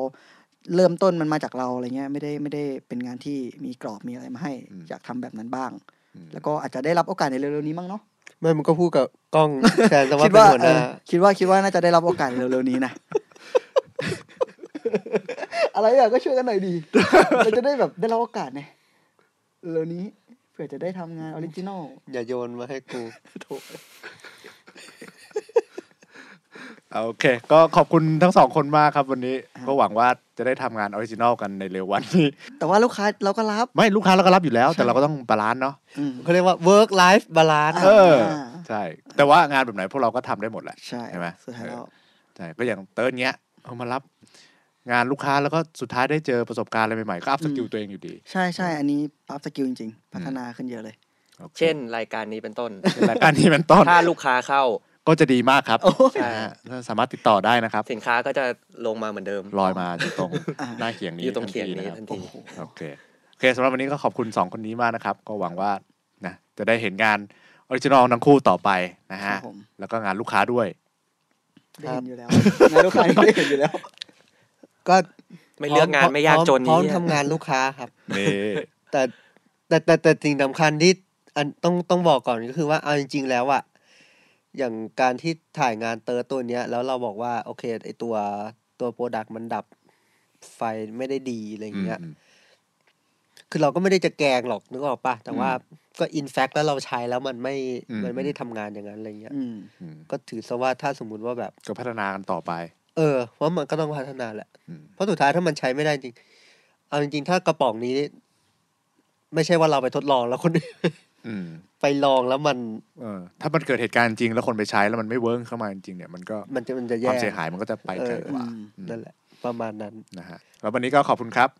เริ่มต้นมันมาจากเราอะไรเงี้ยไม่ได้ไม่ได้เป็นงานที่มีกรอบมีอะไรมาให้
อืม
อยากทำแบบนั้นบ้าง
อืม
แล้วก็อาจจะได้รับโอกาสในเร็วๆนี้มั้งเนาะ
ไม่มันก็พูดกับ กล้องแทนแต่ว่า
คิด
เป็น
ว่า
หัวห
เอ
น้า
อคิดว่าคิดว่าน่าจะได้รับโอกาสเร็วๆนี้นะ อะไรอ่ะก็ช่วยกันหน่อยดี เราจะได้แบบได้รับโอกาสไงเร็วนี้เผื่อจะได้ทำงานออริจินอล
อย่าโยนมาให้กู
โอเค ก็ขอบคุณทั้งสองคนมากครับวันนี้ ก็หวังว่าจะได้ทำงานออริจินอลกันในเร็ววันนี้
แต่ว่าลูกค้าเราก็รับ
ไม่ลูกค้าเราก็รับอยู่แล้ว แต่เราก็ต้องบาลานซ์เนาะ
อืม
เขาเรียกว่า work life balance
เออ
อ่า
ใช่ แต่ว่างานแบบไหนพวกเราก็ทำได้หมดแหละ
ใช่
ใช่ไหม
สุดท้ายแล้ว
ใช่ก็อย่างเติร์ดเงี้ยเอามารับงานลูกค้าแล้วก็สุดท้ายได้เจอประสบการณ์อะไรใหม่ๆก็อัพสกิลตัวเองอยู่ดี
ใช่ใช่อันนี้อัพสกิลจริง ๆ พัฒนาขึ้นเยอะเลย
โอค
เช่น รายการนี้เป็นต้น
รายการนี้เป็นต้น
ถ้าลูกค้าเข้า
ก็จะดีมากครับ
โอ้ย
นะฮะถ้าสามารถติดต่อได้นะครับ
สินค้าก็จะลงมาเหมือนเดิม
ลอยมาอยู่ตรงหน้าเขียงนี้
อยู่ตรงเขียงนี้
ะครับ
ทันที
โอ้โหโอเคโอเคสำหรับวันนี้ก็ขอบคุณ 2 คนนี้มากนะครับ ก็หวังว่านะจะได้เห็นงานออริจินอลทั้งคู่ต่อไปนะ
ครั
ฮะ
บผม
แล้วก็งานลูกค้าด้วย
ได้เห็น อยู่แล้วงานลูกค้านี่ได้เห็นอยู่แล้ว
ก็
ไม่เลือกงานไม่ยากจน
พร้อมพร้อม
เหี้ย
ทำงานลูกค้าครับ
นี่
แต่แต่แต่แต่สิ่งสำคัญที่อันต้องต้องบอกก่อนก็คือว่าเอาจริง ๆ แล้วอะอย่างการที่ถ่ายงานเตอร์ตัวเนี้ย แล้วเราบอกว่าโอเคไอตัวตัวโปรดักต์มันดับไฟไม่ได้ดีอะไรอย่างเงี้ย คือเราก็ไม่ได้จะแกล้งหรอกนึกออกปะแต่ว่าก็อินแฟกแล้วเราใช้แล้วมันไม่
อืม
มันไม่ได้ทำงานอย่างนั้นอะไรเงี้ย
อืม
อืม
ก็ถือซะว่าถ้าสมมุติว่าแบบ
ก็พัฒนากันต่อไป
เออเพราะมันก็ต้องพัฒนาแหละ
อืม
เพราะสุดท้ายถ้ามันใช้ไม่ได้จริง เอาจริงๆ ถ้ากระป๋องนี้ ไม่ใช่ว่าเราไปทดลองแล้วคนอื่น
อืม
ไปลองแล้วมัน
เออถ้ามันเกิดเหตุการณ์จริงแล้วคนไปใช้แล้วมันไม่เวิร์กเข้ามาจริงๆเนี่ยมันก็
มันจะมันจะ
ค
แย่
วามเสียหายมันก็จะไปไกลกว่า
เออ
อืม
นั่นแหละ ประมาณนั้น
นะฮะแล้ววันนี้ก็ขอบคุณครับ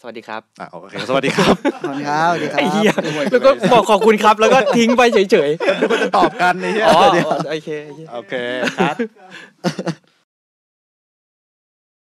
สวัสดีครับ
อ่ะโอเคสวัสดีครับ
ขอบคุณครับสวัสดีครับ
ไอ้เหี้ยแล้วก็บอกขอบคุณครับ แล้วก็ทิ้งไปเฉย
ทุกคนจะตอบกันนี่
ๆ อ๋อ โอเคไอ้เหี้ย
โอเคครับ